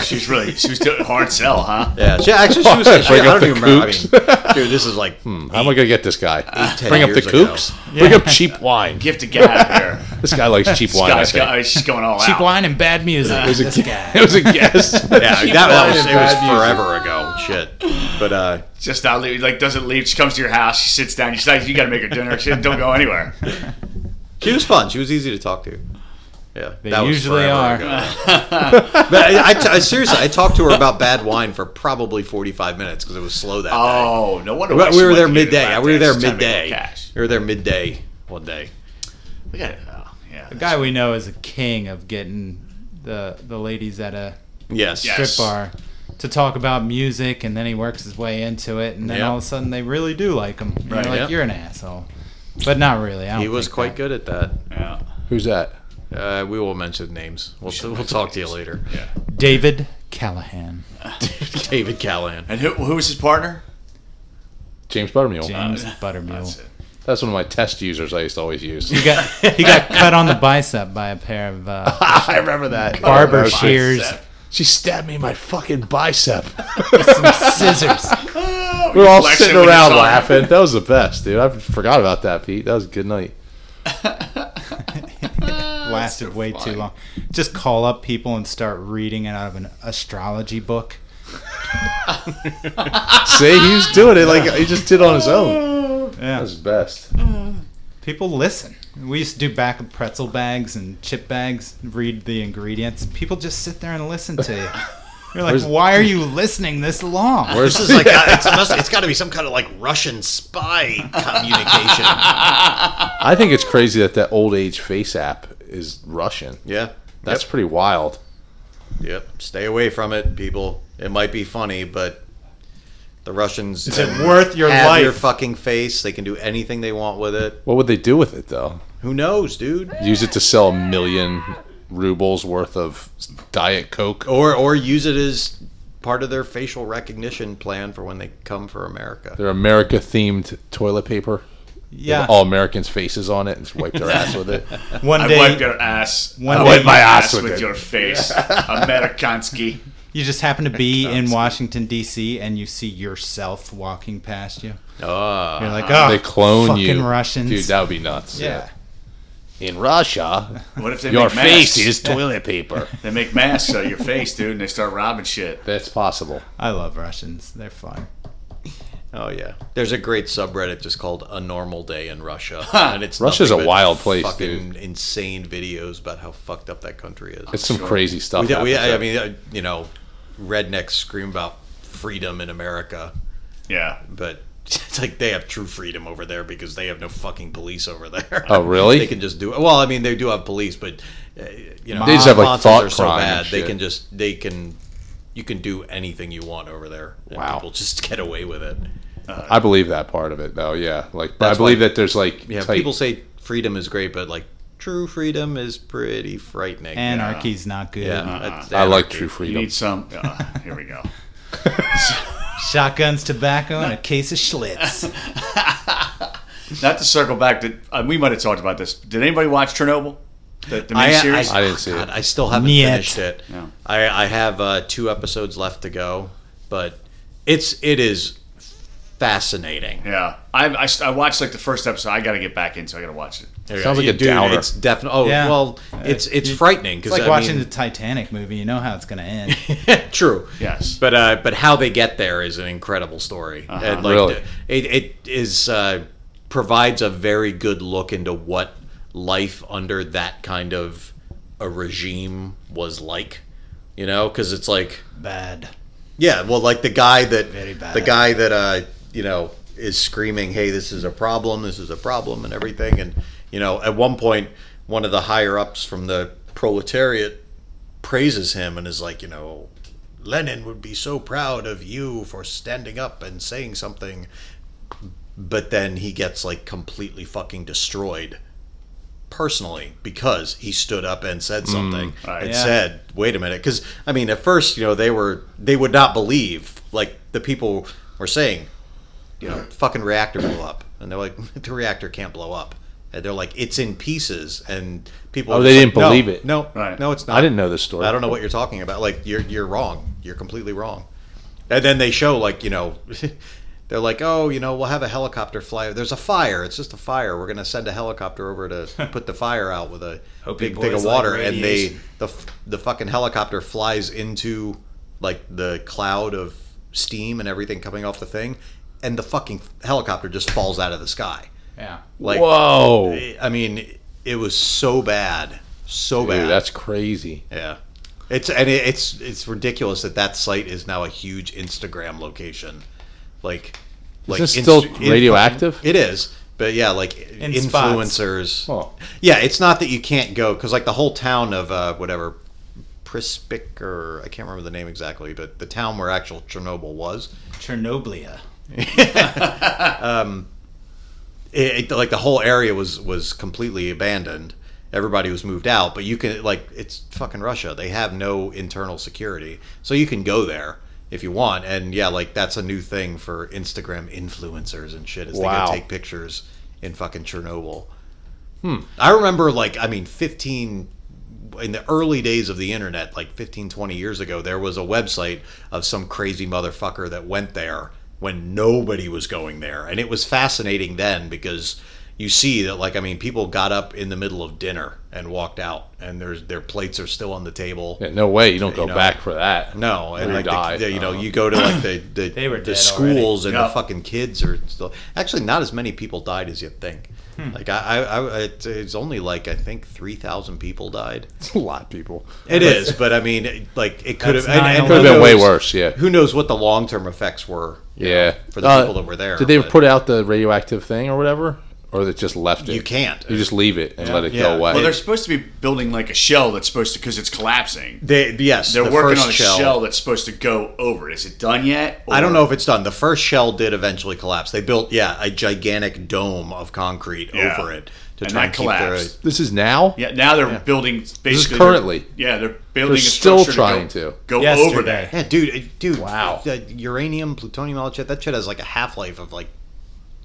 Speaker 2: She was really, she was doing a hard sell, huh?
Speaker 3: Yeah, she actually she was. She, I
Speaker 4: Bring
Speaker 3: don't
Speaker 4: up the
Speaker 3: even remember. I mean,
Speaker 4: Kooks.
Speaker 3: dude, this is like
Speaker 4: How am I gonna get this guy?
Speaker 3: eight, ten
Speaker 4: Bring up the
Speaker 3: years ago.
Speaker 4: kooks. Bring up cheap wine.
Speaker 2: You have to get out of here.
Speaker 4: This guy likes cheap wine. I
Speaker 2: Guys,
Speaker 4: think.
Speaker 2: guys, she's going all
Speaker 5: Cheap
Speaker 2: out.
Speaker 5: wine and bad music.
Speaker 4: It was a
Speaker 5: This
Speaker 4: guess. It was a guess.
Speaker 3: Yeah, that, that was,
Speaker 4: and
Speaker 3: it was
Speaker 4: bad music.
Speaker 3: forever ago. Shit, but uh,
Speaker 2: Just not leave, like doesn't leave. She comes to your house. She sits down. She's like, "You got to make her dinner." She don't go anywhere.
Speaker 3: she was fun. She was easy to talk to. Yeah,
Speaker 5: They
Speaker 3: that was
Speaker 5: usually
Speaker 3: forever
Speaker 5: are.
Speaker 3: ago. But I, I, I seriously, I talked to her about bad wine for probably forty-five minutes because it was slow that day.
Speaker 2: Oh, no wonder. why
Speaker 3: Well,
Speaker 2: she
Speaker 3: we were
Speaker 2: wanted
Speaker 3: there
Speaker 2: to do
Speaker 3: midday.
Speaker 2: the
Speaker 3: Yeah, we were there
Speaker 2: podcast. She's trying to make
Speaker 3: midday.
Speaker 2: cash.
Speaker 3: We were there midday one day.
Speaker 2: We got oh, yeah.
Speaker 5: The guy we know is a king of getting the the ladies at a
Speaker 3: Yes.
Speaker 2: Yeah.
Speaker 5: strip
Speaker 2: Yes.
Speaker 5: bar to talk about music, and then he works his way into it, and then
Speaker 3: Yep.
Speaker 5: all of a sudden they really do like him. You're
Speaker 2: Right,
Speaker 5: like
Speaker 3: yep.
Speaker 5: you're an asshole, but not really. I don't
Speaker 3: He was
Speaker 5: think
Speaker 3: quite good at that.
Speaker 2: Yeah.
Speaker 4: Who's that?
Speaker 3: Uh, we will mention names. We'll, we'll talk to you later.
Speaker 5: that. David Callahan,
Speaker 3: David Callahan.
Speaker 2: And who, who was his partner?
Speaker 4: James Buttermule.
Speaker 5: James
Speaker 2: That's
Speaker 5: Buttermule.
Speaker 2: it.
Speaker 4: That's one of my test users I used to always use.
Speaker 5: He got he got cut on the bicep by a pair of uh,
Speaker 4: I remember that.
Speaker 5: barber shears,
Speaker 4: Oh, She stabbed me in my fucking bicep.
Speaker 5: some scissors.
Speaker 2: Oh,
Speaker 4: we were all
Speaker 2: flexing
Speaker 4: sitting
Speaker 2: when you
Speaker 4: around
Speaker 2: saw him.
Speaker 4: laughing. That was the best, dude. I forgot about that, Pete. That was a good night.
Speaker 5: lasted way too long. Just call up people and start reading it out of an astrology book.
Speaker 4: See, he was doing it like he just did on his own. That
Speaker 5: Yeah,
Speaker 4: was the best.
Speaker 5: people listen. We used to do back of pretzel bags and chip bags, read the ingredients. People just sit there and listen to you. You're like,
Speaker 4: Where's-
Speaker 5: why are you listening this long?
Speaker 4: Where's
Speaker 3: This is like uh, it's, must- it's got to be some kind of like Russian spy communication.
Speaker 4: I think it's crazy that that old age face app is Russian.
Speaker 3: yeah.
Speaker 4: That's pretty wild.
Speaker 3: Yep. Stay away from it, people. It might be funny, but the Russians is
Speaker 5: it worth your
Speaker 3: have
Speaker 5: life?
Speaker 3: Your fucking face. They can do anything they want with it.
Speaker 4: What would they do with it though?
Speaker 3: Who knows, dude?
Speaker 4: Use it to sell a
Speaker 3: Oh.
Speaker 4: million rubles worth of diet coke.
Speaker 3: Or or use it as part of their facial recognition plan for when they come for America.
Speaker 4: Their America themed toilet paper.
Speaker 5: Yeah.
Speaker 4: With all Americans' faces on it and just wiped their ass with it.
Speaker 5: One
Speaker 2: I
Speaker 5: day
Speaker 2: wipe your ass.
Speaker 5: One
Speaker 2: I
Speaker 5: day-
Speaker 2: wipe my ass
Speaker 4: ass
Speaker 2: with,
Speaker 4: with it.
Speaker 2: your face. Amerikansky.
Speaker 5: you just happen to be in Washington D.C. and you see yourself walking past you.
Speaker 3: Ah.
Speaker 5: You're like, oh,
Speaker 4: They clone
Speaker 5: fucking
Speaker 4: you.
Speaker 5: Russians.
Speaker 4: Dude, that would be nuts.
Speaker 5: yeah.
Speaker 4: In Russia,
Speaker 2: What if they
Speaker 4: your
Speaker 2: make masks?
Speaker 4: face is toilet paper.
Speaker 2: They make masks out of your face, dude, and they start robbing shit.
Speaker 4: That's possible.
Speaker 5: I love Russians. They're fun.
Speaker 3: Oh yeah, there's a great subreddit just called "A Normal Day in Russia," and it's
Speaker 4: Russia's
Speaker 3: nothing
Speaker 4: a
Speaker 3: but
Speaker 4: wild place,
Speaker 3: Fucking insane videos about how fucked up that country is.
Speaker 4: It's some crazy stuff.
Speaker 3: we, we,
Speaker 4: happens
Speaker 3: I
Speaker 4: there.
Speaker 3: mean, uh, you know, rednecks scream about freedom in America,
Speaker 2: Yeah.
Speaker 3: but it's like they have true freedom over there because they have no fucking police over there.
Speaker 4: Oh, really?
Speaker 3: they can just do. Well, I mean, they do have police, but uh, you know,
Speaker 4: They just have, like,
Speaker 3: sponsors
Speaker 4: thought
Speaker 3: are so
Speaker 4: crime
Speaker 3: bad
Speaker 4: and
Speaker 3: they
Speaker 4: shit.
Speaker 3: can just they can. You can do anything you want over there. and
Speaker 4: Wow.
Speaker 3: People just get away with it.
Speaker 4: I believe that part of it, though. Yeah, like but I
Speaker 3: That's
Speaker 4: believe
Speaker 3: why-
Speaker 4: that there's like
Speaker 3: Yeah,
Speaker 4: type-
Speaker 3: people say freedom is great, but like true freedom is pretty frightening.
Speaker 5: Anarchy's not good.
Speaker 3: yeah, that's
Speaker 4: I like
Speaker 3: anarchy.
Speaker 4: true
Speaker 2: You
Speaker 4: freedom.
Speaker 2: need some. Uh, here we go.
Speaker 5: Shotguns, tobacco, and a case of Schlitz.
Speaker 2: Not to circle back, to, uh, we might have talked about this. Did anybody watch Chernobyl? The, the main series?
Speaker 4: I didn't see it.
Speaker 3: I still haven't
Speaker 5: Niet.
Speaker 3: finished it.
Speaker 2: No.
Speaker 3: I, I have uh, two episodes left to go, but it's it is fascinating.
Speaker 2: yeah. I, I, I watched like the first episode. I got to get back into. I got to watch it.
Speaker 4: Sounds like
Speaker 3: You-
Speaker 4: a downer.
Speaker 3: It's definitely. Oh
Speaker 5: Yeah.
Speaker 3: well, it's it's frightening
Speaker 5: It's
Speaker 3: because
Speaker 5: like
Speaker 3: I
Speaker 5: watching the
Speaker 3: mean,
Speaker 5: Titanic movie. You know how it's going to end.
Speaker 3: true.
Speaker 2: Yes.
Speaker 3: But uh, but how they get there is an incredible story. And like
Speaker 4: Uh-huh. Really?
Speaker 3: the- it, it is uh, provides a very good look into what life under that kind of a regime was like. You know, because it's like
Speaker 5: Bad.
Speaker 3: yeah, well, like the guy that
Speaker 5: Very bad.
Speaker 3: the guy that uh, you know is screaming, "Hey, this is a problem! This is a problem!" and everything. And you know, at one point, one of the higher ups from the proletariat praises him and is like, you know, Lenin would be so proud of you for standing up and saying something. But then he gets like completely fucking destroyed personally because he stood up and said
Speaker 4: Mm,
Speaker 3: something
Speaker 2: right.
Speaker 3: and
Speaker 5: Yeah.
Speaker 3: said wait a minute because i mean at first you know they were they would not believe like the people were saying you know fucking reactor blew up and they're like the reactor can't blow up and they're like it's in pieces and people
Speaker 4: Oh,
Speaker 3: are
Speaker 4: they
Speaker 3: just
Speaker 4: didn't
Speaker 3: like,
Speaker 4: believe
Speaker 3: no,
Speaker 4: it.
Speaker 3: no
Speaker 2: Right.
Speaker 3: no it's not
Speaker 4: I didn't know this story.
Speaker 3: I don't know what you're talking about. Like you're you're wrong. You're completely wrong. And then they show like you know, they're like, oh, you know, we'll have a helicopter fly. There's a fire. It's just a fire. We're gonna send a helicopter over to put the fire out with a
Speaker 5: Hope you
Speaker 3: big thing of
Speaker 5: boys like
Speaker 3: water. and they
Speaker 5: radiation.
Speaker 3: the f- the fucking helicopter flies into like the cloud of steam and everything coming off the thing, and the fucking helicopter just falls out of the sky.
Speaker 5: Yeah.
Speaker 3: Like
Speaker 4: Whoa, dude,
Speaker 3: I I mean, it was so bad, so bad.
Speaker 4: that's crazy.
Speaker 3: Yeah. It's and it, it's it's ridiculous that that site is now a huge Instagram location. Like like
Speaker 4: this
Speaker 3: inst-
Speaker 4: still
Speaker 3: in-
Speaker 4: radioactive?
Speaker 3: it is. But yeah, like
Speaker 5: In spots.
Speaker 3: influencers.
Speaker 4: Oh.
Speaker 3: Yeah, it's not that you can't go cuz like the whole town of uh, whatever Prispic or I can't remember the name exactly, but the town where actual Chernobyl was,
Speaker 5: Chernoblia.
Speaker 3: it, it- like the whole area was was completely abandoned. Everybody was moved out, but you can like it's fucking Russia. They have no internal security, so you can go there if you want. And yeah, like that's a new thing for Instagram influencers and shit. Is they
Speaker 4: Wow.
Speaker 3: go take pictures in fucking Chernobyl. Hmm. I remember like I mean 15 in the early days of the internet like 15 20 years ago there was a website of some crazy motherfucker that went there when nobody was going there and it was fascinating then because you see that like I mean people got up in the middle of dinner and walked out and there's their plates are still on the table
Speaker 4: Yeah, no way, you don't go
Speaker 3: know.
Speaker 4: back for that.
Speaker 3: no, and
Speaker 4: Or
Speaker 3: like
Speaker 4: die.
Speaker 3: The, the- you know,
Speaker 4: Uh-huh.
Speaker 3: you go to like the the,
Speaker 5: They were
Speaker 3: the
Speaker 5: dead
Speaker 3: schools and
Speaker 2: Yeah.
Speaker 3: the fucking kids are still actually not as many people died as you think.
Speaker 5: Hmm.
Speaker 3: Like I, I, I it, it's only like I think three thousand people died.
Speaker 4: It's a lot of people.
Speaker 3: It is, but I mean, it- like it could have
Speaker 5: That's nine
Speaker 4: Could have
Speaker 3: who
Speaker 4: been way
Speaker 3: knows-
Speaker 4: worse. Yeah,
Speaker 3: Who knows what the long term effects were?
Speaker 4: yeah.
Speaker 3: for the
Speaker 4: Uh,
Speaker 3: people that were there,
Speaker 4: did they
Speaker 3: but-
Speaker 4: put out the radioactive thing or whatever? or that just left it.
Speaker 3: You can't.
Speaker 4: You just leave it and let it
Speaker 2: Yeah.
Speaker 4: go away.
Speaker 2: Well, they're supposed to be building like a shell that's supposed to because it's collapsing.
Speaker 3: They yes,
Speaker 2: They're
Speaker 3: the
Speaker 2: working
Speaker 3: first
Speaker 2: on a shell. that's supposed to go over. it. Is it done yet?
Speaker 3: I don't
Speaker 2: Or-
Speaker 3: know if it's done. The first shell did eventually collapse. They built yeah a gigantic dome of concrete
Speaker 2: Yeah.
Speaker 3: over it to
Speaker 2: And
Speaker 3: try
Speaker 2: that
Speaker 3: and keep their.
Speaker 2: collapsed.
Speaker 4: this is now.
Speaker 2: Yeah, now they're building basically
Speaker 4: is currently.
Speaker 2: they're- yeah, they're building.
Speaker 4: They're
Speaker 2: a
Speaker 4: still
Speaker 2: structure
Speaker 4: trying
Speaker 2: to
Speaker 4: to.
Speaker 2: go, go
Speaker 5: Yesterday.
Speaker 2: over that.
Speaker 3: Yeah, dude, it- dude. Wow. uranium, plutonium, all that shit. That shit has like a half life of like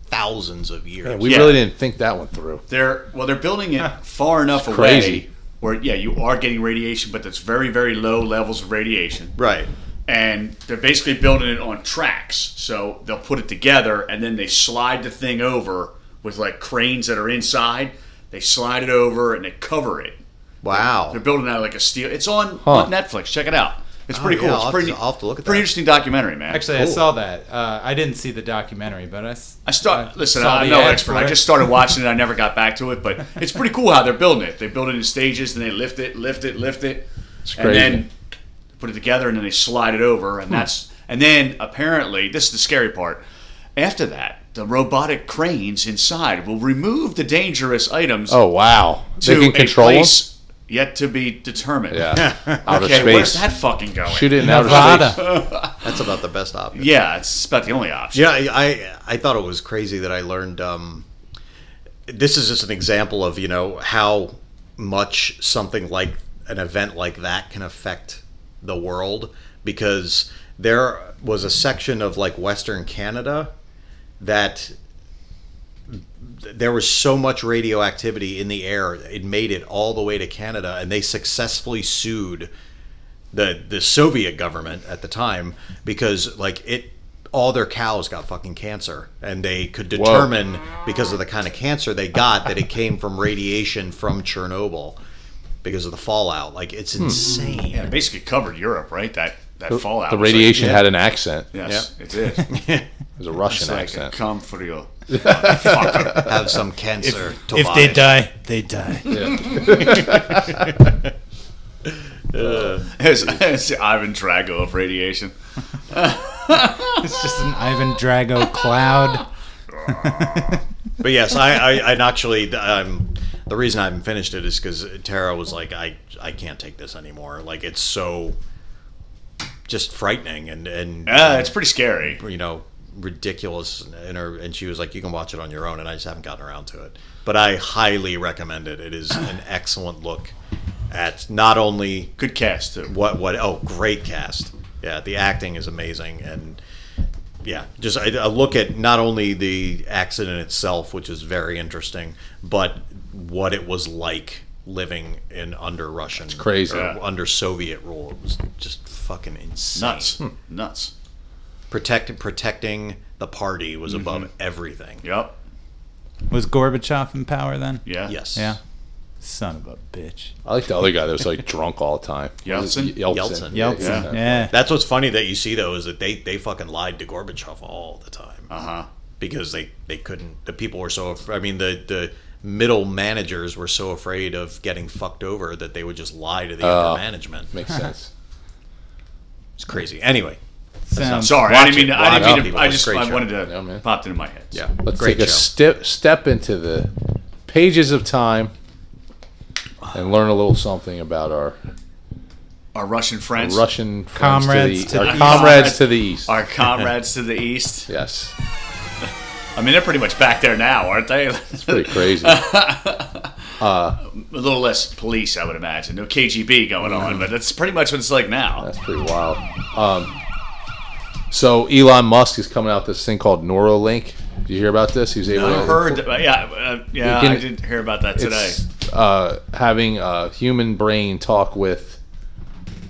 Speaker 3: thousands of years.
Speaker 4: We
Speaker 2: Yeah.
Speaker 4: really didn't think that one through.
Speaker 2: They're well, they're building it far enough away
Speaker 4: crazy.
Speaker 2: where yeah, you are getting radiation, but that's very very low levels of radiation.
Speaker 3: right.
Speaker 2: and they're basically building it on tracks. So they'll put it together and then they slide the thing over with like cranes that are inside. They slide it over and they cover it.
Speaker 3: Wow.
Speaker 2: They're building out like a steel. It's on,
Speaker 4: Huh.
Speaker 2: on Netflix. Check it out. It's
Speaker 3: Oh,
Speaker 2: pretty cool.
Speaker 3: yeah,
Speaker 2: it's
Speaker 3: I'll have
Speaker 2: pretty.
Speaker 3: to- I'll have to look at
Speaker 2: Pretty
Speaker 3: that.
Speaker 2: interesting documentary, man.
Speaker 5: Actually, I
Speaker 3: Cool.
Speaker 5: saw that. Uh, I didn't see the documentary, but I, s-
Speaker 2: I start. Listen,
Speaker 5: saw
Speaker 2: I'm
Speaker 5: the
Speaker 2: no
Speaker 5: ad
Speaker 2: expert.
Speaker 5: for
Speaker 2: I
Speaker 5: it.
Speaker 2: just started watching it. I never got back to it, but it's pretty cool how they're building it. They build it in stages, then they lift it, lift it, lift it, and
Speaker 4: crazy. Hmm.
Speaker 2: then put it together, and then they slide it over, and that's. And then apparently, this is the scary part. After that, the robotic cranes inside will remove the dangerous items
Speaker 4: Oh wow!
Speaker 2: to
Speaker 4: they can control
Speaker 2: a
Speaker 4: them.
Speaker 2: place yet to be determined.
Speaker 4: Yeah, outer
Speaker 2: Okay, where's
Speaker 4: space.
Speaker 2: that fucking going?
Speaker 4: Shoot it in outer space.
Speaker 5: Nevada.
Speaker 3: That's about the best option.
Speaker 2: Yeah, it's about the only option.
Speaker 3: Yeah, I, I I thought it was crazy that I learned. Um, this is just an example of you know how much something like an event like that can affect the world because there was a section of like Western Canada that there was so much radioactivity in the air it made it all the way to Canada and they successfully sued the the Soviet government at the time because like it all their cows got fucking cancer and they could determine because of the kind of cancer they got that it came from radiation from Chernobyl because of the fallout like it's insane
Speaker 2: Yeah, it basically covered Europe, right? That that fallout.
Speaker 4: The
Speaker 2: was like-
Speaker 4: radiation had an accent.
Speaker 2: Yes, it did.
Speaker 4: It was a Russian
Speaker 2: It's like a
Speaker 4: accent.
Speaker 2: come for you. Motherfucker.
Speaker 3: have some cancer to
Speaker 5: If they
Speaker 3: buy.
Speaker 5: die, they die.
Speaker 2: it's, it's Ivan Drago of radiation.
Speaker 5: It's just an Ivan Drago cloud.
Speaker 3: But yes, I, I, I actually, um, the reason I haven't finished it is because Tara was like, I, I can't take this anymore. Like it's so just frightening and and
Speaker 2: Yeah, Uh, it's pretty scary.
Speaker 3: you know ridiculous. And her and she was like, you can watch it on your own, and I just haven't gotten around to it. But I highly recommend it. It is an excellent look at not only
Speaker 2: Good cast too.
Speaker 3: what what oh great cast yeah the acting is amazing and yeah just a, a look at not only the accident itself which is very interesting but what it was like living in under russian
Speaker 4: crazy.
Speaker 3: or
Speaker 2: Yeah.
Speaker 3: under soviet rule it was just fucking insane
Speaker 2: Nuts. Nuts.
Speaker 3: protect protecting the party was
Speaker 2: Mm-hmm.
Speaker 3: above everything
Speaker 2: Yep.
Speaker 5: Was Gorbachev in power then?
Speaker 2: Yeah.
Speaker 3: yes
Speaker 5: Yeah. Son of a bitch.
Speaker 4: I like the other guy that was like drunk all the time.
Speaker 2: Yeltsin?
Speaker 3: Yeltsin.
Speaker 4: Yeltsin.
Speaker 5: Yeltsin. Yeah. yeah.
Speaker 3: that's what's funny that you see though is that they they fucking lied to gorbachev all the time
Speaker 2: Uh huh.
Speaker 3: because they they couldn't the people were so af- i mean the the middle managers were so afraid of getting fucked over that they would just lie to the
Speaker 4: Ah.
Speaker 3: upper management
Speaker 4: Makes sense.
Speaker 3: it's crazy anyway
Speaker 5: Sounds
Speaker 2: Sorry, I
Speaker 3: Watch
Speaker 2: didn't mean
Speaker 3: it.
Speaker 2: to. I didn't
Speaker 3: Watch it,
Speaker 2: mean to.
Speaker 3: people.
Speaker 2: I
Speaker 3: It's
Speaker 2: just
Speaker 3: a great
Speaker 2: I
Speaker 3: show.
Speaker 2: wanted to
Speaker 4: Yeah, man.
Speaker 2: popped into my head.
Speaker 3: yeah
Speaker 4: Let's
Speaker 3: great
Speaker 4: take a
Speaker 3: show.
Speaker 4: step step into the pages of time and learn a little something about our
Speaker 2: Our Russian friends,
Speaker 4: Russian comrades
Speaker 5: Comrades to
Speaker 4: to the,
Speaker 5: the
Speaker 4: our
Speaker 5: east.
Speaker 4: comrades to the east.
Speaker 2: our comrades to the east.
Speaker 4: yes,
Speaker 2: I mean, they're pretty much back there now, aren't they? a
Speaker 4: pretty crazy.
Speaker 2: little less police, I would imagine. No KGB going on, but that's pretty much what it's like now.
Speaker 4: That's pretty wild. Um, so Elon Musk is coming out with this thing called Neuralink. Did you hear about this? He was able
Speaker 2: I
Speaker 4: to
Speaker 2: heard. Yeah, uh, yeah.
Speaker 4: Oh. You
Speaker 2: I
Speaker 4: can-
Speaker 2: did hear about that today.
Speaker 4: it's, uh, having a human brain talk with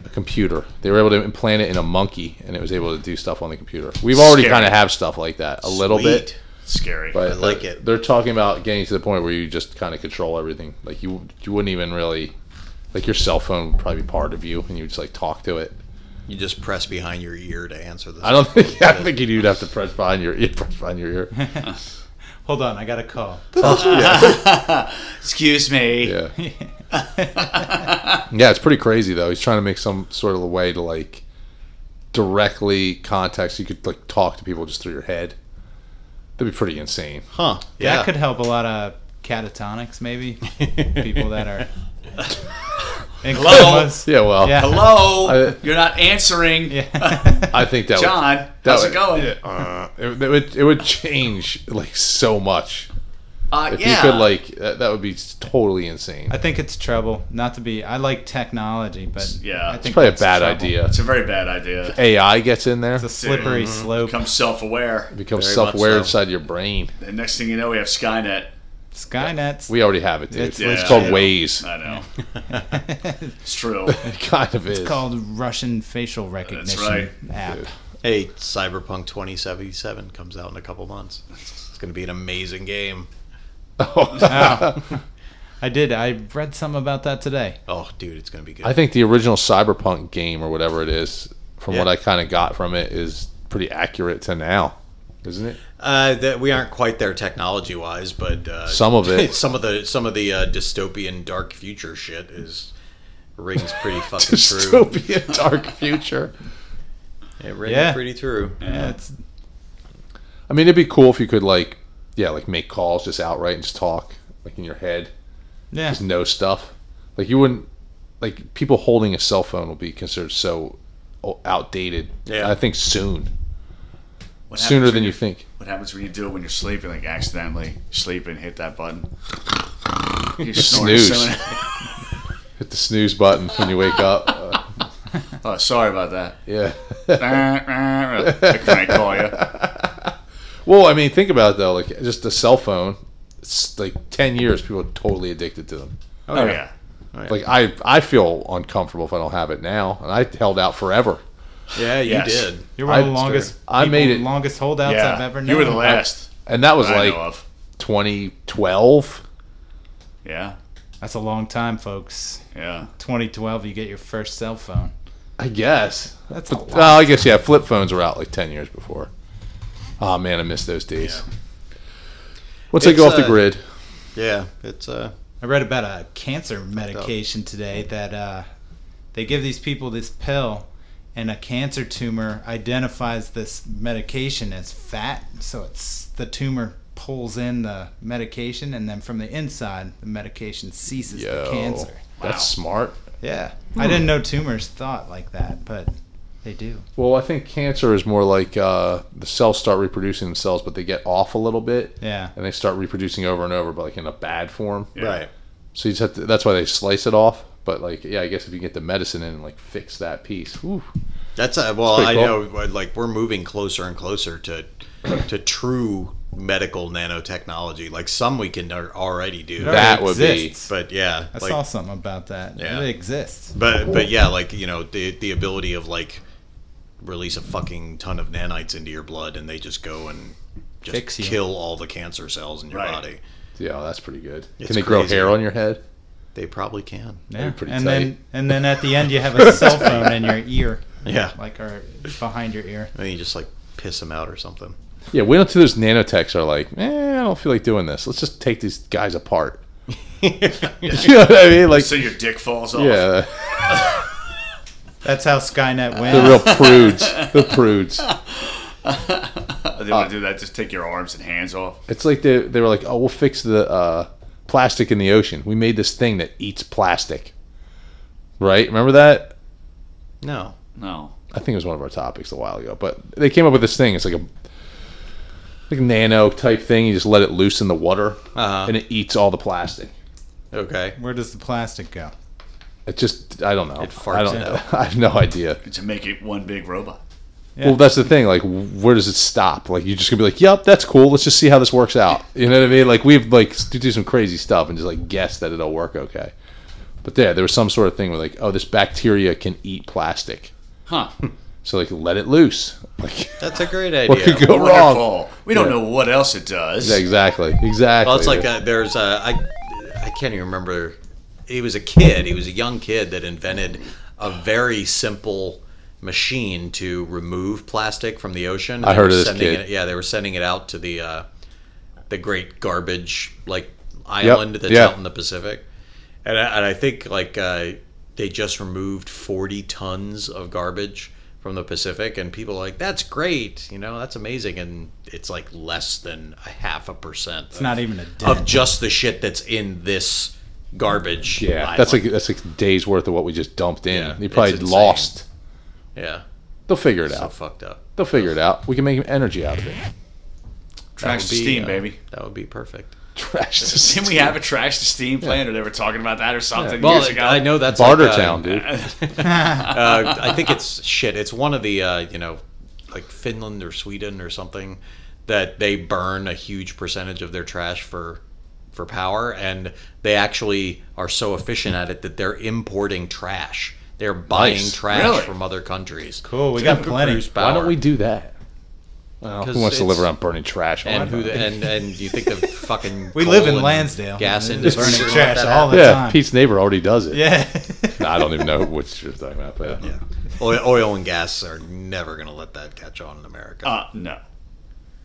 Speaker 4: a computer. They were able to implant it in a monkey, and it was able to do stuff on the computer. We've already
Speaker 2: Scary.
Speaker 4: kind of have stuff like that a little bit,
Speaker 3: Sweet.
Speaker 2: Scary.
Speaker 4: but
Speaker 3: I like
Speaker 4: they're-
Speaker 3: it.
Speaker 4: They're talking about getting to the point where you just kind of control everything. Like you, you wouldn't even really like your cell phone would probably be part of you, and you just like talk to it.
Speaker 3: you just press behind your ear to answer this
Speaker 4: I don't think I think you'd have to press behind your ear, press behind your ear.
Speaker 5: Hold on, I got a call.
Speaker 2: Excuse me.
Speaker 4: Yeah. yeah, it's pretty crazy though. He's trying to make some sort of a way to like directly contact. So you could like talk to people just through your head. That'd be pretty insane.
Speaker 3: Huh.
Speaker 5: That could help a lot of catatonics, maybe. People that are in comas.
Speaker 4: Yeah, well,
Speaker 5: Yeah.
Speaker 2: Hello,
Speaker 4: I-
Speaker 2: you're not answering.
Speaker 5: Yeah.
Speaker 4: I think that would,
Speaker 2: John,
Speaker 4: that
Speaker 2: how's
Speaker 4: would-
Speaker 2: it going?
Speaker 4: yeah, uh, it, it would it would change like so much.
Speaker 2: Uh,
Speaker 4: If
Speaker 2: yeah.
Speaker 4: you could like that, that would be totally insane.
Speaker 5: I think it's trouble. Not to be. I like technology, but
Speaker 2: Yeah.
Speaker 5: I think
Speaker 4: It's probably a
Speaker 5: that's
Speaker 4: bad
Speaker 5: trouble.
Speaker 4: idea.
Speaker 2: it's a very bad idea.
Speaker 4: AI gets in there,
Speaker 5: It's a slippery slope.
Speaker 2: Become self-aware.
Speaker 4: becomes
Speaker 3: very
Speaker 4: self-aware
Speaker 3: much so.
Speaker 4: inside your brain.
Speaker 2: And next thing you know, we have Skynet.
Speaker 5: Skynet's.
Speaker 4: We already have it, dude. It's,
Speaker 5: It's-
Speaker 2: Yeah,
Speaker 4: called
Speaker 2: I know.
Speaker 4: Waze.
Speaker 2: I know. it's true.
Speaker 4: It kind of is.
Speaker 5: called Russian facial recognition
Speaker 2: right.
Speaker 5: app.
Speaker 3: Hey, Cyberpunk 2077 comes out in a couple months. It's going to be an amazing game.
Speaker 5: Oh. I did. I read some about that today.
Speaker 3: Oh, dude, it's going to be good.
Speaker 4: I think the original Cyberpunk game or whatever it is, from what
Speaker 3: Yeah.
Speaker 4: I kind of got from it, is pretty accurate to now, isn't it?
Speaker 3: Uh, that we aren't quite there technology wise, but uh,
Speaker 4: Some of it.
Speaker 3: some of the some of the uh, dystopian dark future shit is rings pretty fucking true.
Speaker 4: Dystopian dark future.
Speaker 3: It rings
Speaker 5: Yeah.
Speaker 3: pretty true.
Speaker 5: Yeah, it's
Speaker 4: I mean, it'd be cool if you could like, yeah, like make calls just outright and just talk like in your head,
Speaker 5: yeah.
Speaker 4: just know stuff. Like you wouldn't like people holding a cell phone will be considered so o- outdated.
Speaker 3: Yeah.
Speaker 4: I think soon,
Speaker 2: What happens
Speaker 4: sooner
Speaker 2: when
Speaker 4: than you think.
Speaker 2: What happens when you do it when you're sleeping, like accidentally sleep and hit that button? You snore
Speaker 4: Snooze.
Speaker 2: so-
Speaker 4: Hit the snooze button when you wake up. Uh,
Speaker 2: Oh, sorry about that.
Speaker 4: yeah.
Speaker 2: Can I call you?
Speaker 4: Well, I mean, think about it though. Like just the cell phone, it's like ten years. People are totally addicted to them.
Speaker 2: Oh yeah.
Speaker 4: Like I, I feel uncomfortable if I don't have it now, and I held out forever.
Speaker 3: Yeah, you
Speaker 2: Yes.
Speaker 3: did.
Speaker 5: You're one of the
Speaker 4: I-
Speaker 5: longest.
Speaker 4: I
Speaker 5: people-
Speaker 4: made it-
Speaker 5: Longest holdouts
Speaker 2: Yeah.
Speaker 5: I've ever known.
Speaker 2: you were the last.
Speaker 4: And that was
Speaker 2: I know
Speaker 4: like
Speaker 2: of.
Speaker 4: 2012.
Speaker 2: Yeah.
Speaker 5: That's a long time, folks.
Speaker 2: Yeah.
Speaker 5: 2012, you get your first cell phone.
Speaker 4: I guess.
Speaker 5: That's a
Speaker 4: But,
Speaker 5: lot.
Speaker 4: well, I guess yeah. Flip phones were out like ten years before. Oh man, I miss those days. Once they
Speaker 3: It's,
Speaker 4: go off the
Speaker 3: uh,
Speaker 4: grid,
Speaker 3: Yeah, it's uh,
Speaker 5: I read about a cancer medication today that uh, they give these people this pill, and a cancer tumor identifies this medication as fat. So it's the tumor pulls in the medication, and then from the inside, the medication ceases the
Speaker 4: Yo.
Speaker 5: cancer.
Speaker 4: that's smart.
Speaker 5: Yeah, I didn't know tumors thought like that, but they do.
Speaker 4: Well, I think cancer is more like uh, the cells start reproducing themselves, but they get off a little bit,
Speaker 5: Yeah,
Speaker 4: and they start reproducing over and over, but like in a bad form.
Speaker 3: right.
Speaker 4: So you just have to. That's why they slice it off. But like, yeah, I guess if you get the medicine in and like fix that piece, whew,
Speaker 3: That's uh, well,
Speaker 4: That's
Speaker 3: I
Speaker 4: pretty
Speaker 3: know. Like we're moving closer and closer to to true medical nanotechnology. Like some we can ar- already do,
Speaker 5: It
Speaker 4: That
Speaker 5: already
Speaker 4: would be-
Speaker 5: exists.
Speaker 3: but yeah,
Speaker 5: I
Speaker 3: like,
Speaker 5: saw something about that.
Speaker 3: Yeah.
Speaker 5: It exists.
Speaker 3: But but yeah, like you know the the ability of like release a fucking ton of nanites into your blood and they just go and just
Speaker 5: Fix you.
Speaker 3: kill all the cancer cells in your
Speaker 2: Right.
Speaker 3: body.
Speaker 4: yeah, that's pretty good.
Speaker 3: It's
Speaker 4: Can they grow
Speaker 3: crazy.
Speaker 4: hair on your head?
Speaker 3: They probably can.
Speaker 5: Yeah,
Speaker 4: pretty
Speaker 5: and
Speaker 4: tight.
Speaker 5: then and then at the end, you have a cell phone in your ear.
Speaker 3: Yeah, like
Speaker 5: like or behind your ear.
Speaker 3: I mean, you just like piss them out or something.
Speaker 4: Yeah, wait until those nanotechs are like, eh, I don't feel like doing this. Let's just take these guys apart. You know what I mean? Like,
Speaker 2: So your dick falls off.
Speaker 4: yeah,
Speaker 5: That's how Skynet
Speaker 4: the
Speaker 5: wins.
Speaker 4: real prudes, the prudes.
Speaker 2: They
Speaker 4: Uh,
Speaker 2: want to do that. Just take your arms and hands off.
Speaker 4: It's like they they were like, oh, we'll fix the uh, plastic in the ocean. We made this thing that eats plastic. Right? Remember that?
Speaker 3: No,
Speaker 2: No.
Speaker 4: I think it was one of our topics a while ago, but they came up with this thing. It's like a like a nano type thing. You just let it loose in the water,
Speaker 3: Uh-huh.
Speaker 4: and it eats all the plastic.
Speaker 3: okay,
Speaker 5: Where does the plastic go?
Speaker 4: It just I don't know.
Speaker 3: It farts
Speaker 4: I don't
Speaker 3: it
Speaker 4: know. I have no idea.
Speaker 2: To make it one big robot.
Speaker 5: Yeah.
Speaker 4: Well, that's the thing. Like, where does it stop? Like, you're just gonna be like, "Yep, that's cool. Let's just see how this works out." You know what I mean? Like, we've like to do some crazy stuff and just like guess that it'll work okay. But there, there was some sort of thing where like, "Oh, this bacteria can eat plastic,"
Speaker 2: Huh.
Speaker 4: so like let it loose. Like,
Speaker 3: that's a great
Speaker 4: what could
Speaker 3: idea.
Speaker 4: go wrong?
Speaker 2: Wonderful. We don't know what else it does.
Speaker 4: Yeah, Exactly. Exactly.
Speaker 3: Well, it's like uh there's a I I can't even remember. He was a kid. He was a young kid that invented a very simple machine to remove plastic from the ocean. They
Speaker 4: I
Speaker 3: were
Speaker 4: heard of this
Speaker 3: sending
Speaker 4: kid.
Speaker 3: It, yeah, they were sending it out to the uh, the great garbage like island that's
Speaker 4: yeah.
Speaker 3: out in the Pacific, and I, and I think like uh, they just removed forty tons of garbage from the Pacific, and people are like, "That's great," you know, "That's amazing," and it's like less than a half a percent.
Speaker 5: It's not even a
Speaker 3: of
Speaker 5: dent.
Speaker 3: just the shit that's in this garbage.
Speaker 4: Yeah,
Speaker 3: island.
Speaker 4: that's like that's like a days worth of what we just dumped in.
Speaker 3: Yeah,
Speaker 4: you probably
Speaker 3: it's insane.
Speaker 4: lost.
Speaker 3: yeah,
Speaker 4: They'll figure it
Speaker 3: so
Speaker 4: out.
Speaker 3: fucked up.
Speaker 4: They'll figure it out. We can make energy out of it.
Speaker 2: Trash
Speaker 3: would
Speaker 2: to
Speaker 3: be,
Speaker 2: steam,
Speaker 3: uh,
Speaker 2: baby.
Speaker 3: That would be perfect.
Speaker 4: Trash. to
Speaker 2: Didn't we
Speaker 4: steam.
Speaker 2: have a trash to steam plant, or they were talking about that or something
Speaker 3: Well,
Speaker 2: years ago?
Speaker 3: I know that's
Speaker 4: Barter
Speaker 3: like, uh,
Speaker 4: Town, dude?
Speaker 3: uh, I think it's shit. It's one of the uh, you know, like Finland or Sweden or something that they burn a huge percentage of their trash for for power, and they actually are so efficient at it that they're importing trash. They're buying
Speaker 4: Nice.
Speaker 3: trash
Speaker 2: Really?
Speaker 3: from other countries.
Speaker 5: Cool, we got plenty.
Speaker 4: Why don't we do that? Well,
Speaker 3: 'Cause
Speaker 4: who wants to
Speaker 3: it's-
Speaker 4: live around burning trash? all
Speaker 3: And
Speaker 4: the
Speaker 3: who? The,
Speaker 4: time?
Speaker 3: and and you think the fucking
Speaker 5: We live
Speaker 3: coal
Speaker 5: in
Speaker 3: and
Speaker 5: Lansdale.
Speaker 3: gas
Speaker 5: They're
Speaker 3: industry
Speaker 5: burning
Speaker 3: and all
Speaker 5: trash
Speaker 3: that
Speaker 5: all the
Speaker 4: yeah,
Speaker 5: time.
Speaker 4: Pete's neighbor already does it.
Speaker 5: Yeah.
Speaker 4: Nah, I don't even know what you're talking about. But yeah.
Speaker 3: oil, oil and gas are never going to let that catch on in America.
Speaker 2: Uh, no.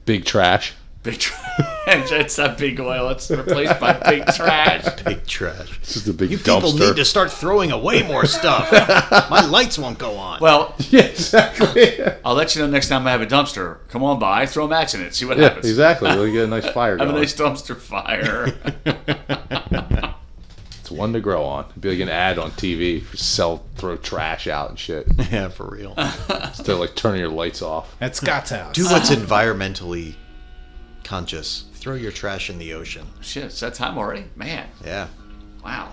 Speaker 4: big trash.
Speaker 2: Big trash. it's not big oil. It's replaced by big trash.
Speaker 3: Big trash.
Speaker 4: This is the big
Speaker 3: You
Speaker 4: dumpster.
Speaker 3: people need to start throwing away more stuff. My lights won't go on.
Speaker 2: Well,
Speaker 4: yeah, exactly. yeah,
Speaker 2: I'll let you know next time I have a dumpster. Come on by, throw a match in it, see what happens.
Speaker 4: exactly. Really get a nice fire
Speaker 2: Have
Speaker 4: going.
Speaker 2: a nice dumpster fire. Oh,
Speaker 4: It's one to grow on. It'd be like an ad on TV for sell, throw trash out and shit.
Speaker 3: yeah, for real.
Speaker 4: Instead of like turning your lights off.
Speaker 5: That's Scott's house.
Speaker 3: Do what's environmentally conscious. Throw your trash in the ocean.
Speaker 2: Shit, it's that time already? Man,
Speaker 3: Yeah.
Speaker 2: wow.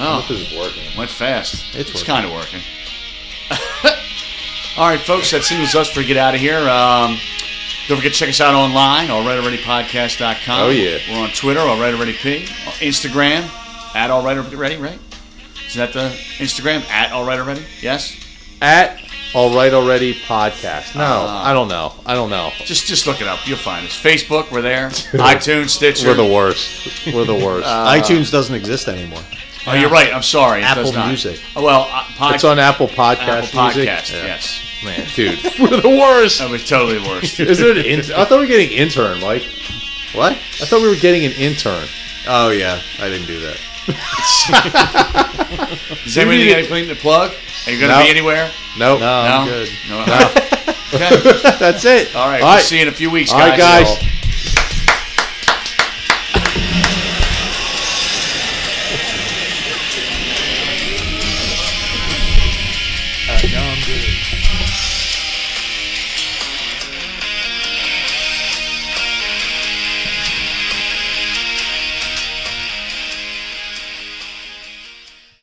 Speaker 3: Oh.
Speaker 4: This is working.
Speaker 2: Went fast.
Speaker 3: It's
Speaker 2: It's,
Speaker 3: working.
Speaker 2: kind of working. All right, folks, that singles us for Get Out of Here. Um, don't forget to check us out online, allrightalreadypodcast.com.
Speaker 4: Oh, yeah.
Speaker 2: We're on Twitter, allrightalreadyp. Instagram, at allrightalready, right? Is that the Instagram, at allrightalready? Yes?
Speaker 4: At All Right Already podcast. No,
Speaker 3: Uh.
Speaker 4: I don't know. I don't know.
Speaker 2: Just just look it up. You'll find us. Facebook, we're there. iTunes, Stitcher.
Speaker 4: We're the worst. We're the worst.
Speaker 3: Uh, iTunes doesn't exist anymore.
Speaker 2: oh, you're right. I'm sorry. It
Speaker 3: Apple
Speaker 2: does not.
Speaker 3: Music.
Speaker 2: Oh, well, uh, pod-
Speaker 4: it's on Apple
Speaker 2: Apple
Speaker 4: Podcast.
Speaker 2: Podcast.
Speaker 4: Music.
Speaker 2: Yes.
Speaker 4: Man, dude, we're the worst.
Speaker 2: That was totally worse.
Speaker 4: Is there an intern? I thought we were getting intern, Mike.
Speaker 3: What?
Speaker 4: I thought we were getting an intern.
Speaker 3: Oh yeah, I didn't do that.
Speaker 2: Does anybody need anything to plug? Are you going to
Speaker 4: No.
Speaker 2: be anywhere?
Speaker 4: Nope.
Speaker 3: No, I'm
Speaker 2: No?
Speaker 3: good.
Speaker 2: No. okay.
Speaker 4: That's it.
Speaker 2: All right. We'll see you in a few weeks,
Speaker 4: All right, guys.